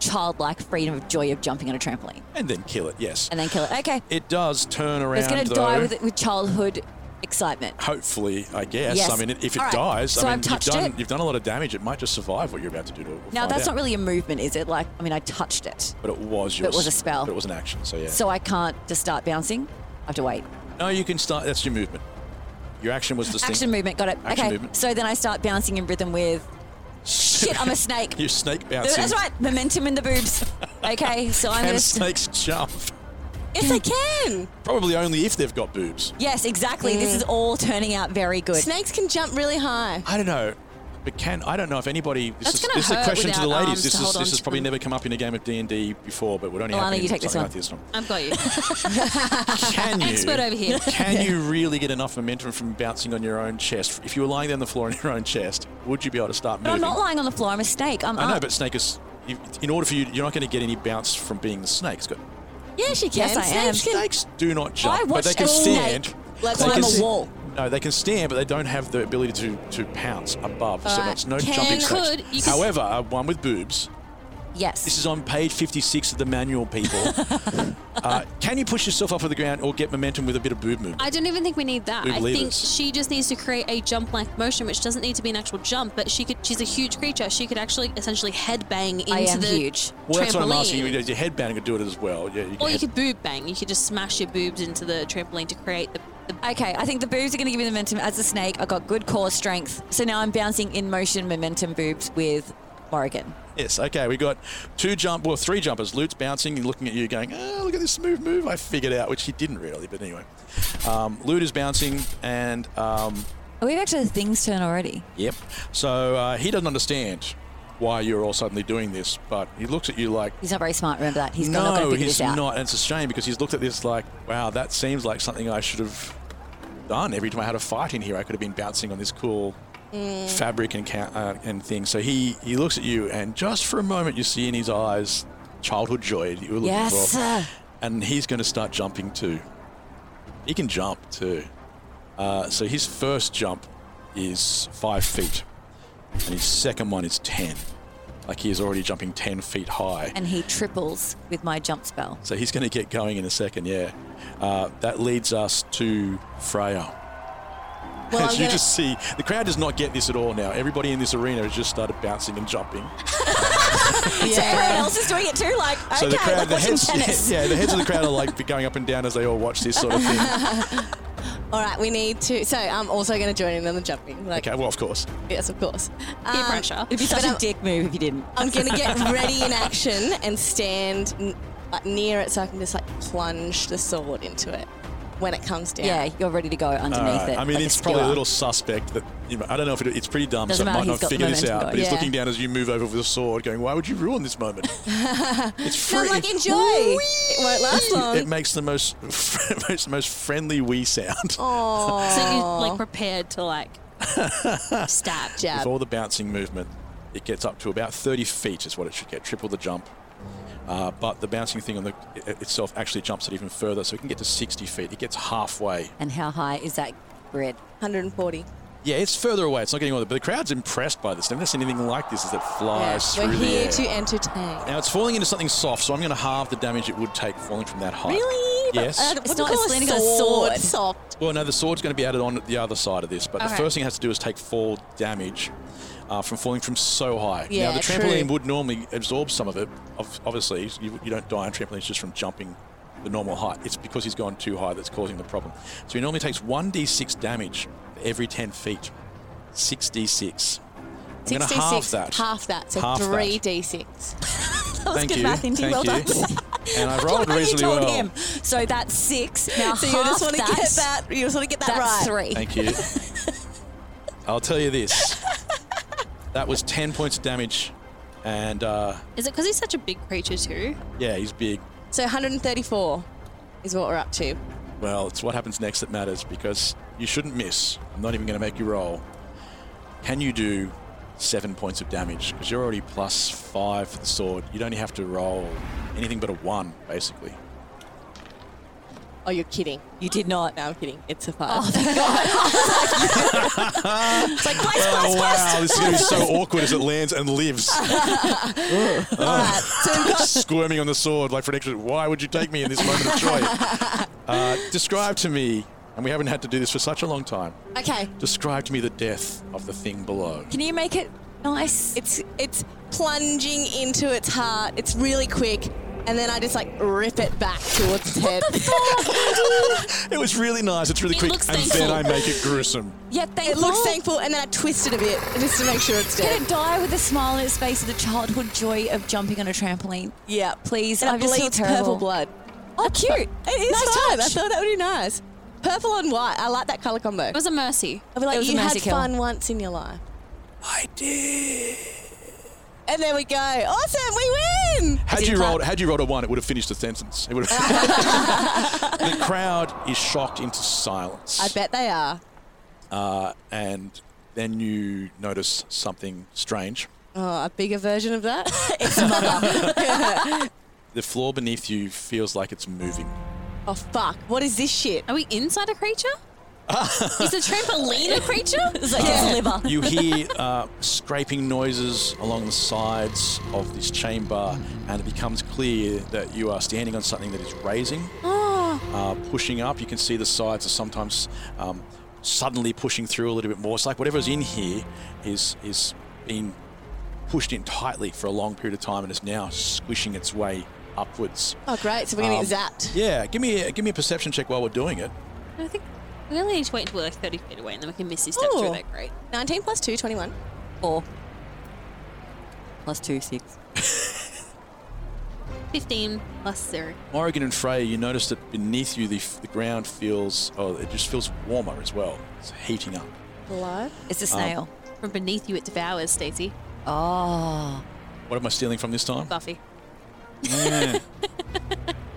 [SPEAKER 2] childlike freedom of joy of jumping on a trampoline
[SPEAKER 1] And then kill it, yes.
[SPEAKER 2] and then kill it. Okay.
[SPEAKER 1] It does turn
[SPEAKER 2] But
[SPEAKER 1] around.
[SPEAKER 2] it's going to
[SPEAKER 1] though.
[SPEAKER 2] die with, with childhood excitement.
[SPEAKER 1] Hopefully, I guess.
[SPEAKER 2] Yes.
[SPEAKER 1] I mean, if it
[SPEAKER 2] All right.
[SPEAKER 1] dies,
[SPEAKER 2] So
[SPEAKER 1] I mean,
[SPEAKER 2] I've
[SPEAKER 1] you've
[SPEAKER 2] touched
[SPEAKER 1] done
[SPEAKER 2] it.
[SPEAKER 1] you've done a lot of damage. It might just survive what you're about to do to it. We'll
[SPEAKER 2] Now,
[SPEAKER 1] find
[SPEAKER 2] that's
[SPEAKER 1] out.
[SPEAKER 2] not really a movement, is it? Like, I mean, I touched it,
[SPEAKER 1] But it was your.
[SPEAKER 2] it was a spell.
[SPEAKER 1] But it was an action. So yeah.
[SPEAKER 2] so I can't just start bouncing. I have to wait.
[SPEAKER 1] no, you can start. That's your movement. Your action was the
[SPEAKER 2] Action movement, got it.
[SPEAKER 1] Action
[SPEAKER 2] okay,
[SPEAKER 1] movement.
[SPEAKER 2] so then I start bouncing in rhythm with. Shit, I'm a snake.
[SPEAKER 1] Your snake bouncing.
[SPEAKER 2] That's right, momentum in the boobs. Okay, so I'm
[SPEAKER 1] Can
[SPEAKER 2] going to.
[SPEAKER 1] snakes jump?
[SPEAKER 3] yes, I can.
[SPEAKER 1] Probably only if they've got boobs.
[SPEAKER 2] Yes, exactly. This
[SPEAKER 1] Mm.
[SPEAKER 2] is all turning out very good.
[SPEAKER 3] Snakes can jump really high.
[SPEAKER 1] I don't know. But can I don't know if anybody. This
[SPEAKER 5] That's
[SPEAKER 1] is,
[SPEAKER 5] gonna
[SPEAKER 1] this is a
[SPEAKER 5] hurt
[SPEAKER 1] question to the
[SPEAKER 5] without
[SPEAKER 1] ladies.
[SPEAKER 5] arms
[SPEAKER 1] This
[SPEAKER 5] to
[SPEAKER 1] is
[SPEAKER 5] hold
[SPEAKER 1] this
[SPEAKER 5] on
[SPEAKER 1] has
[SPEAKER 5] to
[SPEAKER 1] probably
[SPEAKER 5] them.
[SPEAKER 1] never come up in a game of D and D before, but would only
[SPEAKER 2] Alana,
[SPEAKER 1] happen in
[SPEAKER 2] you take this
[SPEAKER 1] something
[SPEAKER 2] one.
[SPEAKER 1] like this one.
[SPEAKER 5] I've got you.
[SPEAKER 1] Can you?
[SPEAKER 5] Expert over here.
[SPEAKER 1] Can you really get enough momentum from bouncing on your own chest? If you were lying down on the floor on your own chest, would you be able to start
[SPEAKER 2] But I'm
[SPEAKER 1] moving?
[SPEAKER 2] not lying on the floor. I'm a snake. I'm
[SPEAKER 1] I know,
[SPEAKER 2] up.
[SPEAKER 1] but snake is. you- In order for you, you're not going to get any bounce from being the snake. It's got-
[SPEAKER 3] Yeah, she can.
[SPEAKER 2] Yes, I am.
[SPEAKER 3] Snakes can.
[SPEAKER 1] snakes do not jump, but
[SPEAKER 2] watched
[SPEAKER 1] they can
[SPEAKER 2] a snake
[SPEAKER 1] stand.
[SPEAKER 3] Let's
[SPEAKER 1] They
[SPEAKER 3] climb
[SPEAKER 1] can
[SPEAKER 3] a
[SPEAKER 1] s-
[SPEAKER 2] wall.
[SPEAKER 1] No, they can stand, but they don't have the ability to, to pounce above, so
[SPEAKER 3] Alright,
[SPEAKER 1] that's no
[SPEAKER 3] can-
[SPEAKER 1] jumping snakes.
[SPEAKER 5] could- you could-
[SPEAKER 1] However, uh, one with boobs
[SPEAKER 2] Yes.
[SPEAKER 1] This is on page 56 of the manual, people. uh, can you push yourself off of the ground or get momentum with a bit of boob movement?
[SPEAKER 5] I don't even think we need that.
[SPEAKER 1] We
[SPEAKER 5] I
[SPEAKER 1] believe
[SPEAKER 5] think
[SPEAKER 1] it.
[SPEAKER 5] she just needs to create a jump-like motion, which doesn't need to be an actual jump, but she could. She's a huge creature. She could actually essentially headbang into
[SPEAKER 2] I am
[SPEAKER 5] the
[SPEAKER 2] huge.
[SPEAKER 1] well, that's what I'm
[SPEAKER 5] trampoline.
[SPEAKER 1] asking. You, your headband could do it as well. Yeah, you can
[SPEAKER 5] Or you
[SPEAKER 1] head-
[SPEAKER 5] could boob bang. You could just smash your boobs into the trampoline to create the. the
[SPEAKER 2] Okay, I think the boobs are going to give me the momentum. As a snake, I got good core strength, so now I'm bouncing in motion momentum boobs with Morrigan.
[SPEAKER 1] Yes, okay. We got two jump, well, three jumpers. Lute's bouncing and looking at you, going, oh, look at this smooth move I figured out, which he didn't really, but anyway. Um, Lute is bouncing, and um,
[SPEAKER 2] Are we back to the things turn already?
[SPEAKER 1] yep. So uh, he doesn't understand why you're all suddenly doing this, but he looks at you like,
[SPEAKER 2] He's not very smart. Remember that. He's not going
[SPEAKER 1] no,
[SPEAKER 2] to figure
[SPEAKER 1] he's
[SPEAKER 2] this out.
[SPEAKER 1] not. And it's a shame because he's looked at this like, wow, that seems like something I should have done. Every time I had a fight in here, I could have been bouncing on this cool
[SPEAKER 2] Mm.
[SPEAKER 1] fabric and ca- uh, and thing. So he he looks at you, and just for a moment, you see in his eyes childhood joy that you were looking
[SPEAKER 2] Yes,
[SPEAKER 1] for.
[SPEAKER 2] sir.
[SPEAKER 1] And he's going to start jumping too. He can jump too. Uh, so his first jump is five feet, and his second one is ten. Like he is already jumping ten feet high.
[SPEAKER 2] And he triples with my jump spell.
[SPEAKER 1] So he's going to get going in a second, yeah. Uh, that leads us to Freya.
[SPEAKER 3] Well,
[SPEAKER 1] As you
[SPEAKER 3] I'm gonna-
[SPEAKER 1] just see, the crowd does not get this at all now. Everybody in this arena has just started bouncing and jumping.
[SPEAKER 2] So everyone else is doing it too. Like,
[SPEAKER 1] so the
[SPEAKER 2] okay,
[SPEAKER 1] crowd,
[SPEAKER 2] like
[SPEAKER 1] the
[SPEAKER 2] watching
[SPEAKER 1] heads,
[SPEAKER 2] tennis.
[SPEAKER 1] yeah, the heads of the crowd are like going up and down as they all watch this sort of thing.
[SPEAKER 3] All right, we need to. So I'm also going to join in on the jumping. Like,
[SPEAKER 1] Okay, well, of course.
[SPEAKER 3] yes, of course.
[SPEAKER 5] peer
[SPEAKER 3] Um,
[SPEAKER 5] pressure.
[SPEAKER 2] It'd be such
[SPEAKER 3] But
[SPEAKER 2] a
[SPEAKER 3] I'm-
[SPEAKER 2] dick move if you didn't.
[SPEAKER 3] I'm going to get ready in action and stand n- like, near it so I can just like plunge the sword into it when it comes down.
[SPEAKER 2] Yeah, you're ready to go underneath
[SPEAKER 1] All right.
[SPEAKER 2] it.
[SPEAKER 1] Uh, I mean,
[SPEAKER 2] like
[SPEAKER 1] it's probably a
[SPEAKER 2] skewer.
[SPEAKER 1] little suspect that you know, I don't know if it, it's pretty dumb,
[SPEAKER 2] Doesn't
[SPEAKER 1] so it
[SPEAKER 2] matter,
[SPEAKER 1] might not
[SPEAKER 2] he's got the
[SPEAKER 1] figure this
[SPEAKER 2] momentum
[SPEAKER 1] out.
[SPEAKER 2] going.
[SPEAKER 1] But he's
[SPEAKER 3] Yeah.
[SPEAKER 1] looking down as you move over with a sword, going, "Why would you ruin this moment?" it's
[SPEAKER 3] And
[SPEAKER 1] free.
[SPEAKER 3] I'm like, enjoy. It won't last
[SPEAKER 1] It
[SPEAKER 3] long.
[SPEAKER 1] makes the most most most friendly wee sound.
[SPEAKER 3] Oh,
[SPEAKER 5] so you're like prepared to like stab.
[SPEAKER 1] With
[SPEAKER 3] jab.
[SPEAKER 1] all the bouncing movement, it gets up to about 30 feet is what it should get, triple the jump. Uh, but the bouncing thing on the i- itself actually jumps it even further, so it can get to 60 feet. It gets halfway.
[SPEAKER 2] And how high is that grid?
[SPEAKER 3] 140.
[SPEAKER 1] Yeah, it's further away. It's not getting all the. But the crowd's impressed by this. They've never seen anything like this as it flies
[SPEAKER 3] We're
[SPEAKER 1] through the
[SPEAKER 3] here
[SPEAKER 1] air.
[SPEAKER 3] to entertain.
[SPEAKER 1] now it's falling into something soft, so I'm going to halve the damage it would take falling from that height.
[SPEAKER 3] Really? But,
[SPEAKER 1] Yes.
[SPEAKER 3] uh,
[SPEAKER 1] It's
[SPEAKER 3] what do
[SPEAKER 2] not
[SPEAKER 3] you call
[SPEAKER 2] as slender
[SPEAKER 3] a
[SPEAKER 2] as
[SPEAKER 3] sword.
[SPEAKER 2] sword.
[SPEAKER 3] Soft.
[SPEAKER 1] Well, no, the sword's going to be added on at the other side of this, but the
[SPEAKER 5] Okay.
[SPEAKER 1] first thing it has to do is take fall damage uh, from falling from so high. now,
[SPEAKER 3] Yeah,
[SPEAKER 1] the trampoline
[SPEAKER 3] true.
[SPEAKER 1] would normally absorb some of it. Ob- Obviously, you, you don't die on trampolines just from jumping the normal height. It's because he's gone too high that's causing the problem. So he normally takes 1d6 damage for every 10 feet. 6d6. I'm going to
[SPEAKER 3] 66.
[SPEAKER 1] halve that.
[SPEAKER 3] Half that. So
[SPEAKER 1] Half that.
[SPEAKER 3] 3d6.
[SPEAKER 1] Thank
[SPEAKER 2] good
[SPEAKER 1] you.
[SPEAKER 2] math, Indy.
[SPEAKER 1] Thank
[SPEAKER 2] Well
[SPEAKER 1] you. and I've rolled
[SPEAKER 2] I
[SPEAKER 1] reasonably
[SPEAKER 2] told
[SPEAKER 1] well.
[SPEAKER 2] him. So that's six. Now
[SPEAKER 3] So you
[SPEAKER 2] half
[SPEAKER 3] just want to
[SPEAKER 2] that,
[SPEAKER 3] get that. You just want to get that
[SPEAKER 2] That's
[SPEAKER 3] right.
[SPEAKER 2] three.
[SPEAKER 1] Thank you. I'll tell you this. That was 10 points of damage. And uh,
[SPEAKER 5] Is it because he's such a big creature too?
[SPEAKER 1] yeah, he's big.
[SPEAKER 3] So 134 is what we're up to.
[SPEAKER 1] Well, it's what happens next that matters because you shouldn't miss. I'm not even going to make you roll. Can you do seven points of damage? Because you're already plus five for the sword. You'd only have to roll anything but a one, basically.
[SPEAKER 3] Oh, you're kidding.
[SPEAKER 2] You did not.
[SPEAKER 3] No, I'm kidding. It's a five.
[SPEAKER 2] It's like place,
[SPEAKER 1] Oh,
[SPEAKER 2] place,
[SPEAKER 1] wow. This is going to be so awkward as it lands and lives. Squirming on the sword like for an extra. Why would you take me in this moment of joy? Uh, describe to me, and we haven't had to do this for such a long time.
[SPEAKER 3] Okay.
[SPEAKER 1] Describe to me the death of the thing below.
[SPEAKER 2] Can you make it nice?
[SPEAKER 3] It's it's plunging into its heart. It's really quick. And then I just like rip it back towards its head.
[SPEAKER 1] It was really nice. It's really
[SPEAKER 5] It
[SPEAKER 1] quick,
[SPEAKER 5] looks
[SPEAKER 1] and
[SPEAKER 5] thankful.
[SPEAKER 1] then I make it gruesome.
[SPEAKER 2] yeah, thankful.
[SPEAKER 3] it looks thankful, and then I twist it a bit just to make sure it's
[SPEAKER 2] Let
[SPEAKER 3] dead.
[SPEAKER 2] it die with a smile on its face of the childhood joy of jumping on a trampoline.
[SPEAKER 3] Yeah,
[SPEAKER 2] please.
[SPEAKER 3] And
[SPEAKER 2] I
[SPEAKER 3] it
[SPEAKER 2] just feel
[SPEAKER 3] bleeds
[SPEAKER 2] terrible.
[SPEAKER 3] purple blood.
[SPEAKER 2] Oh, cute.
[SPEAKER 3] It
[SPEAKER 2] nice
[SPEAKER 3] is nice time. I
[SPEAKER 2] touch.
[SPEAKER 3] thought that would be nice. Purple and white. I like that color combo.
[SPEAKER 5] It was a Oh, mercy.
[SPEAKER 3] I'll be like,
[SPEAKER 2] it was a
[SPEAKER 3] you had
[SPEAKER 2] mercy kill."
[SPEAKER 3] fun once in your life.
[SPEAKER 1] I did.
[SPEAKER 3] And there we go. Awesome, we win.
[SPEAKER 1] Had you rolled, had you rolled a one, it would have finished the sentence. It would have the crowd is shocked into silence.
[SPEAKER 3] I bet they are.
[SPEAKER 1] and then you notice something strange.
[SPEAKER 3] Oh, a bigger version of that. it's
[SPEAKER 1] The floor beneath you feels like it's moving.
[SPEAKER 3] oh fuck. What is this shit?
[SPEAKER 5] Are we inside a creature? Is the trampoline a creature?
[SPEAKER 2] It's like his
[SPEAKER 5] Oh.
[SPEAKER 2] liver.
[SPEAKER 1] You hear uh, scraping noises along the sides of this chamber, and it becomes clear that you are standing on something that is raising, uh, pushing up. You can see the sides are sometimes um, suddenly pushing through a little bit more. It's like whatever's in here is is being pushed in tightly for a long period of time, and is now squishing its way upwards.
[SPEAKER 3] Oh, great. So we're going to get
[SPEAKER 1] Um,
[SPEAKER 3] zapped.
[SPEAKER 1] Yeah, give me a, give me a perception check while we're doing it.
[SPEAKER 5] I think we only need to wait until we're like 30 feet away and then we can miss these steps
[SPEAKER 3] Ooh.
[SPEAKER 5] through that grate.
[SPEAKER 3] 19 plus 2, 21.
[SPEAKER 2] Four. Plus two, six.
[SPEAKER 5] 15 plus 0.
[SPEAKER 1] Morrigan and Frey, you notice that beneath you, the, the ground feels, oh, it just feels warmer as well. It's heating up.
[SPEAKER 3] Hello?
[SPEAKER 2] It's a snail.
[SPEAKER 5] From beneath you it devours, Stacey.
[SPEAKER 2] Oh.
[SPEAKER 1] What am I stealing from this time?
[SPEAKER 5] Buffy.
[SPEAKER 1] Yeah,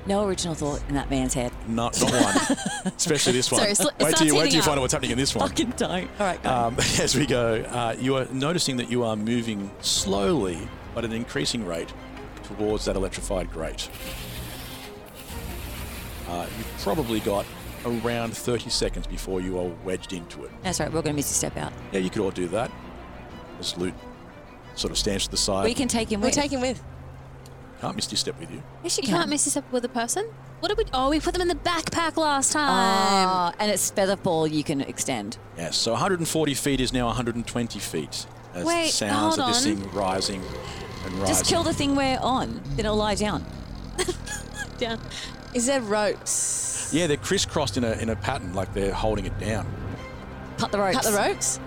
[SPEAKER 2] No original thought in that man's head.
[SPEAKER 1] not, not one. Especially this one.
[SPEAKER 5] Sorry, it's- it
[SPEAKER 1] wait
[SPEAKER 5] starts
[SPEAKER 1] till you, wait
[SPEAKER 5] heating
[SPEAKER 1] till you
[SPEAKER 5] up.
[SPEAKER 1] find out what's happening in this one.
[SPEAKER 2] Fucking don't. All right, go.
[SPEAKER 1] Um, as we go, uh, you are noticing that you are moving slowly, but at an increasing rate, towards that electrified grate. Uh, you've probably got around 30 seconds before you are wedged into it.
[SPEAKER 2] That's right. We're going to miss you step out.
[SPEAKER 1] Yeah, you could all do that. As Loot sort of stands to the side.
[SPEAKER 2] we can take him.
[SPEAKER 3] We're
[SPEAKER 2] with.
[SPEAKER 3] taking with.
[SPEAKER 1] Can't miss this step with you.
[SPEAKER 2] Yes, you
[SPEAKER 5] You can't miss this up with a person? What did we. Oh, we put them in the backpack last
[SPEAKER 3] Oh.
[SPEAKER 5] time.
[SPEAKER 2] Ah, and it's feather ball. You can extend.
[SPEAKER 1] Yeah, so 140 feet is now 120 feet. As the
[SPEAKER 5] Wait,
[SPEAKER 1] sounds of
[SPEAKER 5] hold
[SPEAKER 1] this
[SPEAKER 5] on.
[SPEAKER 1] thing rising and rising.
[SPEAKER 2] Just kill the thing we're on. Then it'll lie down.
[SPEAKER 5] Down.
[SPEAKER 3] Is there ropes?
[SPEAKER 1] Yeah, they're crisscrossed in a, in a pattern, like they're holding it down.
[SPEAKER 2] Cut the ropes.
[SPEAKER 3] Cut the ropes?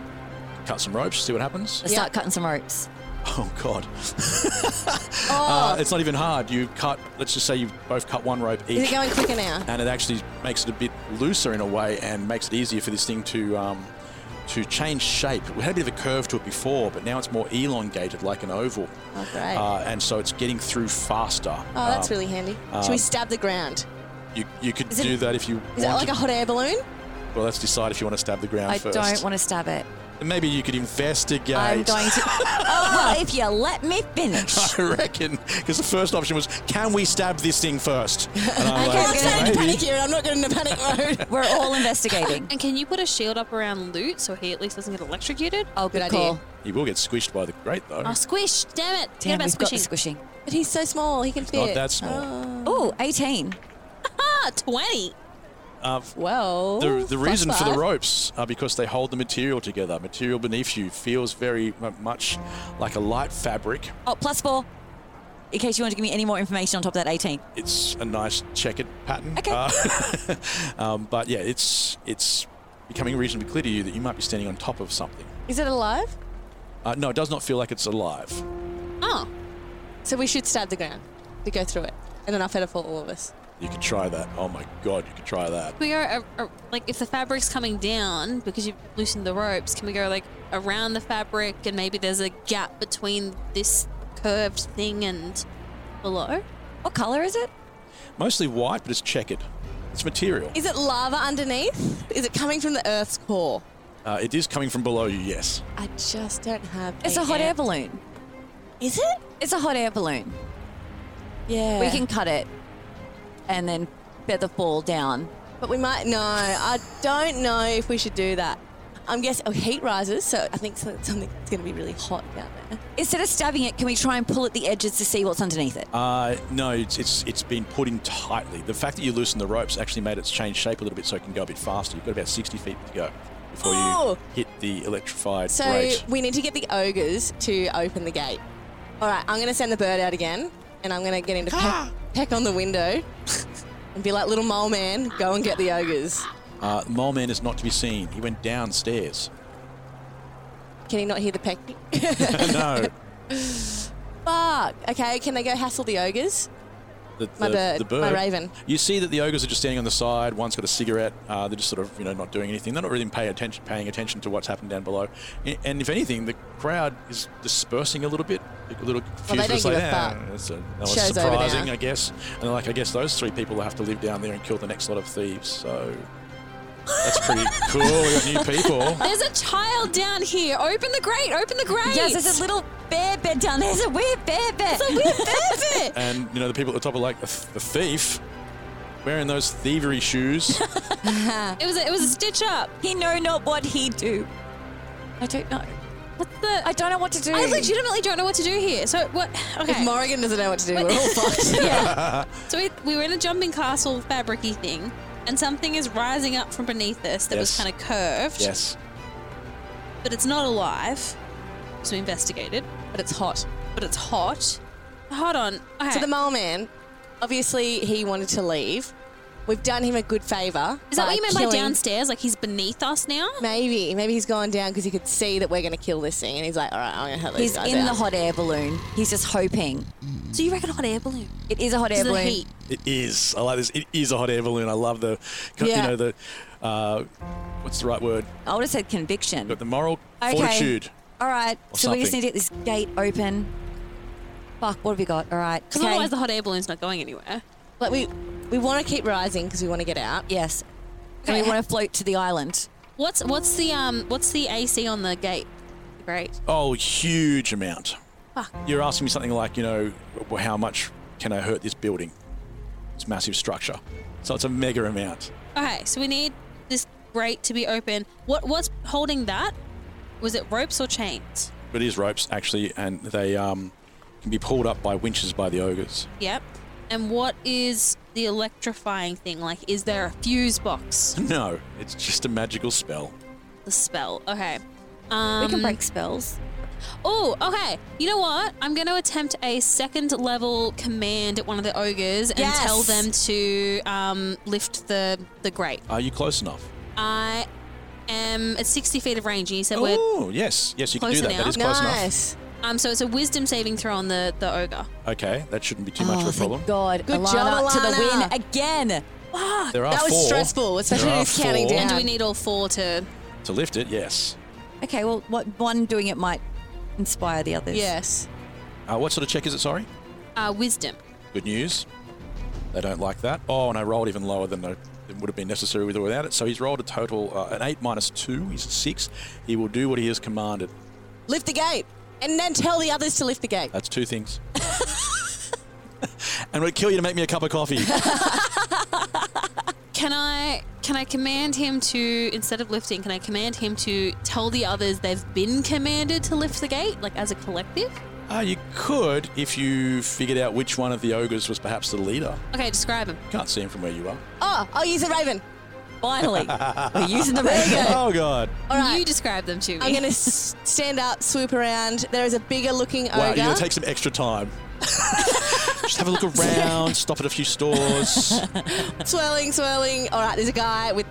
[SPEAKER 1] Cut some ropes, see what happens.
[SPEAKER 2] Let's Start cutting some ropes.
[SPEAKER 1] Oh, God.
[SPEAKER 3] Oh,
[SPEAKER 1] Uh, it's not even hard. You cut, let's just say you've both cut one rope each.
[SPEAKER 3] Is it going quicker now?
[SPEAKER 1] and it actually makes it a bit looser in a way and makes it easier for this thing to um, to change shape. We had a bit of a curve to it before, but now it's more elongated, like an oval,
[SPEAKER 3] Oh, great.
[SPEAKER 1] uh, and so it's getting through faster. Um,
[SPEAKER 3] oh, that's really handy.
[SPEAKER 1] uh,
[SPEAKER 3] Should we stab the ground?
[SPEAKER 1] You, you could
[SPEAKER 3] it-
[SPEAKER 1] do that if you
[SPEAKER 3] Is that
[SPEAKER 1] wanted.
[SPEAKER 3] like a hot air balloon?
[SPEAKER 1] well, let's decide if you want to stab the ground
[SPEAKER 2] I do
[SPEAKER 1] first.
[SPEAKER 2] don't want to stab it.
[SPEAKER 1] And Maybe you could investigate.
[SPEAKER 2] I'm going to. oh, well, if you let me finish.
[SPEAKER 1] I reckon because the first option was, can we stab this thing first? And I'm
[SPEAKER 3] Okay, I'm
[SPEAKER 1] like,
[SPEAKER 3] starting to
[SPEAKER 1] maybe.
[SPEAKER 3] panic here and I'm not going into panic mode.
[SPEAKER 2] We're all investigating.
[SPEAKER 5] And can you put a shield up around Loot so he at least doesn't get electrocuted?
[SPEAKER 2] Oh, good,
[SPEAKER 3] Good idea.
[SPEAKER 2] call.
[SPEAKER 1] You will get squished by the grate though.
[SPEAKER 5] Oh, squish. Damn it. Forget
[SPEAKER 2] Damn,
[SPEAKER 5] about
[SPEAKER 2] we've got the
[SPEAKER 5] squishing.
[SPEAKER 2] squishing.
[SPEAKER 3] But he's so small, he can fit. Uh,
[SPEAKER 1] not that small.
[SPEAKER 2] Oh, 18.
[SPEAKER 5] ah, 20. Oh,
[SPEAKER 3] Well,
[SPEAKER 1] Uh, The, the reason for the
[SPEAKER 3] rope.
[SPEAKER 1] ropes are because they hold the material together. Material beneath you feels very mu- much like a light fabric.
[SPEAKER 2] Oh, plus four. In case you want to give me any more information on top of that 18.
[SPEAKER 1] It's a nice checkered pattern.
[SPEAKER 2] Okay.
[SPEAKER 1] Uh, um, but yeah, it's it's becoming reasonably clear to you that you might be standing on top of something.
[SPEAKER 3] Is it alive?
[SPEAKER 1] Uh, no, it does not feel like it's alive.
[SPEAKER 5] Oh.
[SPEAKER 3] So we should stab the ground. We go through it. And enough feather for all of us.
[SPEAKER 1] You could try that. Oh my god, you could try that.
[SPEAKER 5] We go a, a- like if the fabric's coming down because you've loosened the ropes. Can we go like around the fabric and maybe there's a gap between this curved thing and below?
[SPEAKER 2] What color is it?
[SPEAKER 1] Mostly white, but it's checkered. It's material.
[SPEAKER 3] Is it lava underneath? Is it coming from the Earth's core?
[SPEAKER 1] Uh, it is coming from below you. Yes.
[SPEAKER 3] I just don't have.
[SPEAKER 2] It's a hot air balloon.
[SPEAKER 3] Is it?
[SPEAKER 2] It's a hot air balloon.
[SPEAKER 3] Yeah.
[SPEAKER 2] We can cut it and then feather ball down.
[SPEAKER 3] but we might. No, I don't know if we should do that. I'm guessing. Oh, heat rises, so I think so- something's going to be really hot down there.
[SPEAKER 2] Instead of stabbing it, can we try and pull at the edges to see what's underneath it?
[SPEAKER 1] Uh, no, it's, it's it's been put in tightly. The fact that you loosened the ropes actually made it change shape a little bit, so it can go a bit faster. You've got about sixty feet to go before
[SPEAKER 3] Oh!
[SPEAKER 1] you hit the electrified
[SPEAKER 3] So
[SPEAKER 1] grate.
[SPEAKER 3] we need to get the ogres to open the gate. All right, I'm going to send the bird out again, and I'm going to get him to
[SPEAKER 5] Ah.
[SPEAKER 3] peck, peck on the window and be like, "Little mole man, go and get the ogres."
[SPEAKER 1] Uh, the mole man is not to be seen. He went downstairs.
[SPEAKER 3] Can he not hear the pecking?
[SPEAKER 1] no,
[SPEAKER 3] Fuck. Okay, can they go hassle the ogres?
[SPEAKER 1] the,
[SPEAKER 3] My
[SPEAKER 1] the-
[SPEAKER 3] bird,
[SPEAKER 1] the bird.
[SPEAKER 3] my raven.
[SPEAKER 1] You see that the ogres are just standing on the side. One's got a cigarette. Uh, they're just sort of you know not doing anything. They're not really paying attention, paying attention to what's happened down below. And, and if anything, the crowd is dispersing a little bit. A little confused.
[SPEAKER 3] don't
[SPEAKER 1] It's
[SPEAKER 3] give
[SPEAKER 1] like,
[SPEAKER 3] a
[SPEAKER 1] "Ah,
[SPEAKER 3] fuck.
[SPEAKER 1] that's a- that was
[SPEAKER 3] Show's over
[SPEAKER 1] surprising,
[SPEAKER 3] now."
[SPEAKER 1] I guess. And they're like, I guess those three people will have to live down there and kill the next lot of thieves. So that's pretty cool. We got new people.
[SPEAKER 5] There's a child down here. Open the grate. Open the grate.
[SPEAKER 2] Yes, there's a little bear bed down there. There's a weird bear bed.
[SPEAKER 3] That's it.
[SPEAKER 1] And you know the people at the top are like, a, th- a thief. wearing those thievery shoes.
[SPEAKER 5] It was a, it was a stitch up.
[SPEAKER 2] He know not what he do. I don't know.
[SPEAKER 5] What's the?
[SPEAKER 2] I don't know what to do.
[SPEAKER 5] I legitimately don't know what to do here. So what?
[SPEAKER 3] If
[SPEAKER 5] Okay.
[SPEAKER 3] Morrigan doesn't know what to do, we're all fucked.
[SPEAKER 5] so we, we were in a jumping castle fabricy thing, and something is rising up from beneath us that was
[SPEAKER 1] Yes.
[SPEAKER 5] kind of curved,
[SPEAKER 1] yes.
[SPEAKER 5] but it's not alive. So we investigated, but it's hot. But it's hot. Hold on. Okay.
[SPEAKER 3] So the mole man, obviously he wanted to leave. We've done him a good favour.
[SPEAKER 5] is that what you meant by
[SPEAKER 3] killing-
[SPEAKER 5] downstairs? Like he's beneath us now?
[SPEAKER 3] Maybe. Maybe he's gone down because he could see that we're going to kill this thing. And he's like, all right, I'm going to help these
[SPEAKER 2] He's
[SPEAKER 3] guys
[SPEAKER 2] in the
[SPEAKER 3] out."
[SPEAKER 2] hot air balloon. He's just hoping.
[SPEAKER 5] So you reckon hot air balloon?
[SPEAKER 2] It is a hot air
[SPEAKER 5] Is it the
[SPEAKER 2] balloon.
[SPEAKER 5] heat?
[SPEAKER 1] It is. I like this. It is a hot air balloon. I love the, you
[SPEAKER 3] Yeah.
[SPEAKER 1] know, the, uh, what's the right word?
[SPEAKER 2] I would have said conviction.
[SPEAKER 1] Got the moral
[SPEAKER 2] Okay.
[SPEAKER 1] fortitude.
[SPEAKER 2] All right.
[SPEAKER 1] Or
[SPEAKER 2] so we just
[SPEAKER 1] something.
[SPEAKER 2] need to get this gate open. Fuck, what have we got? All right.
[SPEAKER 5] Because
[SPEAKER 2] okay.
[SPEAKER 5] otherwise the hot air balloon's not going anywhere.
[SPEAKER 3] Like we, we want to keep rising because we want to get out.
[SPEAKER 2] yes.
[SPEAKER 5] Okay,
[SPEAKER 2] And
[SPEAKER 5] ha-
[SPEAKER 2] we want to float to the island.
[SPEAKER 5] What's what's the um what's the AC on the gate? Great.
[SPEAKER 1] Oh, huge amount.
[SPEAKER 5] Fuck.
[SPEAKER 1] You're asking me something like, you know, w- how much can I hurt this building? It's a massive structure. So it's a mega amount.
[SPEAKER 5] Okay, so we need this grate to be open. What what's holding that? Was it ropes or chains?
[SPEAKER 1] But it is ropes, actually, and they um, can be pulled up by winches by the ogres.
[SPEAKER 5] Yep. And what is the electrifying thing? Like, is there a fuse box?
[SPEAKER 1] No, it's just a magical spell.
[SPEAKER 5] The spell. Okay. Um,
[SPEAKER 2] we can break spells.
[SPEAKER 5] Oh, okay. You know what? I'm going to attempt a second level command at one of the ogres and
[SPEAKER 2] Yes.
[SPEAKER 5] tell them to um, lift the the grate.
[SPEAKER 1] Are you close enough?
[SPEAKER 5] I am at 60 feet of range, and you said we're
[SPEAKER 1] Oh, yes. Yes, you can do
[SPEAKER 5] Close
[SPEAKER 1] that. That
[SPEAKER 5] enough.
[SPEAKER 1] is close
[SPEAKER 3] nice.
[SPEAKER 5] um. So it's a wisdom saving throw on the the ogre.
[SPEAKER 1] enough. Okay, that shouldn't be too much of a problem.
[SPEAKER 2] God.
[SPEAKER 3] Good
[SPEAKER 2] Alana
[SPEAKER 3] job,
[SPEAKER 2] to the
[SPEAKER 3] Alana.
[SPEAKER 2] win again.
[SPEAKER 1] There are
[SPEAKER 3] That was
[SPEAKER 1] four.
[SPEAKER 3] stressful, especially
[SPEAKER 1] There
[SPEAKER 3] when
[SPEAKER 1] are
[SPEAKER 3] it's counting
[SPEAKER 1] four.
[SPEAKER 3] down.
[SPEAKER 5] And do
[SPEAKER 3] Yeah.
[SPEAKER 5] we need all four to?
[SPEAKER 1] To lift it, yes.
[SPEAKER 2] Okay, well, what one doing it might inspire the others.
[SPEAKER 3] Yes.
[SPEAKER 1] Uh, what sort of check is it, sorry?
[SPEAKER 5] Uh, wisdom.
[SPEAKER 1] Good news. They don't like that. Oh, and I rolled even lower than the, it would have been necessary with or without it. So he's rolled a total, uh, an 8 minus 2, he's a 6. He will do what he is commanded.
[SPEAKER 3] Lift the gate. And then tell the others to lift the gate.
[SPEAKER 1] That's two things. and would it kill you to make me a cup of coffee?
[SPEAKER 5] Can I can I command him to instead of lifting? Can I command him to tell the others they've been commanded to lift the gate, like as a collective?
[SPEAKER 1] uh, you could if you figured out which one of the ogres was perhaps the leader.
[SPEAKER 5] Okay, describe him.
[SPEAKER 1] You can't see him from where you are.
[SPEAKER 3] Oh, I'll use the raven.
[SPEAKER 2] Finally, we're using the
[SPEAKER 3] Uh,
[SPEAKER 2] radio.
[SPEAKER 1] Oh, God.
[SPEAKER 3] All right.
[SPEAKER 5] You describe them to me.
[SPEAKER 3] I'm going to s- stand up, swoop around. There is a bigger looking ogre.
[SPEAKER 1] Wow, you're going to take some extra time. Just have a look around, stop at a few stores.
[SPEAKER 3] swirling, swirling. All right, there's a guy with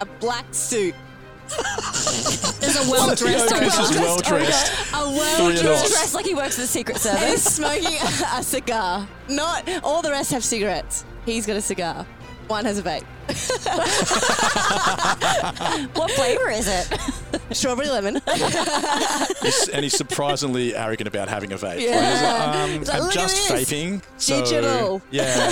[SPEAKER 3] a black suit.
[SPEAKER 5] There's a well dressed
[SPEAKER 1] The ogre's just well dressed.
[SPEAKER 3] A
[SPEAKER 1] Three
[SPEAKER 3] world
[SPEAKER 1] and a
[SPEAKER 3] dressed
[SPEAKER 1] half.
[SPEAKER 2] Dressed like he works for the Secret
[SPEAKER 3] and
[SPEAKER 2] Service.
[SPEAKER 3] is smoking a, a cigar. Not all the rest have cigarettes. He's got a cigar. One has a vape.
[SPEAKER 2] what flavour is it?
[SPEAKER 3] Strawberry lemon.
[SPEAKER 1] He's- and he's surprisingly arrogant about having a vape.
[SPEAKER 3] Yeah.
[SPEAKER 1] He's like,
[SPEAKER 3] He's like,
[SPEAKER 1] um, I'm
[SPEAKER 3] "Look at
[SPEAKER 1] just
[SPEAKER 3] this.
[SPEAKER 1] vaping. So,
[SPEAKER 3] Digital."
[SPEAKER 1] Yeah.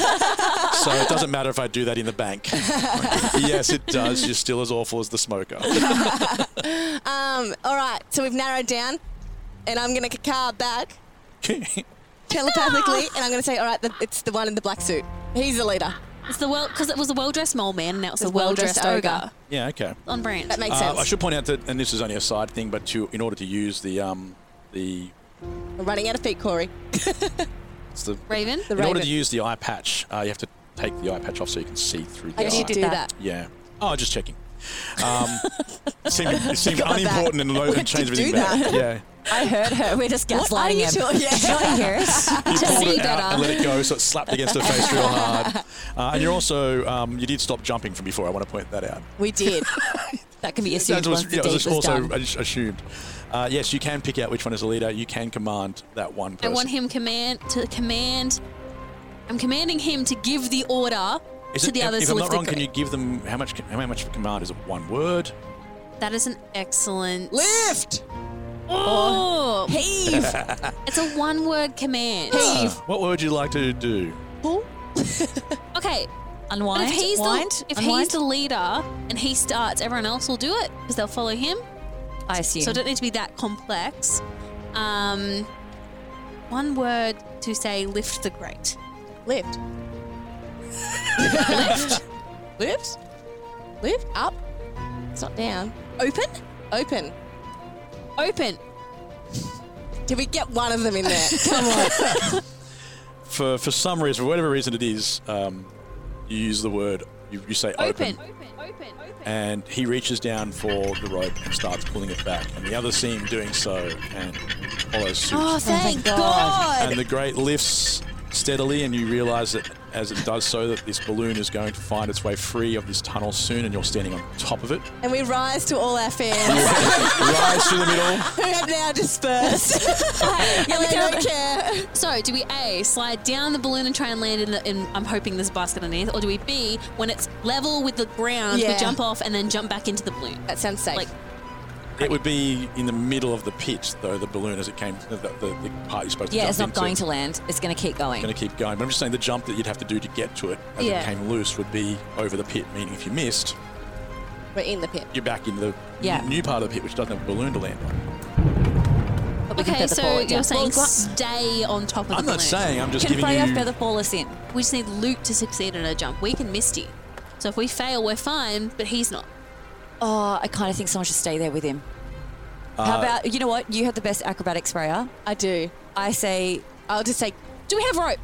[SPEAKER 1] so it doesn't matter if I do that in the bank. yes, it does. You're still as awful as the smoker.
[SPEAKER 3] um, all right, so we've narrowed down, and I'm going to cacao back telepathically, and I'm going to say, all right, the, it's the one in the black suit. He's the leader.
[SPEAKER 5] It's the well because it was a well dressed mole man, and now it's
[SPEAKER 3] It's
[SPEAKER 5] a well dressed
[SPEAKER 3] well-dressed
[SPEAKER 5] ogre.
[SPEAKER 3] ogre.
[SPEAKER 1] yeah, okay.
[SPEAKER 5] On brand.
[SPEAKER 3] That makes
[SPEAKER 1] Uh,
[SPEAKER 3] sense.
[SPEAKER 1] I should point out that, and this is only a side thing, but to in order to use the um the
[SPEAKER 3] We're running out of feet, Corey.
[SPEAKER 1] it's the,
[SPEAKER 5] Raven.
[SPEAKER 3] The
[SPEAKER 1] in order
[SPEAKER 3] raven.
[SPEAKER 1] to use the eye patch, uh, you have to take the eye patch off so you can see through the
[SPEAKER 3] I
[SPEAKER 1] eye.
[SPEAKER 3] Oh, did do that.
[SPEAKER 1] Yeah. Oh, just checking. Um, it seemed, it seemed
[SPEAKER 3] Forgot about
[SPEAKER 1] unimportant and, low, and
[SPEAKER 3] did
[SPEAKER 1] changed everything
[SPEAKER 3] do
[SPEAKER 1] back. Yeah.
[SPEAKER 2] I heard her. We're just
[SPEAKER 3] What are
[SPEAKER 2] gaslighting
[SPEAKER 3] you
[SPEAKER 2] him.
[SPEAKER 3] doing? Yeah.
[SPEAKER 2] Don't you hear us?
[SPEAKER 1] You pulled
[SPEAKER 2] see
[SPEAKER 1] it out
[SPEAKER 2] better.
[SPEAKER 1] and let it go, so it slapped against her face real hard. Uh, and you're also, um, you did stop jumping from before. I want to point that out.
[SPEAKER 3] We did.
[SPEAKER 2] That can be assumed
[SPEAKER 1] That
[SPEAKER 2] once the
[SPEAKER 1] yeah, it
[SPEAKER 2] deed
[SPEAKER 1] was
[SPEAKER 2] was
[SPEAKER 1] also
[SPEAKER 2] done.
[SPEAKER 1] as- assumed. Uh, yes, you can pick out which one is the leader. You can command that one
[SPEAKER 5] I
[SPEAKER 1] person.
[SPEAKER 5] want him command to command. I'm commanding him to give the order
[SPEAKER 1] Is
[SPEAKER 5] to
[SPEAKER 1] it-
[SPEAKER 5] the
[SPEAKER 1] if-
[SPEAKER 5] others
[SPEAKER 1] If
[SPEAKER 5] to
[SPEAKER 1] I'm not
[SPEAKER 5] lift the
[SPEAKER 1] wrong, can
[SPEAKER 5] crate.
[SPEAKER 1] you give them how much? How much of command is it? One word.
[SPEAKER 5] That is an excellent.
[SPEAKER 3] Lift!
[SPEAKER 5] Oh,
[SPEAKER 3] Heave!
[SPEAKER 5] it's a one-word command.
[SPEAKER 1] Uh, what would you like to do?
[SPEAKER 5] Okay, but
[SPEAKER 2] Unwind.
[SPEAKER 5] if he's
[SPEAKER 2] wind,
[SPEAKER 5] the if he's
[SPEAKER 2] unwind,
[SPEAKER 5] the leader and he starts, everyone else will do it because they'll follow him.
[SPEAKER 2] I assume.
[SPEAKER 5] So it don't need to be that complex. Um, one word to say lift the grate.
[SPEAKER 3] Lift. lift, lift, lift up. It's not down. Open, open.
[SPEAKER 5] Open.
[SPEAKER 3] Did we get one of them in there? Come on.
[SPEAKER 1] For for some reason, for whatever reason it is, um, you use the word. You, you say
[SPEAKER 5] Open.
[SPEAKER 1] open, and he reaches down for the rope and starts pulling it back, and the others see him doing so and follows suit.
[SPEAKER 2] Oh, thank God.
[SPEAKER 1] and the grate lifts steadily, and you realize that as it does so, that this balloon is going to find its way free of this tunnel soon, and you're standing on top of it.
[SPEAKER 3] and we rise to all our fans
[SPEAKER 1] Rise through the middle.
[SPEAKER 3] who have now dispersed.
[SPEAKER 5] Yeah,
[SPEAKER 3] and
[SPEAKER 5] we
[SPEAKER 3] they
[SPEAKER 5] can-
[SPEAKER 3] don't care.
[SPEAKER 5] So, do we A, slide down the balloon and try and land in the, in, I'm hoping this basket underneath, or do we B, when it's level with the ground, we
[SPEAKER 3] Yeah. Uh,
[SPEAKER 5] jump off and then jump back into the balloon?
[SPEAKER 3] That sounds safe.
[SPEAKER 5] Like-
[SPEAKER 1] It would be in the middle of the pit, though, the balloon as it came, the, the, the part you're supposed to jump
[SPEAKER 2] Yeah, it's not
[SPEAKER 1] into.
[SPEAKER 2] going to land. It's going to keep going.
[SPEAKER 1] Going to keep going, but I'm just saying the jump that you'd have to do to get to it as
[SPEAKER 5] Yeah.
[SPEAKER 1] it came loose would be over the pit. Meaning, if you missed,
[SPEAKER 3] We're in the pit.
[SPEAKER 1] you're back in the
[SPEAKER 2] Yeah.
[SPEAKER 1] new part of the pit, which doesn't have a balloon to land on.
[SPEAKER 2] But we can
[SPEAKER 5] Okay,
[SPEAKER 2] feather
[SPEAKER 5] so
[SPEAKER 2] fall it
[SPEAKER 5] you're
[SPEAKER 2] down.
[SPEAKER 5] saying
[SPEAKER 2] Well,
[SPEAKER 5] stay on top of the
[SPEAKER 1] I'm
[SPEAKER 5] balloon.
[SPEAKER 1] not saying. I'm just
[SPEAKER 2] can
[SPEAKER 1] giving
[SPEAKER 2] Freya
[SPEAKER 1] you.
[SPEAKER 2] feather fall us in?
[SPEAKER 5] We just need Luke to succeed in a jump. We can Misty. So if we fail, we're fine, but he's not.
[SPEAKER 2] Oh, I kind of think someone should stay there with him. How about you know what? You have the best acrobatics, Freya.
[SPEAKER 3] I do.
[SPEAKER 2] I say
[SPEAKER 3] I'll just say,
[SPEAKER 5] Do we have rope?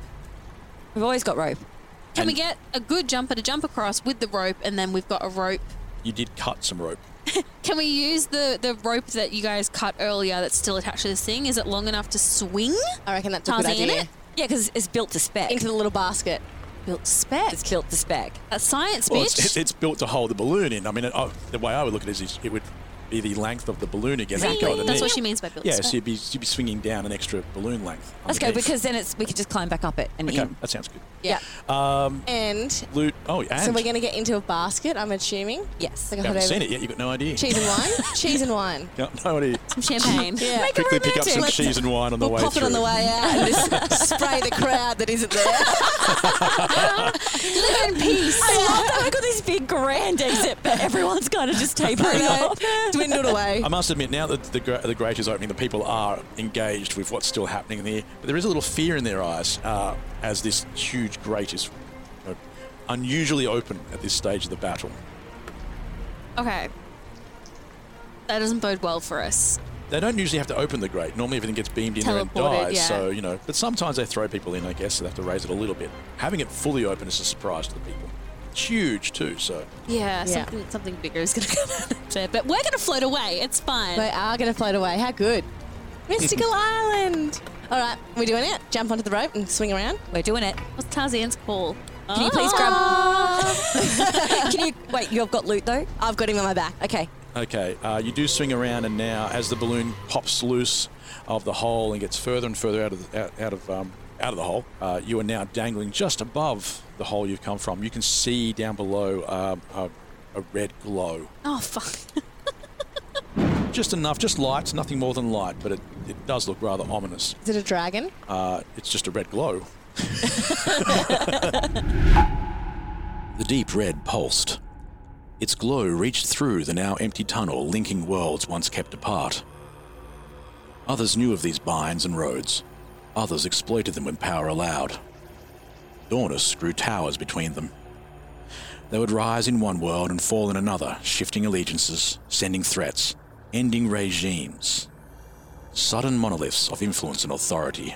[SPEAKER 2] we've always got rope.
[SPEAKER 5] Can we get a good jumper to jump across with the rope, and then we've got a rope?
[SPEAKER 1] You did cut some rope.
[SPEAKER 5] Can we use the, the rope that you guys cut earlier that's still attached to this thing? Is it long enough to swing?
[SPEAKER 3] I reckon that's a good
[SPEAKER 5] Tarzan
[SPEAKER 3] idea.
[SPEAKER 5] it?
[SPEAKER 2] Yeah, because it's built to spec.
[SPEAKER 3] Into the little basket.
[SPEAKER 5] Built spec.
[SPEAKER 2] It's built to spec.
[SPEAKER 5] That's science, bitch.
[SPEAKER 1] Well, it's, it's built to hold the balloon in. I mean, it, oh, the way I would look at it is, is it would be the length of the balloon again.
[SPEAKER 5] Really?
[SPEAKER 1] Go underneath.
[SPEAKER 5] That's what she means by built
[SPEAKER 1] Yeah,
[SPEAKER 5] spec.
[SPEAKER 1] so you'd be, you'd be swinging down an extra balloon length.
[SPEAKER 2] Let's go
[SPEAKER 1] underneath.
[SPEAKER 2] because then it's we could just climb back up it and
[SPEAKER 1] Okay,
[SPEAKER 2] in.
[SPEAKER 1] that sounds good.
[SPEAKER 3] Yeah. Um, and
[SPEAKER 1] Loot. Oh, and
[SPEAKER 3] so we're going to get into a basket, I'm assuming.
[SPEAKER 2] Yes.
[SPEAKER 3] Like a
[SPEAKER 1] you haven't
[SPEAKER 3] hot
[SPEAKER 1] seen
[SPEAKER 3] over-
[SPEAKER 1] it yet. You've got no idea.
[SPEAKER 3] Cheese and wine. Cheese and wine.
[SPEAKER 1] No, no idea.
[SPEAKER 5] Some champagne.
[SPEAKER 3] Yeah.
[SPEAKER 1] Quickly pick up some
[SPEAKER 3] romantic.
[SPEAKER 1] cheese and wine on the
[SPEAKER 3] We'll
[SPEAKER 1] way
[SPEAKER 3] pop
[SPEAKER 1] through.
[SPEAKER 3] it on the way out and just spray the crowd that isn't there.
[SPEAKER 5] Live in peace.
[SPEAKER 2] I love that we've got this big grand exit, but everyone's kind of just tapering off.
[SPEAKER 3] Dwindled away.
[SPEAKER 1] I must admit, now that the, gra- the grate is opening, the people are engaged with what's still happening there. But there is a little fear in their eyes uh, as this huge grate is you know, unusually open at this stage of the battle.
[SPEAKER 5] Okay. That doesn't bode well for us.
[SPEAKER 1] They don't usually have to open the grate. Normally, everything gets beamed in there and
[SPEAKER 5] Teleported,
[SPEAKER 1] dies.
[SPEAKER 5] yeah.
[SPEAKER 1] So you know, but sometimes they throw people in. I guess so they have to raise it a little bit. Having it fully open is a surprise to the people. It's huge too. So
[SPEAKER 5] Yeah, Something, something bigger is going to come out of there. But we're going to float away. It's fine.
[SPEAKER 3] We are going to float away. How good. Mystical Island. All right, we're doing it. Jump onto the rope and swing around.
[SPEAKER 2] We're doing it.
[SPEAKER 5] What's Tarzan's call?
[SPEAKER 2] Can you please grab? Can you wait? You've got loot though.
[SPEAKER 3] I've got him on my back.
[SPEAKER 2] Okay.
[SPEAKER 1] okay, uh, you do swing around, and now as the balloon pops loose of the hole and gets further and further out of the, out, out of um, out of the hole, uh, you are now dangling just above the hole you've come from. You can see down below um, a, a red glow.
[SPEAKER 5] Oh, fuck.
[SPEAKER 1] Just enough, just light, nothing more than light, but it, it does look rather ominous.
[SPEAKER 3] Is it a dragon?
[SPEAKER 1] Uh, it's just a red glow. the deep red pulsed. Its glow reached through the now empty tunnel linking worlds once kept apart. Others knew of these binds and roads. Others exploited them when power allowed. Dornus grew towers between them. They would rise in one world and fall in another, shifting allegiances, sending threats, ending regimes. Sudden monoliths of influence and authority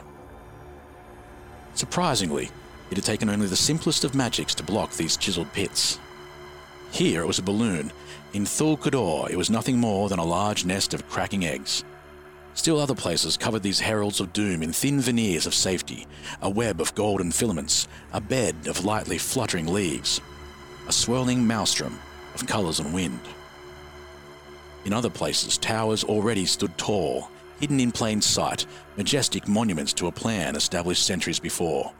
[SPEAKER 1] Surprisingly, it had taken only the simplest of magics to block these chiseled pits. Here it was a balloon. In Thul Kador, it was nothing more than a large nest of cracking eggs. Still, other places covered these heralds of doom in thin veneers of safety a web of golden filaments, a bed of lightly fluttering leaves, a swirling maelstrom of colours and wind. In other places, towers already stood tall, hidden in plain sight, majestic monuments to a plan established centuries before.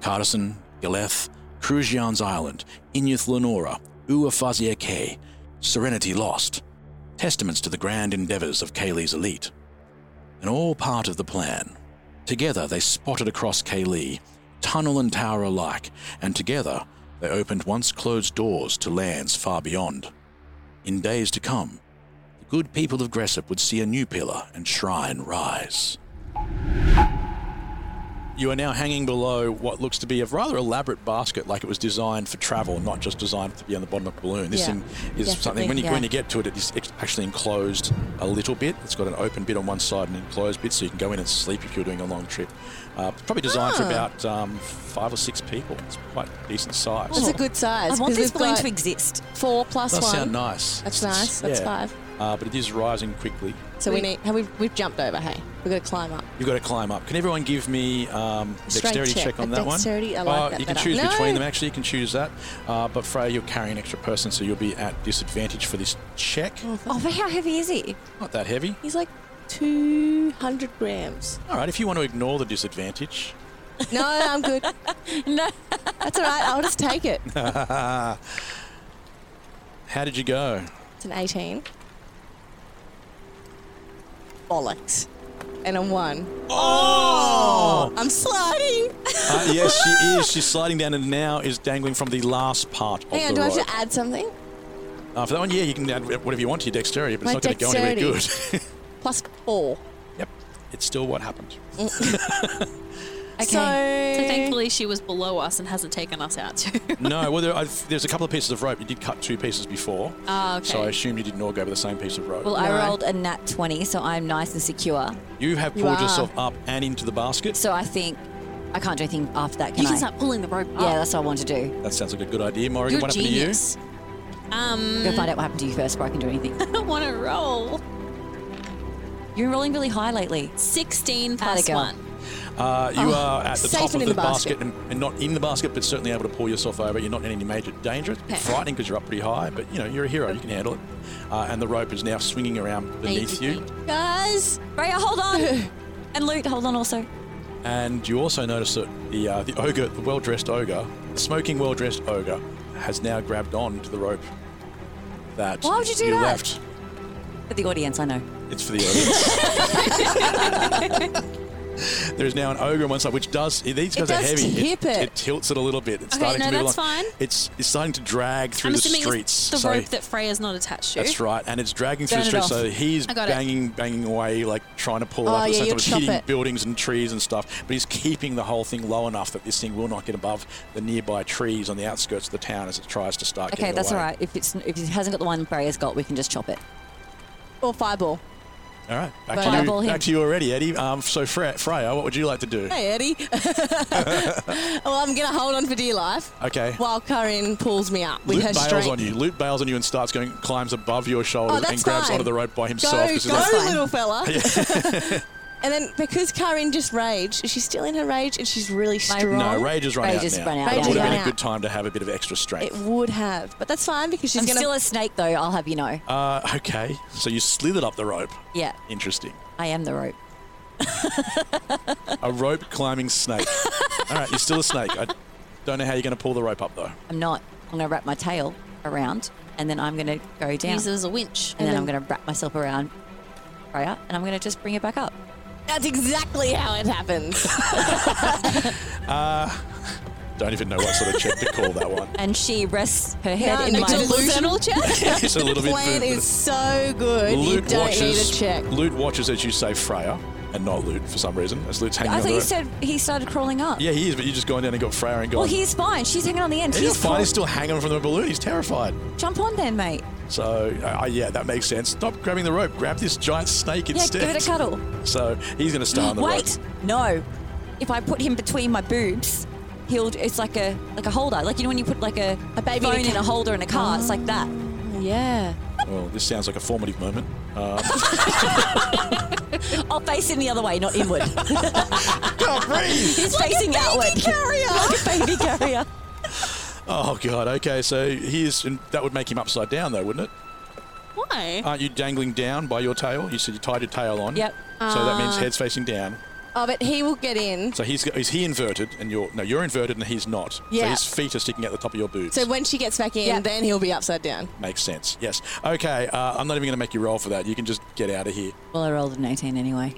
[SPEAKER 1] Cardason, Galeth, Cruzian's Island, Inuth Lenora, Uafazia K, Serenity Lost, testaments to the grand endeavours of Kaylee's elite. And all part of the plan. Together they spotted across Kaylee, tunnel and tower alike, and together they opened once closed doors to lands far beyond. In days to come, the good people of Gressop would see a new pillar and shrine rise. You are now hanging below what looks to be a rather elaborate basket, like it was designed for travel, not just designed to be on the bottom of a balloon. This
[SPEAKER 2] Yeah.
[SPEAKER 1] thing is
[SPEAKER 2] Definitely,
[SPEAKER 1] something. When you
[SPEAKER 2] yeah.
[SPEAKER 1] when you get to it, it is ex- actually enclosed a little bit. It's got an open bit on one side and an enclosed bit, so you can go in and sleep if you're doing a long trip. Uh, it's probably designed
[SPEAKER 3] Ah.
[SPEAKER 1] for about um, five or six people. It's quite decent size.
[SPEAKER 3] It's a good size.
[SPEAKER 2] I want
[SPEAKER 3] 'cause
[SPEAKER 2] this
[SPEAKER 3] we've
[SPEAKER 2] balloon
[SPEAKER 3] got
[SPEAKER 2] to exist.
[SPEAKER 3] four plus
[SPEAKER 1] Does
[SPEAKER 3] one.
[SPEAKER 1] sound nice.
[SPEAKER 3] That's
[SPEAKER 1] It's- it's-
[SPEAKER 3] nice. That's five.
[SPEAKER 1] Uh, but it is rising quickly.
[SPEAKER 3] So we need. Have we, we've jumped over. Hey, we've got to climb up.
[SPEAKER 1] You've got to climb up. Can everyone give me um,
[SPEAKER 3] Strength
[SPEAKER 1] dexterity
[SPEAKER 3] check.
[SPEAKER 1] check, on
[SPEAKER 3] A
[SPEAKER 1] that
[SPEAKER 3] dexterity, I
[SPEAKER 1] one?
[SPEAKER 3] like
[SPEAKER 1] Uh,
[SPEAKER 3] that
[SPEAKER 1] you can
[SPEAKER 3] better.
[SPEAKER 1] choose
[SPEAKER 3] No.
[SPEAKER 1] between them. Actually, you can choose that. Uh, but Freya, you're carrying an extra person, so you'll be at disadvantage for this check.
[SPEAKER 2] Oh, but how heavy is he?
[SPEAKER 1] Not that heavy.
[SPEAKER 3] He's like two hundred grams.
[SPEAKER 1] All right. If you want to ignore the disadvantage,
[SPEAKER 3] No, I'm good. no, that's all right. I'll just take it.
[SPEAKER 1] how did you go?
[SPEAKER 3] It's an eighteen. Bollocks. And a one.
[SPEAKER 1] Oh!
[SPEAKER 3] I'm sliding.
[SPEAKER 1] Uh, yes, she is. She's sliding down, and now is dangling from the last part of
[SPEAKER 3] Hang on.
[SPEAKER 1] the
[SPEAKER 3] Do I have
[SPEAKER 1] rope.
[SPEAKER 3] to add something?
[SPEAKER 1] Uh, for that one, yeah, you can add whatever you want to your dexterity, but
[SPEAKER 3] My
[SPEAKER 1] it's not going to go anywhere good.
[SPEAKER 3] dexterity. Plus four.
[SPEAKER 1] yep. It's still what happened.
[SPEAKER 3] Okay.
[SPEAKER 5] So
[SPEAKER 3] Oh.
[SPEAKER 5] thankfully, she was below us and hasn't taken us out too.
[SPEAKER 1] No, well, there, I, there's a couple of pieces of rope. You did cut two pieces before.
[SPEAKER 5] Ah, okay.
[SPEAKER 1] So I assume you didn't all go over the same piece of rope.
[SPEAKER 2] Well, I
[SPEAKER 3] No.
[SPEAKER 2] rolled a nat 20, so I'm nice and secure.
[SPEAKER 1] you have pulled
[SPEAKER 3] are.
[SPEAKER 1] yourself up and into the basket.
[SPEAKER 2] So I think I can't do anything after that, can
[SPEAKER 5] you
[SPEAKER 2] I?
[SPEAKER 5] can start pulling the rope up.
[SPEAKER 2] yeah, that's what I want to do.
[SPEAKER 1] That sounds like a good idea, Morgan.
[SPEAKER 5] You're
[SPEAKER 1] what happened
[SPEAKER 5] genius.
[SPEAKER 2] I'm
[SPEAKER 5] Um,
[SPEAKER 2] going to find out what happened to you first before I can do anything.
[SPEAKER 5] I don't want to roll.
[SPEAKER 2] You're rolling really high lately. How'd it
[SPEAKER 5] 16 plus
[SPEAKER 2] go?
[SPEAKER 5] one.
[SPEAKER 1] to you? Uh, you are at the
[SPEAKER 3] safe
[SPEAKER 1] top of
[SPEAKER 3] and in
[SPEAKER 1] the
[SPEAKER 3] the basket.
[SPEAKER 1] basket, and, and not in the basket, but certainly able to pull yourself over. You're not in any major danger. It's frightening because you're up pretty high, but you know you're a hero. You can handle it. Uh, and the rope is now swinging around beneath
[SPEAKER 5] Thank you,
[SPEAKER 1] you.
[SPEAKER 5] thank
[SPEAKER 2] Guys, Raya, hold on. and Loot, hold on also.
[SPEAKER 1] And you also notice that the uh, the ogre, the well-dressed ogre, the smoking well-dressed ogre, has now grabbed on to the rope. That
[SPEAKER 2] Why would you do that?
[SPEAKER 1] left.
[SPEAKER 2] For the audience, I know.
[SPEAKER 1] It's for the audience. There's now an ogre on one side, which does these guys
[SPEAKER 3] does
[SPEAKER 1] are heavy.
[SPEAKER 3] tip it.
[SPEAKER 1] tilts it a little bit. It's
[SPEAKER 5] Okay,
[SPEAKER 1] starting
[SPEAKER 5] no,
[SPEAKER 1] to move
[SPEAKER 5] that's
[SPEAKER 1] along.
[SPEAKER 5] fine.
[SPEAKER 1] It's it's starting to drag through
[SPEAKER 5] I'm
[SPEAKER 1] the
[SPEAKER 5] assuming
[SPEAKER 1] streets.
[SPEAKER 5] it's the
[SPEAKER 1] so
[SPEAKER 5] rope that Freya's not attached to.
[SPEAKER 1] that's right, and it's dragging through
[SPEAKER 2] Turn it
[SPEAKER 1] the streets.
[SPEAKER 2] off.
[SPEAKER 1] So he's
[SPEAKER 5] I got it.
[SPEAKER 1] banging, banging away, like trying to pull
[SPEAKER 3] Oh,
[SPEAKER 1] up at the
[SPEAKER 3] yeah,
[SPEAKER 1] same
[SPEAKER 3] you'll
[SPEAKER 1] time, It's
[SPEAKER 3] chop
[SPEAKER 1] hitting
[SPEAKER 3] it.
[SPEAKER 1] buildings and trees and stuff. But he's keeping the whole thing low enough that this thing will not get above the nearby trees on the outskirts of the town as it tries to start.
[SPEAKER 2] Okay,
[SPEAKER 1] getting
[SPEAKER 2] that's
[SPEAKER 1] away.
[SPEAKER 2] all right. If, it's, if it hasn't got the one Raya's got, we can just chop it.
[SPEAKER 3] Or fireball.
[SPEAKER 1] All right, back
[SPEAKER 3] But
[SPEAKER 1] to
[SPEAKER 2] I'll
[SPEAKER 1] you.
[SPEAKER 2] him.
[SPEAKER 1] Back to you already, Eddie. Um, so Fre- Freya, what would you like to do?
[SPEAKER 3] Hey, Eddie. well, I'm going to hold on for dear life
[SPEAKER 1] Okay.
[SPEAKER 3] while Corinne pulls me up with
[SPEAKER 1] Luke
[SPEAKER 3] her
[SPEAKER 1] bails
[SPEAKER 3] strength.
[SPEAKER 1] on you. Luke bails on you and starts going, climbs above your shoulders
[SPEAKER 3] Oh, that's
[SPEAKER 1] and grabs
[SPEAKER 3] fine.
[SPEAKER 1] onto the rope by
[SPEAKER 3] Go,
[SPEAKER 1] himself. 'cause he's
[SPEAKER 3] go,
[SPEAKER 1] like,
[SPEAKER 2] fine.
[SPEAKER 3] little fella. and then because Corinne just raged, she's still in her rage and she's really strong.
[SPEAKER 1] no, rage has run
[SPEAKER 2] Rage
[SPEAKER 1] out
[SPEAKER 2] has
[SPEAKER 1] now.
[SPEAKER 2] run out,
[SPEAKER 1] It
[SPEAKER 3] yeah.
[SPEAKER 1] would have
[SPEAKER 3] Run
[SPEAKER 1] been a
[SPEAKER 3] out.
[SPEAKER 1] good time to have a bit of extra strength.
[SPEAKER 3] It would have, but that's fine because she's
[SPEAKER 2] I'm
[SPEAKER 3] going
[SPEAKER 2] still
[SPEAKER 3] to.
[SPEAKER 2] a snake, though, I'll have you know.
[SPEAKER 1] Uh, okay, so you slithered up the rope.
[SPEAKER 2] yeah,
[SPEAKER 1] Interesting.
[SPEAKER 2] I am the rope.
[SPEAKER 1] A rope climbing snake. All right, you're still a snake. I don't know how you're going to pull the rope up though.
[SPEAKER 2] I'm not. I'm going to wrap my tail around, and then I'm going to go down.
[SPEAKER 5] Use it as a winch.
[SPEAKER 2] and then I'm going to wrap myself around Raya, and I'm going to just bring it back up.
[SPEAKER 3] That's exactly how it happens.
[SPEAKER 1] Don't even know what sort of check to call that one.
[SPEAKER 2] And she rests her head
[SPEAKER 3] No,
[SPEAKER 2] in
[SPEAKER 3] no,
[SPEAKER 2] my
[SPEAKER 3] just-
[SPEAKER 5] Delusional check?
[SPEAKER 1] It's a little bit.
[SPEAKER 3] Plan is so good. you
[SPEAKER 1] Loot
[SPEAKER 3] don't
[SPEAKER 1] watches.
[SPEAKER 3] need a check.
[SPEAKER 1] Loot watches as you say Freya, and not Loot for some reason. As Loot's hanging
[SPEAKER 2] I
[SPEAKER 1] on
[SPEAKER 2] thought
[SPEAKER 1] the
[SPEAKER 2] you
[SPEAKER 1] rope.
[SPEAKER 2] said he started crawling up.
[SPEAKER 1] yeah, he is, but you just gone down and got Freya and gone.
[SPEAKER 2] Well, he's fine. She's hanging on the end.
[SPEAKER 1] He's
[SPEAKER 2] He's
[SPEAKER 1] fine.
[SPEAKER 2] fine.
[SPEAKER 1] He's still hanging from the balloon. He's terrified.
[SPEAKER 2] Jump on then, mate.
[SPEAKER 1] So, uh, yeah, that makes sense. Stop grabbing the rope. Grab this giant snake
[SPEAKER 2] Yeah,
[SPEAKER 1] instead.
[SPEAKER 2] give it a cuddle.
[SPEAKER 1] So he's going to stay on the
[SPEAKER 2] Wait, no. If I put him between my boobs, he'll. It's like a like a holder. Like you know when you put like a
[SPEAKER 3] A baby in a
[SPEAKER 2] phone in a,
[SPEAKER 3] ca- Oh.
[SPEAKER 2] holder in a car. It's like that.
[SPEAKER 3] Yeah.
[SPEAKER 1] rope. Well, this sounds like a formative moment. Uh,
[SPEAKER 2] I'll face him the other way, not inward. He's facing outward. Carrier. like a baby carrier.
[SPEAKER 1] oh, God. Okay, so he is. And that would make him upside down, though, wouldn't it?
[SPEAKER 5] Why?
[SPEAKER 1] Aren't you dangling down by your tail? You said you tied your tail on.
[SPEAKER 2] Yep. Uh.
[SPEAKER 1] So that means head's facing down.
[SPEAKER 3] Oh, but he will get in.
[SPEAKER 1] So he's is he inverted and you're no you're inverted and he's not. So
[SPEAKER 3] Yeah.
[SPEAKER 1] his feet are sticking out the top of your boobs.
[SPEAKER 3] So when she gets back in,
[SPEAKER 2] Yeah.
[SPEAKER 3] then he'll be upside down.
[SPEAKER 1] Makes sense. Yes. Okay. Uh, I'm not even going to make you roll for that. You can just get out of here.
[SPEAKER 2] Well, I rolled an 18 anyway.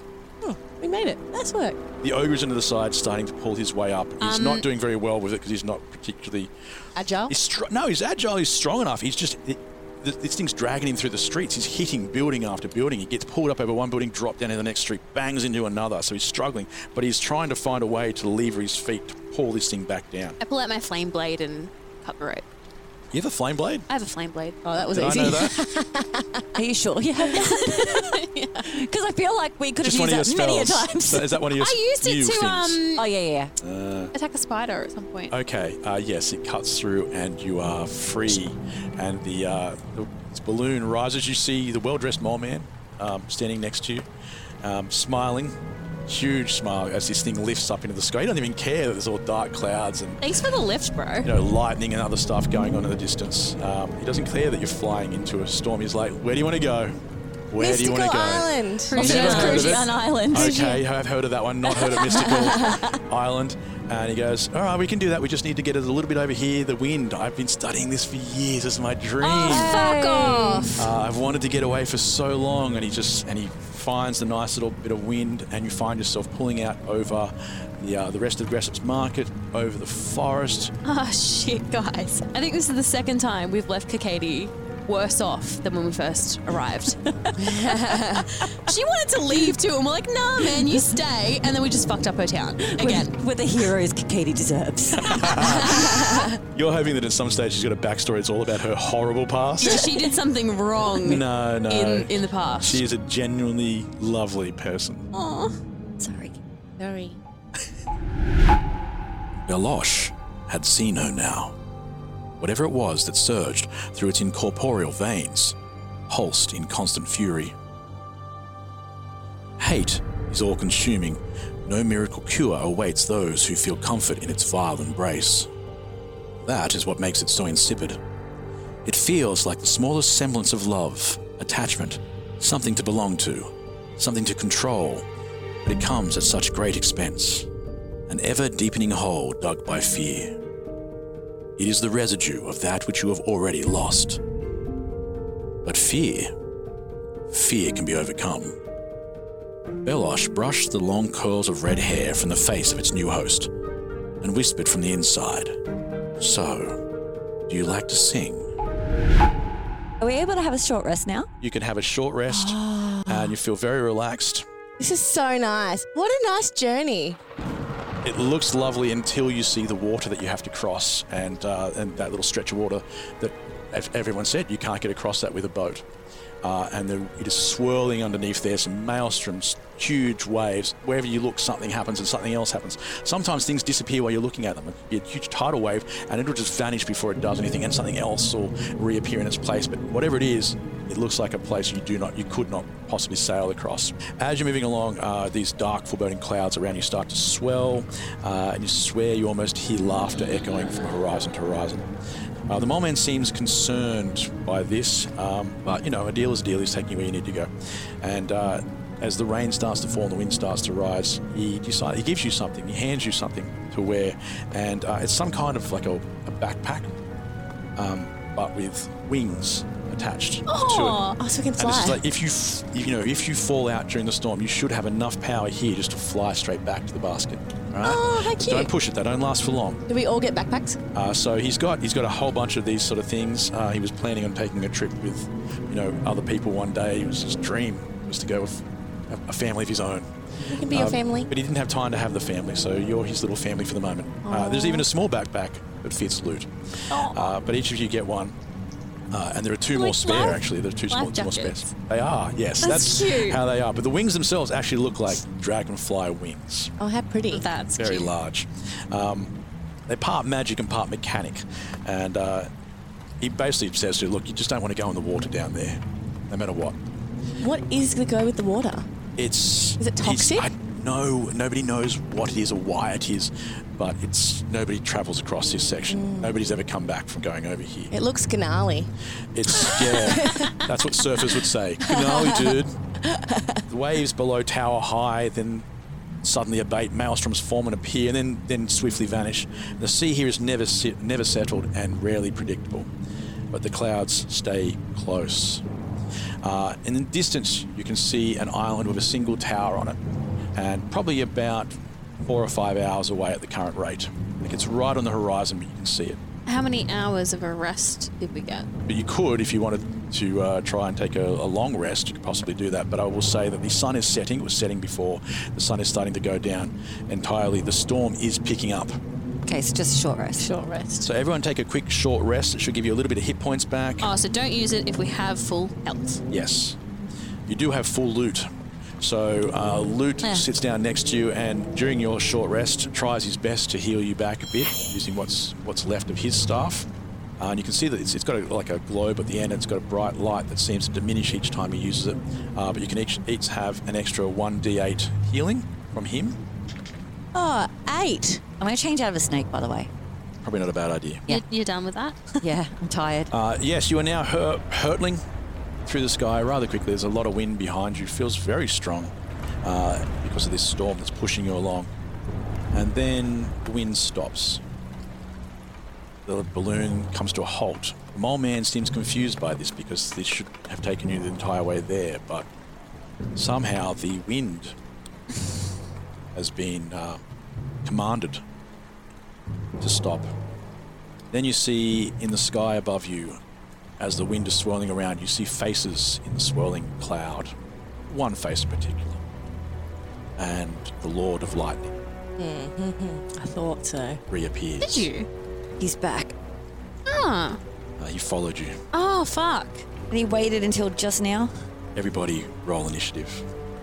[SPEAKER 3] We made it. Nice work.
[SPEAKER 1] The ogre's into the side, starting to pull his way up. He's not doing very well with it because he's not particularly.
[SPEAKER 3] Agile.
[SPEAKER 1] He's str- no, he's agile. He's strong enough. He's just. th- th- this thing's dragging him through the streets. He's hitting building after building. He gets pulled up over one building, dropped down into the next street, bangs into another. So he's struggling, but he's trying to find a way to lever his feet to pull this thing back down.
[SPEAKER 5] I pull out my flame blade and cut the rope.
[SPEAKER 1] You have a flame blade?
[SPEAKER 5] I have a flame blade.
[SPEAKER 3] Oh, that was
[SPEAKER 1] Did I
[SPEAKER 3] easy.
[SPEAKER 1] know that?
[SPEAKER 2] Are you sure? Yeah. Because I feel like we could have
[SPEAKER 1] Just one
[SPEAKER 2] used
[SPEAKER 1] of your
[SPEAKER 2] that many a
[SPEAKER 1] spells.
[SPEAKER 2] times.
[SPEAKER 1] So is that one of your
[SPEAKER 5] I used
[SPEAKER 1] new
[SPEAKER 5] it to
[SPEAKER 1] things?
[SPEAKER 5] um
[SPEAKER 2] oh yeah, yeah.
[SPEAKER 5] attack a spider at some point.
[SPEAKER 1] Okay, uh, yes, it cuts through and you are free. And the, uh, the this balloon rises. You see the well dressed mole man um, standing next to you, um, smiling, huge smile as this thing lifts up into the sky. You don't even care that there's all dark clouds and
[SPEAKER 5] Thanks for the lift, bro.
[SPEAKER 1] you know, lightning and other stuff going on in the distance. Um, he doesn't care that you're flying into a storm. He's like, Where do you want to go? Where do you
[SPEAKER 3] Mystical
[SPEAKER 1] want to go?
[SPEAKER 3] Island.
[SPEAKER 1] I've never
[SPEAKER 5] Cruise
[SPEAKER 1] heard of
[SPEAKER 5] ship.
[SPEAKER 1] it.
[SPEAKER 2] Cruise on island.
[SPEAKER 1] Okay, I've heard of that one. Not heard of Mystical Island. And he goes, all right, we can do that. We just need to get it a little bit over here. The wind. I've been studying this for years. It's my dream.
[SPEAKER 5] Fuck off.
[SPEAKER 1] Uh, I've wanted to get away for so long, and he just and he finds the nice little bit of wind, and you find yourself pulling out over the uh, the rest of Gressop's Market, over the forest.
[SPEAKER 5] Oh shit, guys. I think this is the second time we've left Kakadi worse off than when we first arrived. she wanted to leave too, and we're like, nah man, you stay. And then we just fucked up her town. Again.
[SPEAKER 2] We're the heroes Katie deserves.
[SPEAKER 1] You're hoping that at some stage she's got a backstory. It's all about her horrible past.
[SPEAKER 5] she did something wrong
[SPEAKER 1] No, no.
[SPEAKER 5] in, in the past.
[SPEAKER 1] she is a genuinely lovely person.
[SPEAKER 2] Sorry. Sorry.
[SPEAKER 1] Galosh had seen her now. Whatever it was that surged through its incorporeal veins, pulsed in constant fury. Hate is all consuming. No miracle cure awaits those who feel comfort in its vile embrace. That is what makes it so insipid. It feels like the smallest semblance of love, attachment, something to belong to, something to control, but it comes at such great expense an ever deepening hole dug by fear. It is the residue of that which you have already lost. But fear, fear can be overcome. Belosh brushed the long curls of red hair from the face of its new host and whispered from the inside So, do you like to sing?
[SPEAKER 2] Are we able to have a short rest now?
[SPEAKER 1] You can have a short rest and you feel very relaxed.
[SPEAKER 3] This is so nice. What a nice journey.
[SPEAKER 1] It looks lovely until you see the water that you have to cross, and uh, and that little stretch of water that ev- everyone said you can't get across that with a boat. Uh, and then it is swirling underneath there, some maelstroms, huge waves. Wherever you look, something happens and something else happens. Sometimes things disappear while you're looking at them. It'd be a huge tidal wave, and it'll just vanish before it does anything, and something else will reappear in its place. But whatever it is, it looks like a place you do not, you could not possibly sail across. As you're moving along, uh, these dark, foreboding clouds around you start to swell, uh, and you swear you almost hear laughter echoing from horizon to horizon. Uh, the mole man seems concerned by this, um, but you know, a deal is a deal. He's taking you where you need to go, and. Uh, as the rain starts to fall and the wind starts to rise, he decides, he gives you something, he hands you something to wear, and uh, it's some kind of like a, a backpack, um, but with wings attached to it.
[SPEAKER 5] Aw.
[SPEAKER 3] Oh, so we
[SPEAKER 1] And
[SPEAKER 3] can
[SPEAKER 1] it's just
[SPEAKER 3] fly.
[SPEAKER 1] like if you, f- you know, if you fall out during the storm, you should have enough power here just to fly straight back to the basket. Right?
[SPEAKER 3] Oh, how
[SPEAKER 1] But
[SPEAKER 3] cute.
[SPEAKER 1] Don't push it; they don't last for long.
[SPEAKER 3] Do we all get backpacks?
[SPEAKER 1] Uh, so he's got he's got a whole bunch of these sort of things. Uh, he was planning on taking a trip with, you know, other people one day. It was his dream was to go with a- a family of his own.
[SPEAKER 3] We can be your
[SPEAKER 1] Um,
[SPEAKER 3] family.
[SPEAKER 1] But he didn't have time to have the family, so you're his little family for the moment. Uh, there's even a small backpack that fits loot. Uh, but each of you get one. Uh, and there are two more
[SPEAKER 5] Oh. Like
[SPEAKER 1] spare,
[SPEAKER 5] life-
[SPEAKER 1] actually. There are two, small,
[SPEAKER 5] life
[SPEAKER 1] two more
[SPEAKER 5] jackets.
[SPEAKER 1] spares. They are, yes. That's,
[SPEAKER 5] That's cute.
[SPEAKER 1] how they are. But the wings themselves actually look like dragonfly wings,
[SPEAKER 3] Oh, how pretty.
[SPEAKER 5] That's
[SPEAKER 1] very
[SPEAKER 5] cute.
[SPEAKER 1] large. Um, they're part magic and part mechanic. And uh, he basically says to you, look, you just don't want to go in the water down there, no matter what.
[SPEAKER 3] What is the go with the water?
[SPEAKER 1] It's
[SPEAKER 3] Is it
[SPEAKER 1] it's-
[SPEAKER 3] toxic?
[SPEAKER 1] I, no, nobody knows what it is or why it is, but it's nobody travels across this
[SPEAKER 3] Mm.
[SPEAKER 1] section. Nobody's ever come back from going over here.
[SPEAKER 3] It looks gnarly.
[SPEAKER 1] It's yeah, that's what surfers would say. Gnarly, dude. The waves below tower high, then suddenly abate, maelstroms form and appear, and then then swiftly vanish. The sea here is never sit, never settled and rarely predictable, but the clouds stay close. Uh, in the distance, you can see an island with a single tower on it, and probably about four or five hours away at the current rate. Like it's right on the horizon, but you can see it.
[SPEAKER 5] How many hours of a rest did we get?
[SPEAKER 1] But you could, if you wanted to uh, try and take a, a long rest, you could possibly do that. But I will say that the sun is setting. It was setting before. The sun is starting to go down entirely. The storm is picking up.
[SPEAKER 2] Okay, so just a short rest.
[SPEAKER 8] Short rest.
[SPEAKER 1] So everyone take a quick short rest. It should give you a little bit of hit points back.
[SPEAKER 5] Oh, so don't use it if we have full health.
[SPEAKER 1] Yes. You do have full loot. So uh, loot
[SPEAKER 2] Yeah.
[SPEAKER 1] sits down next to you, and during your short rest, tries his best to heal you back a bit using what's what's left of his staff. Uh, and you can see that it's, it's got a, like a globe at the end. It's got a bright light that seems to diminish each time he uses it. Uh, but you can each, each have an extra 1d8 healing from him.
[SPEAKER 3] Oh, eight.
[SPEAKER 2] I'm going to change out of a snake, by the way.
[SPEAKER 1] Probably not a bad idea.
[SPEAKER 2] Yeah.
[SPEAKER 5] You're, you're done with that?
[SPEAKER 2] Yeah, I'm tired.
[SPEAKER 1] Uh, yes, you are now hur- hurtling through the sky rather quickly. There's a lot of wind behind you. Feels very strong uh, because of this storm that's pushing you along. And then the wind stops. The balloon comes to a halt. The mole man seems confused by this because this should have taken you the entire way there, but somehow the wind has been uh, commanded to stop. Then you see in the sky above you, as the wind is swirling around, you see faces in the swirling cloud. One face in particular. And the Lord of Lightning
[SPEAKER 3] Hmm, I thought so.
[SPEAKER 1] reappears.
[SPEAKER 5] Did you?
[SPEAKER 2] He's back.
[SPEAKER 5] Ah.
[SPEAKER 1] Uh, he followed you.
[SPEAKER 5] Oh, fuck.
[SPEAKER 2] And he waited until just now.
[SPEAKER 1] Everybody roll initiative.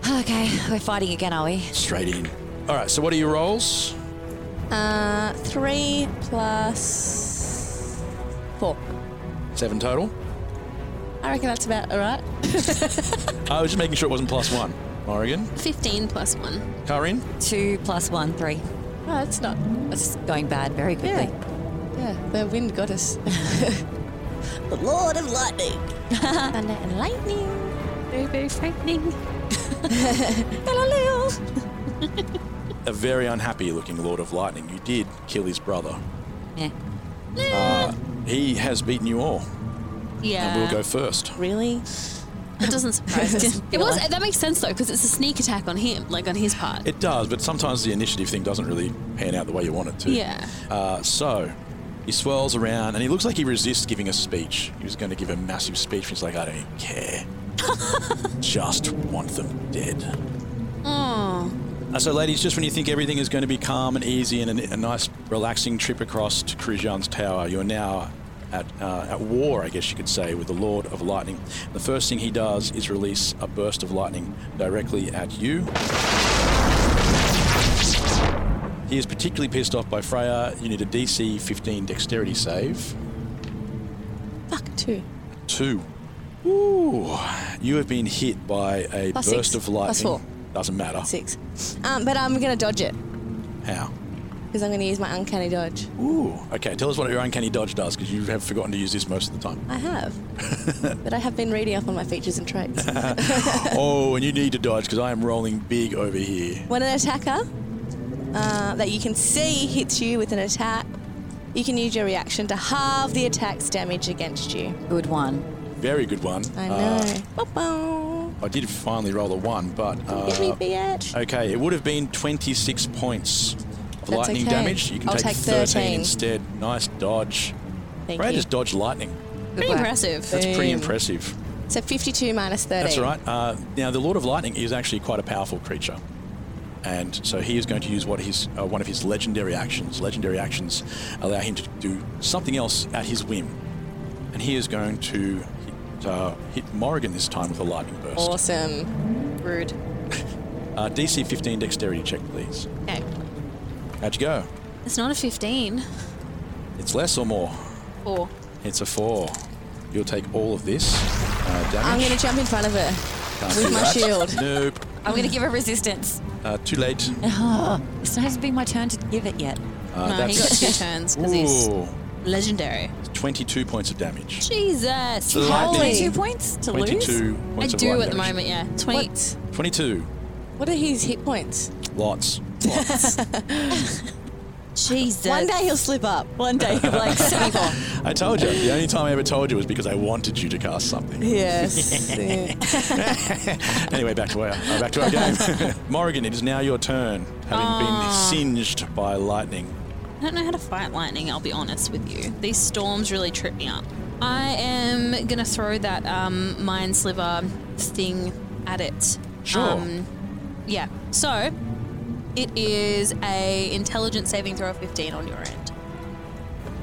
[SPEAKER 2] Oh, Okay, we're fighting again, are we?
[SPEAKER 1] Straight in. All right, so what are your rolls?
[SPEAKER 3] Uh, three plus four.
[SPEAKER 1] Seven total?
[SPEAKER 3] I reckon that's about all right.
[SPEAKER 1] I was just making sure it wasn't plus one. Oregon.
[SPEAKER 5] 15 plus 1.
[SPEAKER 1] Karin.
[SPEAKER 2] Two plus one, three.
[SPEAKER 8] Oh, that's not.
[SPEAKER 2] It's going bad very quickly.
[SPEAKER 8] Yeah, the wind goddess.
[SPEAKER 3] The Lord of Lightning.
[SPEAKER 8] Thunder and lightning.
[SPEAKER 5] Very, very frightening.
[SPEAKER 1] A very unhappy looking Lord of Lightning. You did kill his brother.
[SPEAKER 2] Yeah.
[SPEAKER 1] He has beaten you all.
[SPEAKER 5] Yeah.
[SPEAKER 1] And we'll go first.
[SPEAKER 3] Really?
[SPEAKER 5] That doesn't surprise me. it was. That makes sense though, because it's a sneak attack on him, like on his part.
[SPEAKER 1] It does, but sometimes the initiative thing doesn't really pan out the way you want it to.
[SPEAKER 5] Yeah.
[SPEAKER 1] Uh, so he swirls around and he looks like he resists giving a speech. He was going to give a massive speech, but he's like, I don't care. just want them dead.
[SPEAKER 5] Oh.
[SPEAKER 1] Uh, so, ladies, just when you think everything is going to be calm and easy and a, a nice, relaxing trip across to Krijan's tower, you're now at, uh, at war, I guess you could say, with the Lord of Lightning. The first thing he does is release a burst of lightning directly at you. He is particularly pissed off by Freya. You need a DC 15 dexterity save.
[SPEAKER 8] Fuck, two.
[SPEAKER 1] Two. Ooh. You have been hit by a
[SPEAKER 3] Plus
[SPEAKER 1] burst
[SPEAKER 3] six,
[SPEAKER 1] of lightning.
[SPEAKER 3] plus four.
[SPEAKER 1] Doesn't matter.
[SPEAKER 3] Six. Um, but I'm going to dodge it
[SPEAKER 1] How?
[SPEAKER 3] because I'm going to use my uncanny dodge.
[SPEAKER 1] Ooh. Okay, tell us what your uncanny dodge does, because you have forgotten to use this most of the time.
[SPEAKER 3] I have. but I have been reading up on my features and traits.
[SPEAKER 1] oh, and you need to dodge, because I am rolling big over here.
[SPEAKER 3] when an attacker uh, that you can see hits you with an attack, you can use your reaction to halve the attack's damage against you.
[SPEAKER 2] Good one.
[SPEAKER 1] Very good one.
[SPEAKER 3] I know.
[SPEAKER 1] Uh,
[SPEAKER 3] Bow, bow.
[SPEAKER 1] I did finally roll a one, but
[SPEAKER 3] Get me,
[SPEAKER 1] uh,
[SPEAKER 3] bitch.
[SPEAKER 1] okay, it would have been 26 points of lightning
[SPEAKER 3] okay.
[SPEAKER 1] damage. You can
[SPEAKER 3] I'll
[SPEAKER 1] take, 13.
[SPEAKER 3] take 13.
[SPEAKER 1] instead. Nice dodge.
[SPEAKER 3] Thank
[SPEAKER 1] Freya
[SPEAKER 3] you.
[SPEAKER 1] just dodged lightning.
[SPEAKER 2] Good
[SPEAKER 5] Pretty
[SPEAKER 2] work.
[SPEAKER 5] impressive.
[SPEAKER 1] That's pretty
[SPEAKER 3] Boom.
[SPEAKER 1] impressive.
[SPEAKER 3] So 52 minus 13.
[SPEAKER 1] That's all right. Uh, now, the Lord of Lightning is actually quite a powerful creature. And so he is going to use what his, uh, one of his legendary actions. Legendary actions allow him to do something else at his whim. And he is going to hit, uh, hit Morrigan this time with a lightning burst.
[SPEAKER 3] Awesome. Rude.
[SPEAKER 1] Uh, DC 15 dexterity check, please.
[SPEAKER 5] Okay.
[SPEAKER 1] How'd you go?
[SPEAKER 5] It's not a 15.
[SPEAKER 1] It's less or more?
[SPEAKER 5] Four.
[SPEAKER 1] It's a four. You'll take all of this uh, damage.
[SPEAKER 3] I'm going to jump in front of her.
[SPEAKER 1] Can't
[SPEAKER 3] with
[SPEAKER 1] do
[SPEAKER 3] my
[SPEAKER 1] that.
[SPEAKER 3] shield.
[SPEAKER 1] Nope.
[SPEAKER 2] I'm going to give her resistance.
[SPEAKER 1] Uh, too late.
[SPEAKER 2] It's not hasn't been my turn to give it yet.
[SPEAKER 1] Uh,
[SPEAKER 5] no, he got
[SPEAKER 1] that's
[SPEAKER 5] two turns because he's
[SPEAKER 1] Ooh,
[SPEAKER 5] legendary.
[SPEAKER 1] 22 points of damage.
[SPEAKER 5] Jesus.
[SPEAKER 1] Lightning.
[SPEAKER 5] Holy.
[SPEAKER 2] 22 points to lose?
[SPEAKER 1] 22
[SPEAKER 5] I
[SPEAKER 1] points of
[SPEAKER 5] do
[SPEAKER 1] lightning
[SPEAKER 5] at the
[SPEAKER 1] damage.
[SPEAKER 5] moment, yeah. 20.
[SPEAKER 3] What?
[SPEAKER 1] 22.
[SPEAKER 3] What are his hit points?
[SPEAKER 1] Lots.
[SPEAKER 5] Jesus.
[SPEAKER 3] One day he'll slip up.
[SPEAKER 2] One day you're like 74.
[SPEAKER 1] I told you. The only time I ever told you was because I wanted you to cast something.
[SPEAKER 3] Yes. Yeah.
[SPEAKER 1] anyway, back to our uh, back to our game. Morrigan, it is now your turn, having
[SPEAKER 5] Ah.
[SPEAKER 1] been singed by lightning.
[SPEAKER 5] I don't know how to fight lightning, I'll be honest with you. These storms really trip me up. I am gonna throw that um, mind sliver thing at it. Um,
[SPEAKER 1] Sure.
[SPEAKER 5] yeah. So it is a intelligence saving throw of 15 on your end.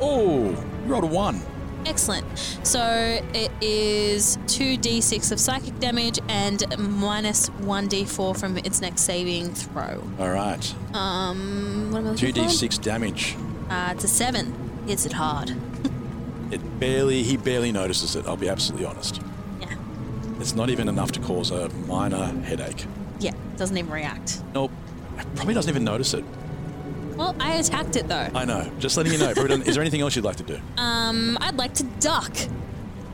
[SPEAKER 1] Oh, you rolled a one.
[SPEAKER 5] Excellent. So it is 2d6 of psychic damage and minus 1d4 from its next saving throw.
[SPEAKER 1] All right.
[SPEAKER 5] Um, what am I looking
[SPEAKER 1] Two
[SPEAKER 5] for?
[SPEAKER 1] d six damage.
[SPEAKER 5] Uh, it's a 7. Hits it hard.
[SPEAKER 1] It barely he barely notices it. I'll be absolutely honest.
[SPEAKER 5] Yeah.
[SPEAKER 1] It's not even enough to cause a minor headache.
[SPEAKER 5] Yeah, doesn't even react.
[SPEAKER 1] Nope. Probably doesn't even notice it.
[SPEAKER 5] Well, I attacked it though.
[SPEAKER 1] I know. Just letting you know. Probably doesn't- Is there anything else you'd like to do?
[SPEAKER 5] Um, I'd like to duck.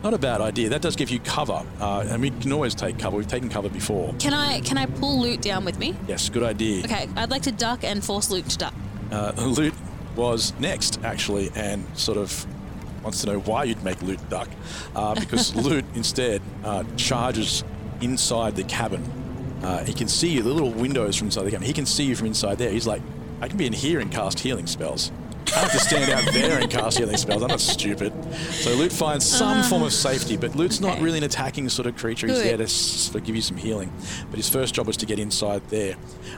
[SPEAKER 1] Not a bad idea. That does give you cover, uh, and we can always take cover. We've taken cover before.
[SPEAKER 5] Can I can I pull loot down with me?
[SPEAKER 1] Yes, good idea.
[SPEAKER 5] Okay, I'd like to duck and force loot to duck.
[SPEAKER 1] Uh, loot was next, actually, and sort of wants to know why you'd make loot duck, uh, because loot instead uh, charges inside the cabin. Uh, he can see you, the little windows from inside the cabin. He can see you from inside there. He's like, I can be in here and cast healing spells. I have to stand out there and cast healing spells. I'm not stupid. So Loot finds some form of safety, but Loot's not really an attacking sort of creature. He's
[SPEAKER 5] Good.
[SPEAKER 1] there to s- sort of give you some healing. But his first job was to get inside there.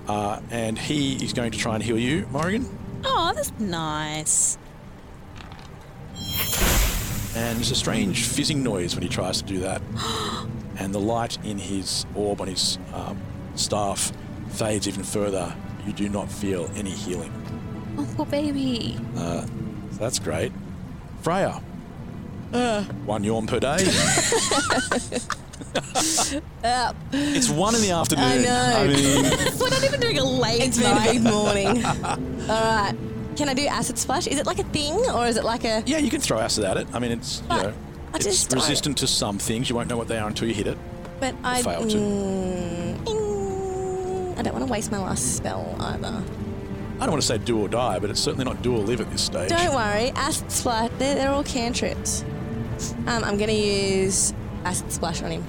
[SPEAKER 1] Uh, and he is going to try and heal you, Morrigan.
[SPEAKER 5] Oh, that's nice.
[SPEAKER 1] And there's a strange fizzing noise when he tries to do that. and the light in his orb on his um, staff fades even further. You do not feel any healing. Uh,
[SPEAKER 5] Oh, poor baby.
[SPEAKER 1] So that's great. Freya. Uh, One yawn per day.
[SPEAKER 3] Uh,
[SPEAKER 1] it's one in the afternoon. I
[SPEAKER 3] know.
[SPEAKER 1] mean,
[SPEAKER 5] We're not even doing a late
[SPEAKER 3] It's been a big morning. All right. Can I do acid splash? Is it like a thing or is it like a.
[SPEAKER 1] yeah, you can throw acid at it. I mean, it's you know,
[SPEAKER 3] I
[SPEAKER 1] it's
[SPEAKER 3] just- I-
[SPEAKER 1] resistant to some things. You won't know what they are until you hit it.
[SPEAKER 3] But I.
[SPEAKER 1] fail to.
[SPEAKER 3] Mm, I don't want to waste my last spell either.
[SPEAKER 1] I don't want to say do or die, but it's certainly not do or live at this stage.
[SPEAKER 3] Don't worry, acid splash. They're, they're all cantrips. Um, I'm gonna use acid splash on him.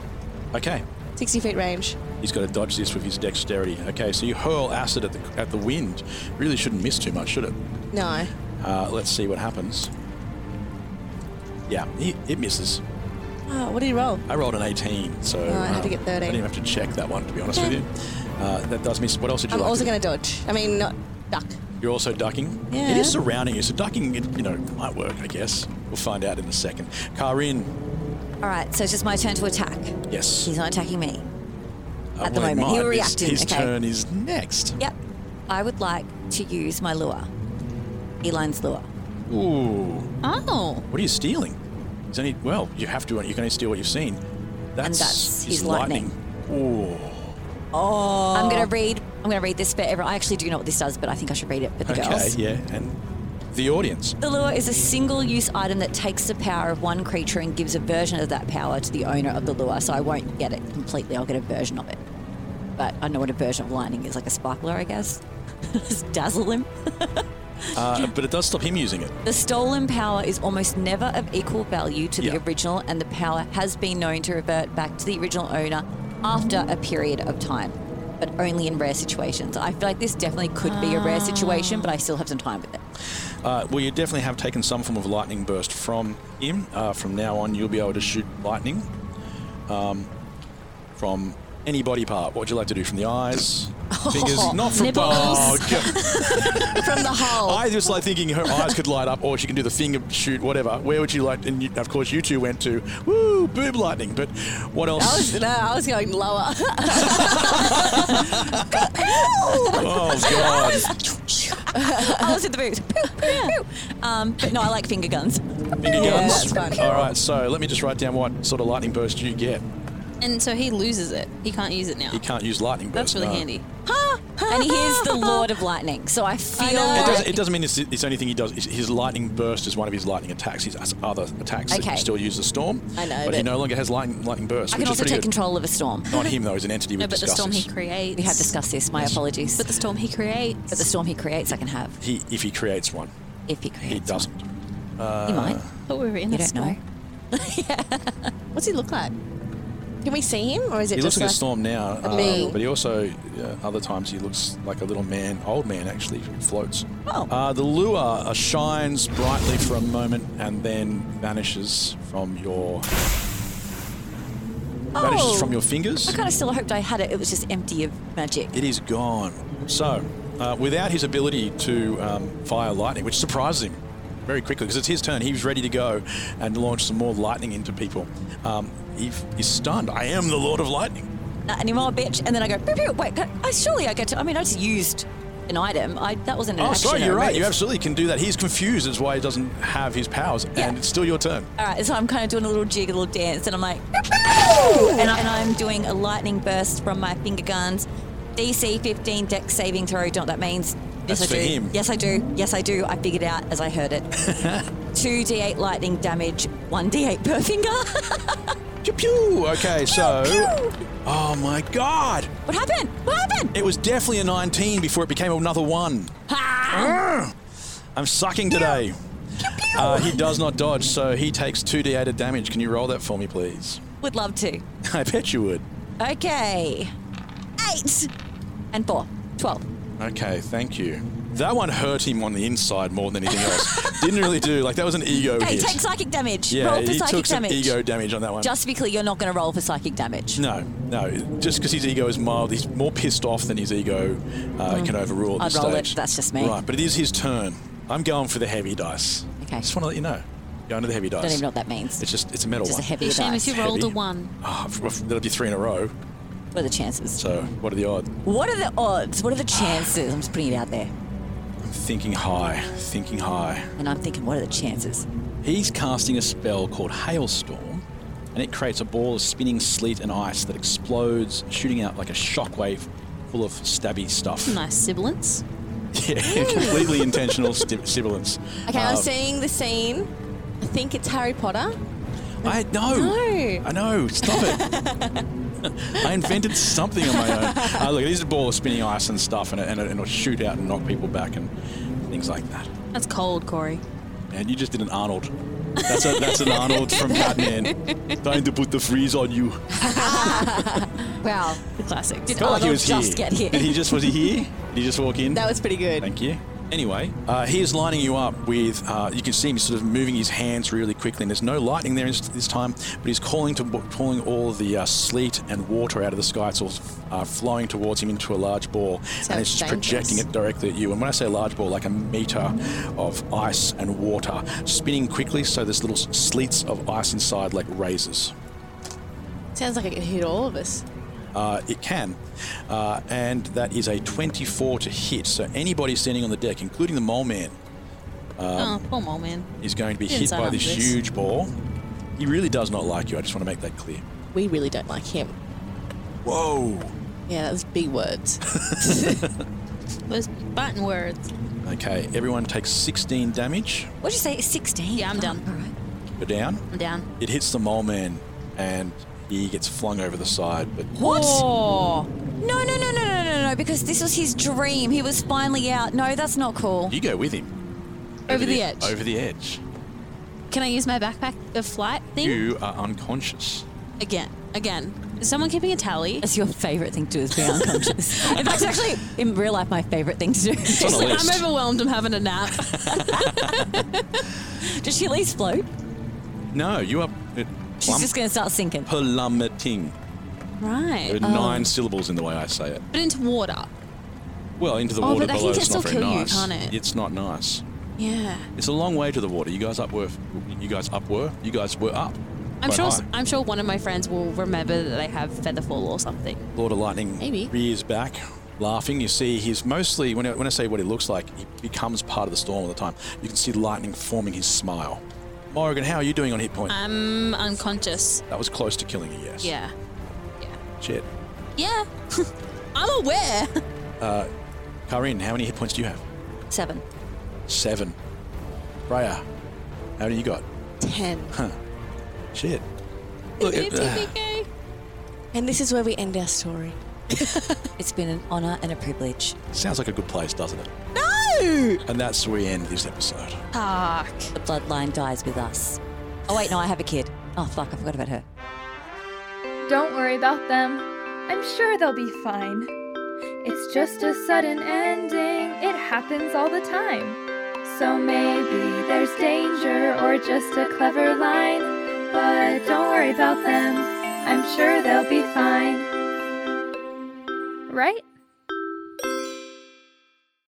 [SPEAKER 1] Okay.
[SPEAKER 3] 60 feet range.
[SPEAKER 1] He's got to dodge this with his dexterity. Okay, so you hurl acid at the, at the wind. Really shouldn't miss too much, should it?
[SPEAKER 3] No.
[SPEAKER 1] Uh, let's see what happens. Yeah, he, it misses.
[SPEAKER 3] Oh, what did he roll?
[SPEAKER 1] I rolled an 18, so
[SPEAKER 3] Oh, I had to
[SPEAKER 1] um,
[SPEAKER 3] get 13.
[SPEAKER 1] I didn't have to check that one, to be honest with you. Uh, that does miss. What else did you
[SPEAKER 3] I'm
[SPEAKER 1] like?
[SPEAKER 3] also
[SPEAKER 1] to-
[SPEAKER 3] gonna dodge. I mean, not duck.
[SPEAKER 1] You're also ducking.
[SPEAKER 3] Yeah.
[SPEAKER 1] It is surrounding you, so ducking, it, you know, might work, I guess. We'll find out in a second. Karin,
[SPEAKER 2] All right, so it's just my turn to attack.
[SPEAKER 1] yes.
[SPEAKER 2] He's not attacking me.
[SPEAKER 1] Uh,
[SPEAKER 2] at the
[SPEAKER 1] well, he
[SPEAKER 2] moment, he
[SPEAKER 1] might.
[SPEAKER 2] will
[SPEAKER 1] It's-
[SPEAKER 2] react in,
[SPEAKER 1] His
[SPEAKER 2] okay.
[SPEAKER 1] turn is next.
[SPEAKER 2] Yep. I would like to use my lure, Eline's lure.
[SPEAKER 1] Ooh.
[SPEAKER 5] Oh,
[SPEAKER 1] What are you stealing? It's only well, you have to. You can only steal what you've seen. That's,
[SPEAKER 2] that's
[SPEAKER 1] his
[SPEAKER 2] his lightning.
[SPEAKER 1] Ooh.
[SPEAKER 2] I'm gonna read. I'm gonna read this bit. everyone- I actually do know what this does, but I think I should read it. But the
[SPEAKER 1] Okay.
[SPEAKER 2] girls.
[SPEAKER 1] Yeah. And the audience.
[SPEAKER 2] The lure is a single-use item that takes the power of one creature and gives a version of that power to the owner of the lure. So I won't get it completely. I'll get a version of it. But I know what a version of lightning is, like a sparkler, I guess. Just dazzle them.
[SPEAKER 1] Uh, but it does stop him using it.
[SPEAKER 2] The stolen power is almost never of equal value to
[SPEAKER 1] Yeah.
[SPEAKER 2] the original, and the power has been known to revert back to the original owner after a period of time, but only in rare situations. I feel like this definitely could be a rare situation, but I still have some time with it.
[SPEAKER 1] Uh, well, you definitely have taken some form of lightning burst from him. Uh, from now on, you'll be able to shoot lightning um, from any body part. What would you like to do? From the eyes, fingers, not from
[SPEAKER 5] nipples.
[SPEAKER 1] Oh, God.
[SPEAKER 3] From the hole.
[SPEAKER 1] I just like thinking her eyes could light up, or she can do the finger shoot, whatever. Where would you like? And you, of course, you two went to woo boob lightning. But what else?
[SPEAKER 2] Oh,
[SPEAKER 3] I was, no, I was going lower.
[SPEAKER 1] Oh god!
[SPEAKER 2] I was Oh, in the booth. um, but no, I like finger guns.
[SPEAKER 1] Finger guns.
[SPEAKER 3] that's fine.
[SPEAKER 1] All right, so let me just write down what sort of lightning burst you get.
[SPEAKER 5] and so he loses it. He can't use it now.
[SPEAKER 1] You can't use lightning burst.
[SPEAKER 5] That's really
[SPEAKER 1] no.
[SPEAKER 5] handy.
[SPEAKER 2] And he is the Lord of Lightning, so I feel
[SPEAKER 1] It
[SPEAKER 2] like-
[SPEAKER 1] doesn't, it doesn't mean it's, it's only thing he does. It's- His lightning burst is one of his lightning attacks. His other attacks that
[SPEAKER 2] Okay.
[SPEAKER 1] still use the storm.
[SPEAKER 3] I know,
[SPEAKER 1] but, he
[SPEAKER 3] but-
[SPEAKER 1] no longer has lightning, lightning burst,
[SPEAKER 2] I
[SPEAKER 1] which
[SPEAKER 2] can
[SPEAKER 1] is
[SPEAKER 2] also
[SPEAKER 1] pretty
[SPEAKER 2] take
[SPEAKER 1] good.
[SPEAKER 2] control of a storm.
[SPEAKER 1] Not him though; he's an entity we've
[SPEAKER 5] No, but the
[SPEAKER 1] discussed.
[SPEAKER 5] storm he
[SPEAKER 1] this.
[SPEAKER 5] creates.
[SPEAKER 2] We have discussed this. My apologies.
[SPEAKER 5] But the storm he creates.
[SPEAKER 2] But the storm he creates, I can have
[SPEAKER 1] He- if he creates one,
[SPEAKER 2] if he
[SPEAKER 1] he Uh,
[SPEAKER 2] creates.
[SPEAKER 1] doesn't.
[SPEAKER 2] He might.
[SPEAKER 5] I thought we were in
[SPEAKER 2] You
[SPEAKER 5] a
[SPEAKER 2] don't
[SPEAKER 5] storm.
[SPEAKER 2] know.
[SPEAKER 3] What's he look like? Can we see him, or is it
[SPEAKER 1] He looks
[SPEAKER 3] just
[SPEAKER 1] like a
[SPEAKER 3] like
[SPEAKER 1] storm now, uh,
[SPEAKER 3] bee.
[SPEAKER 1] but he also uh, other times he looks like a little man, old man actually, who floats.
[SPEAKER 3] Oh.
[SPEAKER 1] Uh, the lure uh, shines brightly for a moment and then vanishes from your vanishes from your fingers.
[SPEAKER 2] I kind of still hoped I had it. It was just empty of magic.
[SPEAKER 1] It is gone. So, uh, without his ability to um, fire lightning, which surprises him very quickly because it's his turn, he was ready to go and launch some more lightning into people. Um, he f- is stunned. I am the Lord of Lightning.
[SPEAKER 2] Not anymore, bitch. And then I go, pew, pew, wait, I, surely I get to. I mean, I just used an item. I, that wasn't an
[SPEAKER 1] Oh,
[SPEAKER 2] action.
[SPEAKER 1] sorry,
[SPEAKER 2] or a
[SPEAKER 1] you're right. You
[SPEAKER 2] move.
[SPEAKER 1] absolutely can do that. He's confused as why he doesn't have his powers, and it's still your turn.
[SPEAKER 2] All right, so I'm kind of doing a little jig, a little dance, and I'm like, and, I, and I'm doing a lightning burst from my finger guns. DC 15 deck saving throw. Don't that means? Yes,
[SPEAKER 1] That's
[SPEAKER 2] I
[SPEAKER 1] for
[SPEAKER 2] do.
[SPEAKER 1] him.
[SPEAKER 2] Yes, I do. Yes, I do. I figured out as I heard it. Two D8 lightning damage, one D8 per finger.
[SPEAKER 1] Pew pew. Okay, so. Oh my god!
[SPEAKER 2] what happened? What happened?
[SPEAKER 1] It was definitely a 19 before it became another one. Uh, Arr! I'm sucking today. Uh, he does not dodge, so he takes 2d8 of damage. Can you roll that for me, please?
[SPEAKER 2] Would love to.
[SPEAKER 1] I bet you would.
[SPEAKER 2] Okay, eight and four. Twelve.
[SPEAKER 1] Okay, thank you. That one hurt him on the inside more than anything else. Didn't really do, like, that was an ego
[SPEAKER 2] Okay,
[SPEAKER 1] hit.
[SPEAKER 2] take psychic damage.
[SPEAKER 1] yeah,
[SPEAKER 2] roll for
[SPEAKER 1] he
[SPEAKER 2] psychic
[SPEAKER 1] took some
[SPEAKER 2] damage.
[SPEAKER 1] ego damage on that one.
[SPEAKER 2] Just to be clear, you're not going to roll for psychic damage.
[SPEAKER 1] no, no, just because his ego is mild, he's more pissed off than his ego uh, can overrule at
[SPEAKER 2] Mm. I'd
[SPEAKER 1] this
[SPEAKER 2] roll it,
[SPEAKER 1] stage.
[SPEAKER 2] that's just me.
[SPEAKER 1] Right, but it is his turn. I'm going for the heavy dice.
[SPEAKER 2] Okay.
[SPEAKER 1] Just want to let you know. Going to the heavy dice.
[SPEAKER 2] Don't even know what that means.
[SPEAKER 1] It's just it's a metal
[SPEAKER 2] Just a
[SPEAKER 1] one.
[SPEAKER 2] heavier
[SPEAKER 5] Shame
[SPEAKER 2] dice.
[SPEAKER 5] if you rolled a
[SPEAKER 1] Heavy.
[SPEAKER 5] one.
[SPEAKER 1] Ah, f- f- that'll be three in a row.
[SPEAKER 2] What are the chances?
[SPEAKER 1] So what are the odds?
[SPEAKER 2] What are the odds? What are the chances? I'm just putting it out there.
[SPEAKER 1] I'm thinking high, thinking high.
[SPEAKER 2] And I'm thinking, what are the chances?
[SPEAKER 1] He's casting a spell called Hailstorm, and it creates a ball of spinning sleet and ice that explodes, shooting out like a shockwave full of stabby stuff.
[SPEAKER 5] Nice sibilance.
[SPEAKER 1] Yeah, completely intentional sti- sibilance.
[SPEAKER 8] Okay, I'm
[SPEAKER 1] Um,
[SPEAKER 8] seeing the scene. I think it's Harry Potter.
[SPEAKER 1] Uh, I know.
[SPEAKER 8] No.
[SPEAKER 1] I know. Stop it. I invented something on my own. Uh, look, it is a ball of spinning ice and stuff, and, it, and, it, and it'll shoot out and knock people back and things like that.
[SPEAKER 5] That's cold, Corey.
[SPEAKER 1] Man, you just did an Arnold. That's, a, that's an Arnold from Batman. Time to put the freeze on you.
[SPEAKER 2] Wow.
[SPEAKER 5] Classic.
[SPEAKER 2] Did
[SPEAKER 1] Felt like he
[SPEAKER 2] Arnold
[SPEAKER 1] was here.
[SPEAKER 2] just get here?
[SPEAKER 1] Did he just was he here? Did he just walk in?
[SPEAKER 3] That was pretty good.
[SPEAKER 1] Thank you. Anyway, uh, he is lining you up with. Uh, you can see him sort of moving his hands really quickly, and there's no lightning there this this time. But he's calling to calling all the uh, sleet and water out of the sky. It's all uh, flowing towards him into a large ball, and it's just
[SPEAKER 8] dangerous.
[SPEAKER 1] projecting it directly at you. And when I say large ball, like a meter of ice and water spinning quickly, so there's little sleets of ice inside, like razors.
[SPEAKER 8] Sounds like it could hit all of us.
[SPEAKER 1] Uh, it can. Uh, and that is a 24 to hit. So anybody standing on the deck, including the mole man, Um,
[SPEAKER 5] oh, poor mole man.
[SPEAKER 1] is going to be
[SPEAKER 5] Didn't
[SPEAKER 1] hit
[SPEAKER 5] sign
[SPEAKER 1] by
[SPEAKER 5] up
[SPEAKER 1] this
[SPEAKER 5] for this.
[SPEAKER 1] huge ball. He really does not like you. I just want to make that clear.
[SPEAKER 8] We really don't like him.
[SPEAKER 1] Whoa.
[SPEAKER 8] Yeah, that was big words.
[SPEAKER 5] Those button words.
[SPEAKER 1] Okay, everyone takes 16 damage.
[SPEAKER 2] What'd you say? Oh, 16?
[SPEAKER 5] Yeah, I'm done.
[SPEAKER 2] All right.
[SPEAKER 1] Go down.
[SPEAKER 5] I'm down.
[SPEAKER 1] It hits the mole man and he gets flung over the side. But
[SPEAKER 2] What? Oh. No, no, no, no, no, no, no, because this was his dream. He was finally out. No, that's not cool.
[SPEAKER 1] you go with him.
[SPEAKER 5] Over the edge.
[SPEAKER 1] Over the edge.
[SPEAKER 5] Can I use my backpack, the flight thing?
[SPEAKER 1] You are unconscious.
[SPEAKER 5] Again. Again. Is someone keeping a tally?
[SPEAKER 2] That's your favourite thing to do is be unconscious. In fact, it's actually in real life my favourite thing to do.
[SPEAKER 1] It's on a list.
[SPEAKER 5] I'm overwhelmed. I'm having a nap.
[SPEAKER 2] Does she at least float?
[SPEAKER 1] No, you are uh,
[SPEAKER 2] She's
[SPEAKER 1] plum-
[SPEAKER 2] just going to start sinking.
[SPEAKER 1] plummeting. There
[SPEAKER 5] right.
[SPEAKER 1] are nine syllables in the way I say it.
[SPEAKER 5] But into water.
[SPEAKER 1] Well, into the
[SPEAKER 5] Oh,
[SPEAKER 1] water
[SPEAKER 5] but I
[SPEAKER 1] below.
[SPEAKER 5] think
[SPEAKER 1] it's
[SPEAKER 5] it
[SPEAKER 1] not
[SPEAKER 5] still
[SPEAKER 1] very
[SPEAKER 5] kill you,
[SPEAKER 1] nice.
[SPEAKER 5] can't it?
[SPEAKER 1] It's not nice.
[SPEAKER 5] Yeah.
[SPEAKER 1] It's a long way to the water. You guys up were. You guys up were. You guys were up.
[SPEAKER 5] I'm
[SPEAKER 1] Quite
[SPEAKER 5] sure.
[SPEAKER 1] high.
[SPEAKER 5] I'm sure one of my friends will remember that they have featherfall or something.
[SPEAKER 1] Lord of Lightning
[SPEAKER 8] Maybe.
[SPEAKER 1] rears back, laughing. You see, he's mostly when I, when I say what he looks like, he becomes part of the storm all the time. You can see lightning forming his smile. Morrigan, how are you doing on hit point?
[SPEAKER 5] I'm unconscious.
[SPEAKER 1] that was close to killing you. Yes.
[SPEAKER 5] Um, Yeah.
[SPEAKER 1] Shit.
[SPEAKER 5] Yeah. I'm aware.
[SPEAKER 1] Karin, how many hit points do you have?
[SPEAKER 2] Seven.
[SPEAKER 1] Seven. Raya, how many you got?
[SPEAKER 8] Ten.
[SPEAKER 1] Shit. Look at
[SPEAKER 8] And this is where we end our story.
[SPEAKER 2] It's been an honour and a privilege.
[SPEAKER 1] Sounds like a good place, doesn't it? No. And that's where we end this episode.
[SPEAKER 2] The bloodline dies with us. Oh, wait, no, I have a kid. Oh, fuck, I forgot about her.
[SPEAKER 6] Don't worry about them. I'm sure they'll be fine. It's just a sudden ending, it happens all the time. So maybe there's danger or just a clever line. But don't worry about them, I'm sure they'll be fine. Right?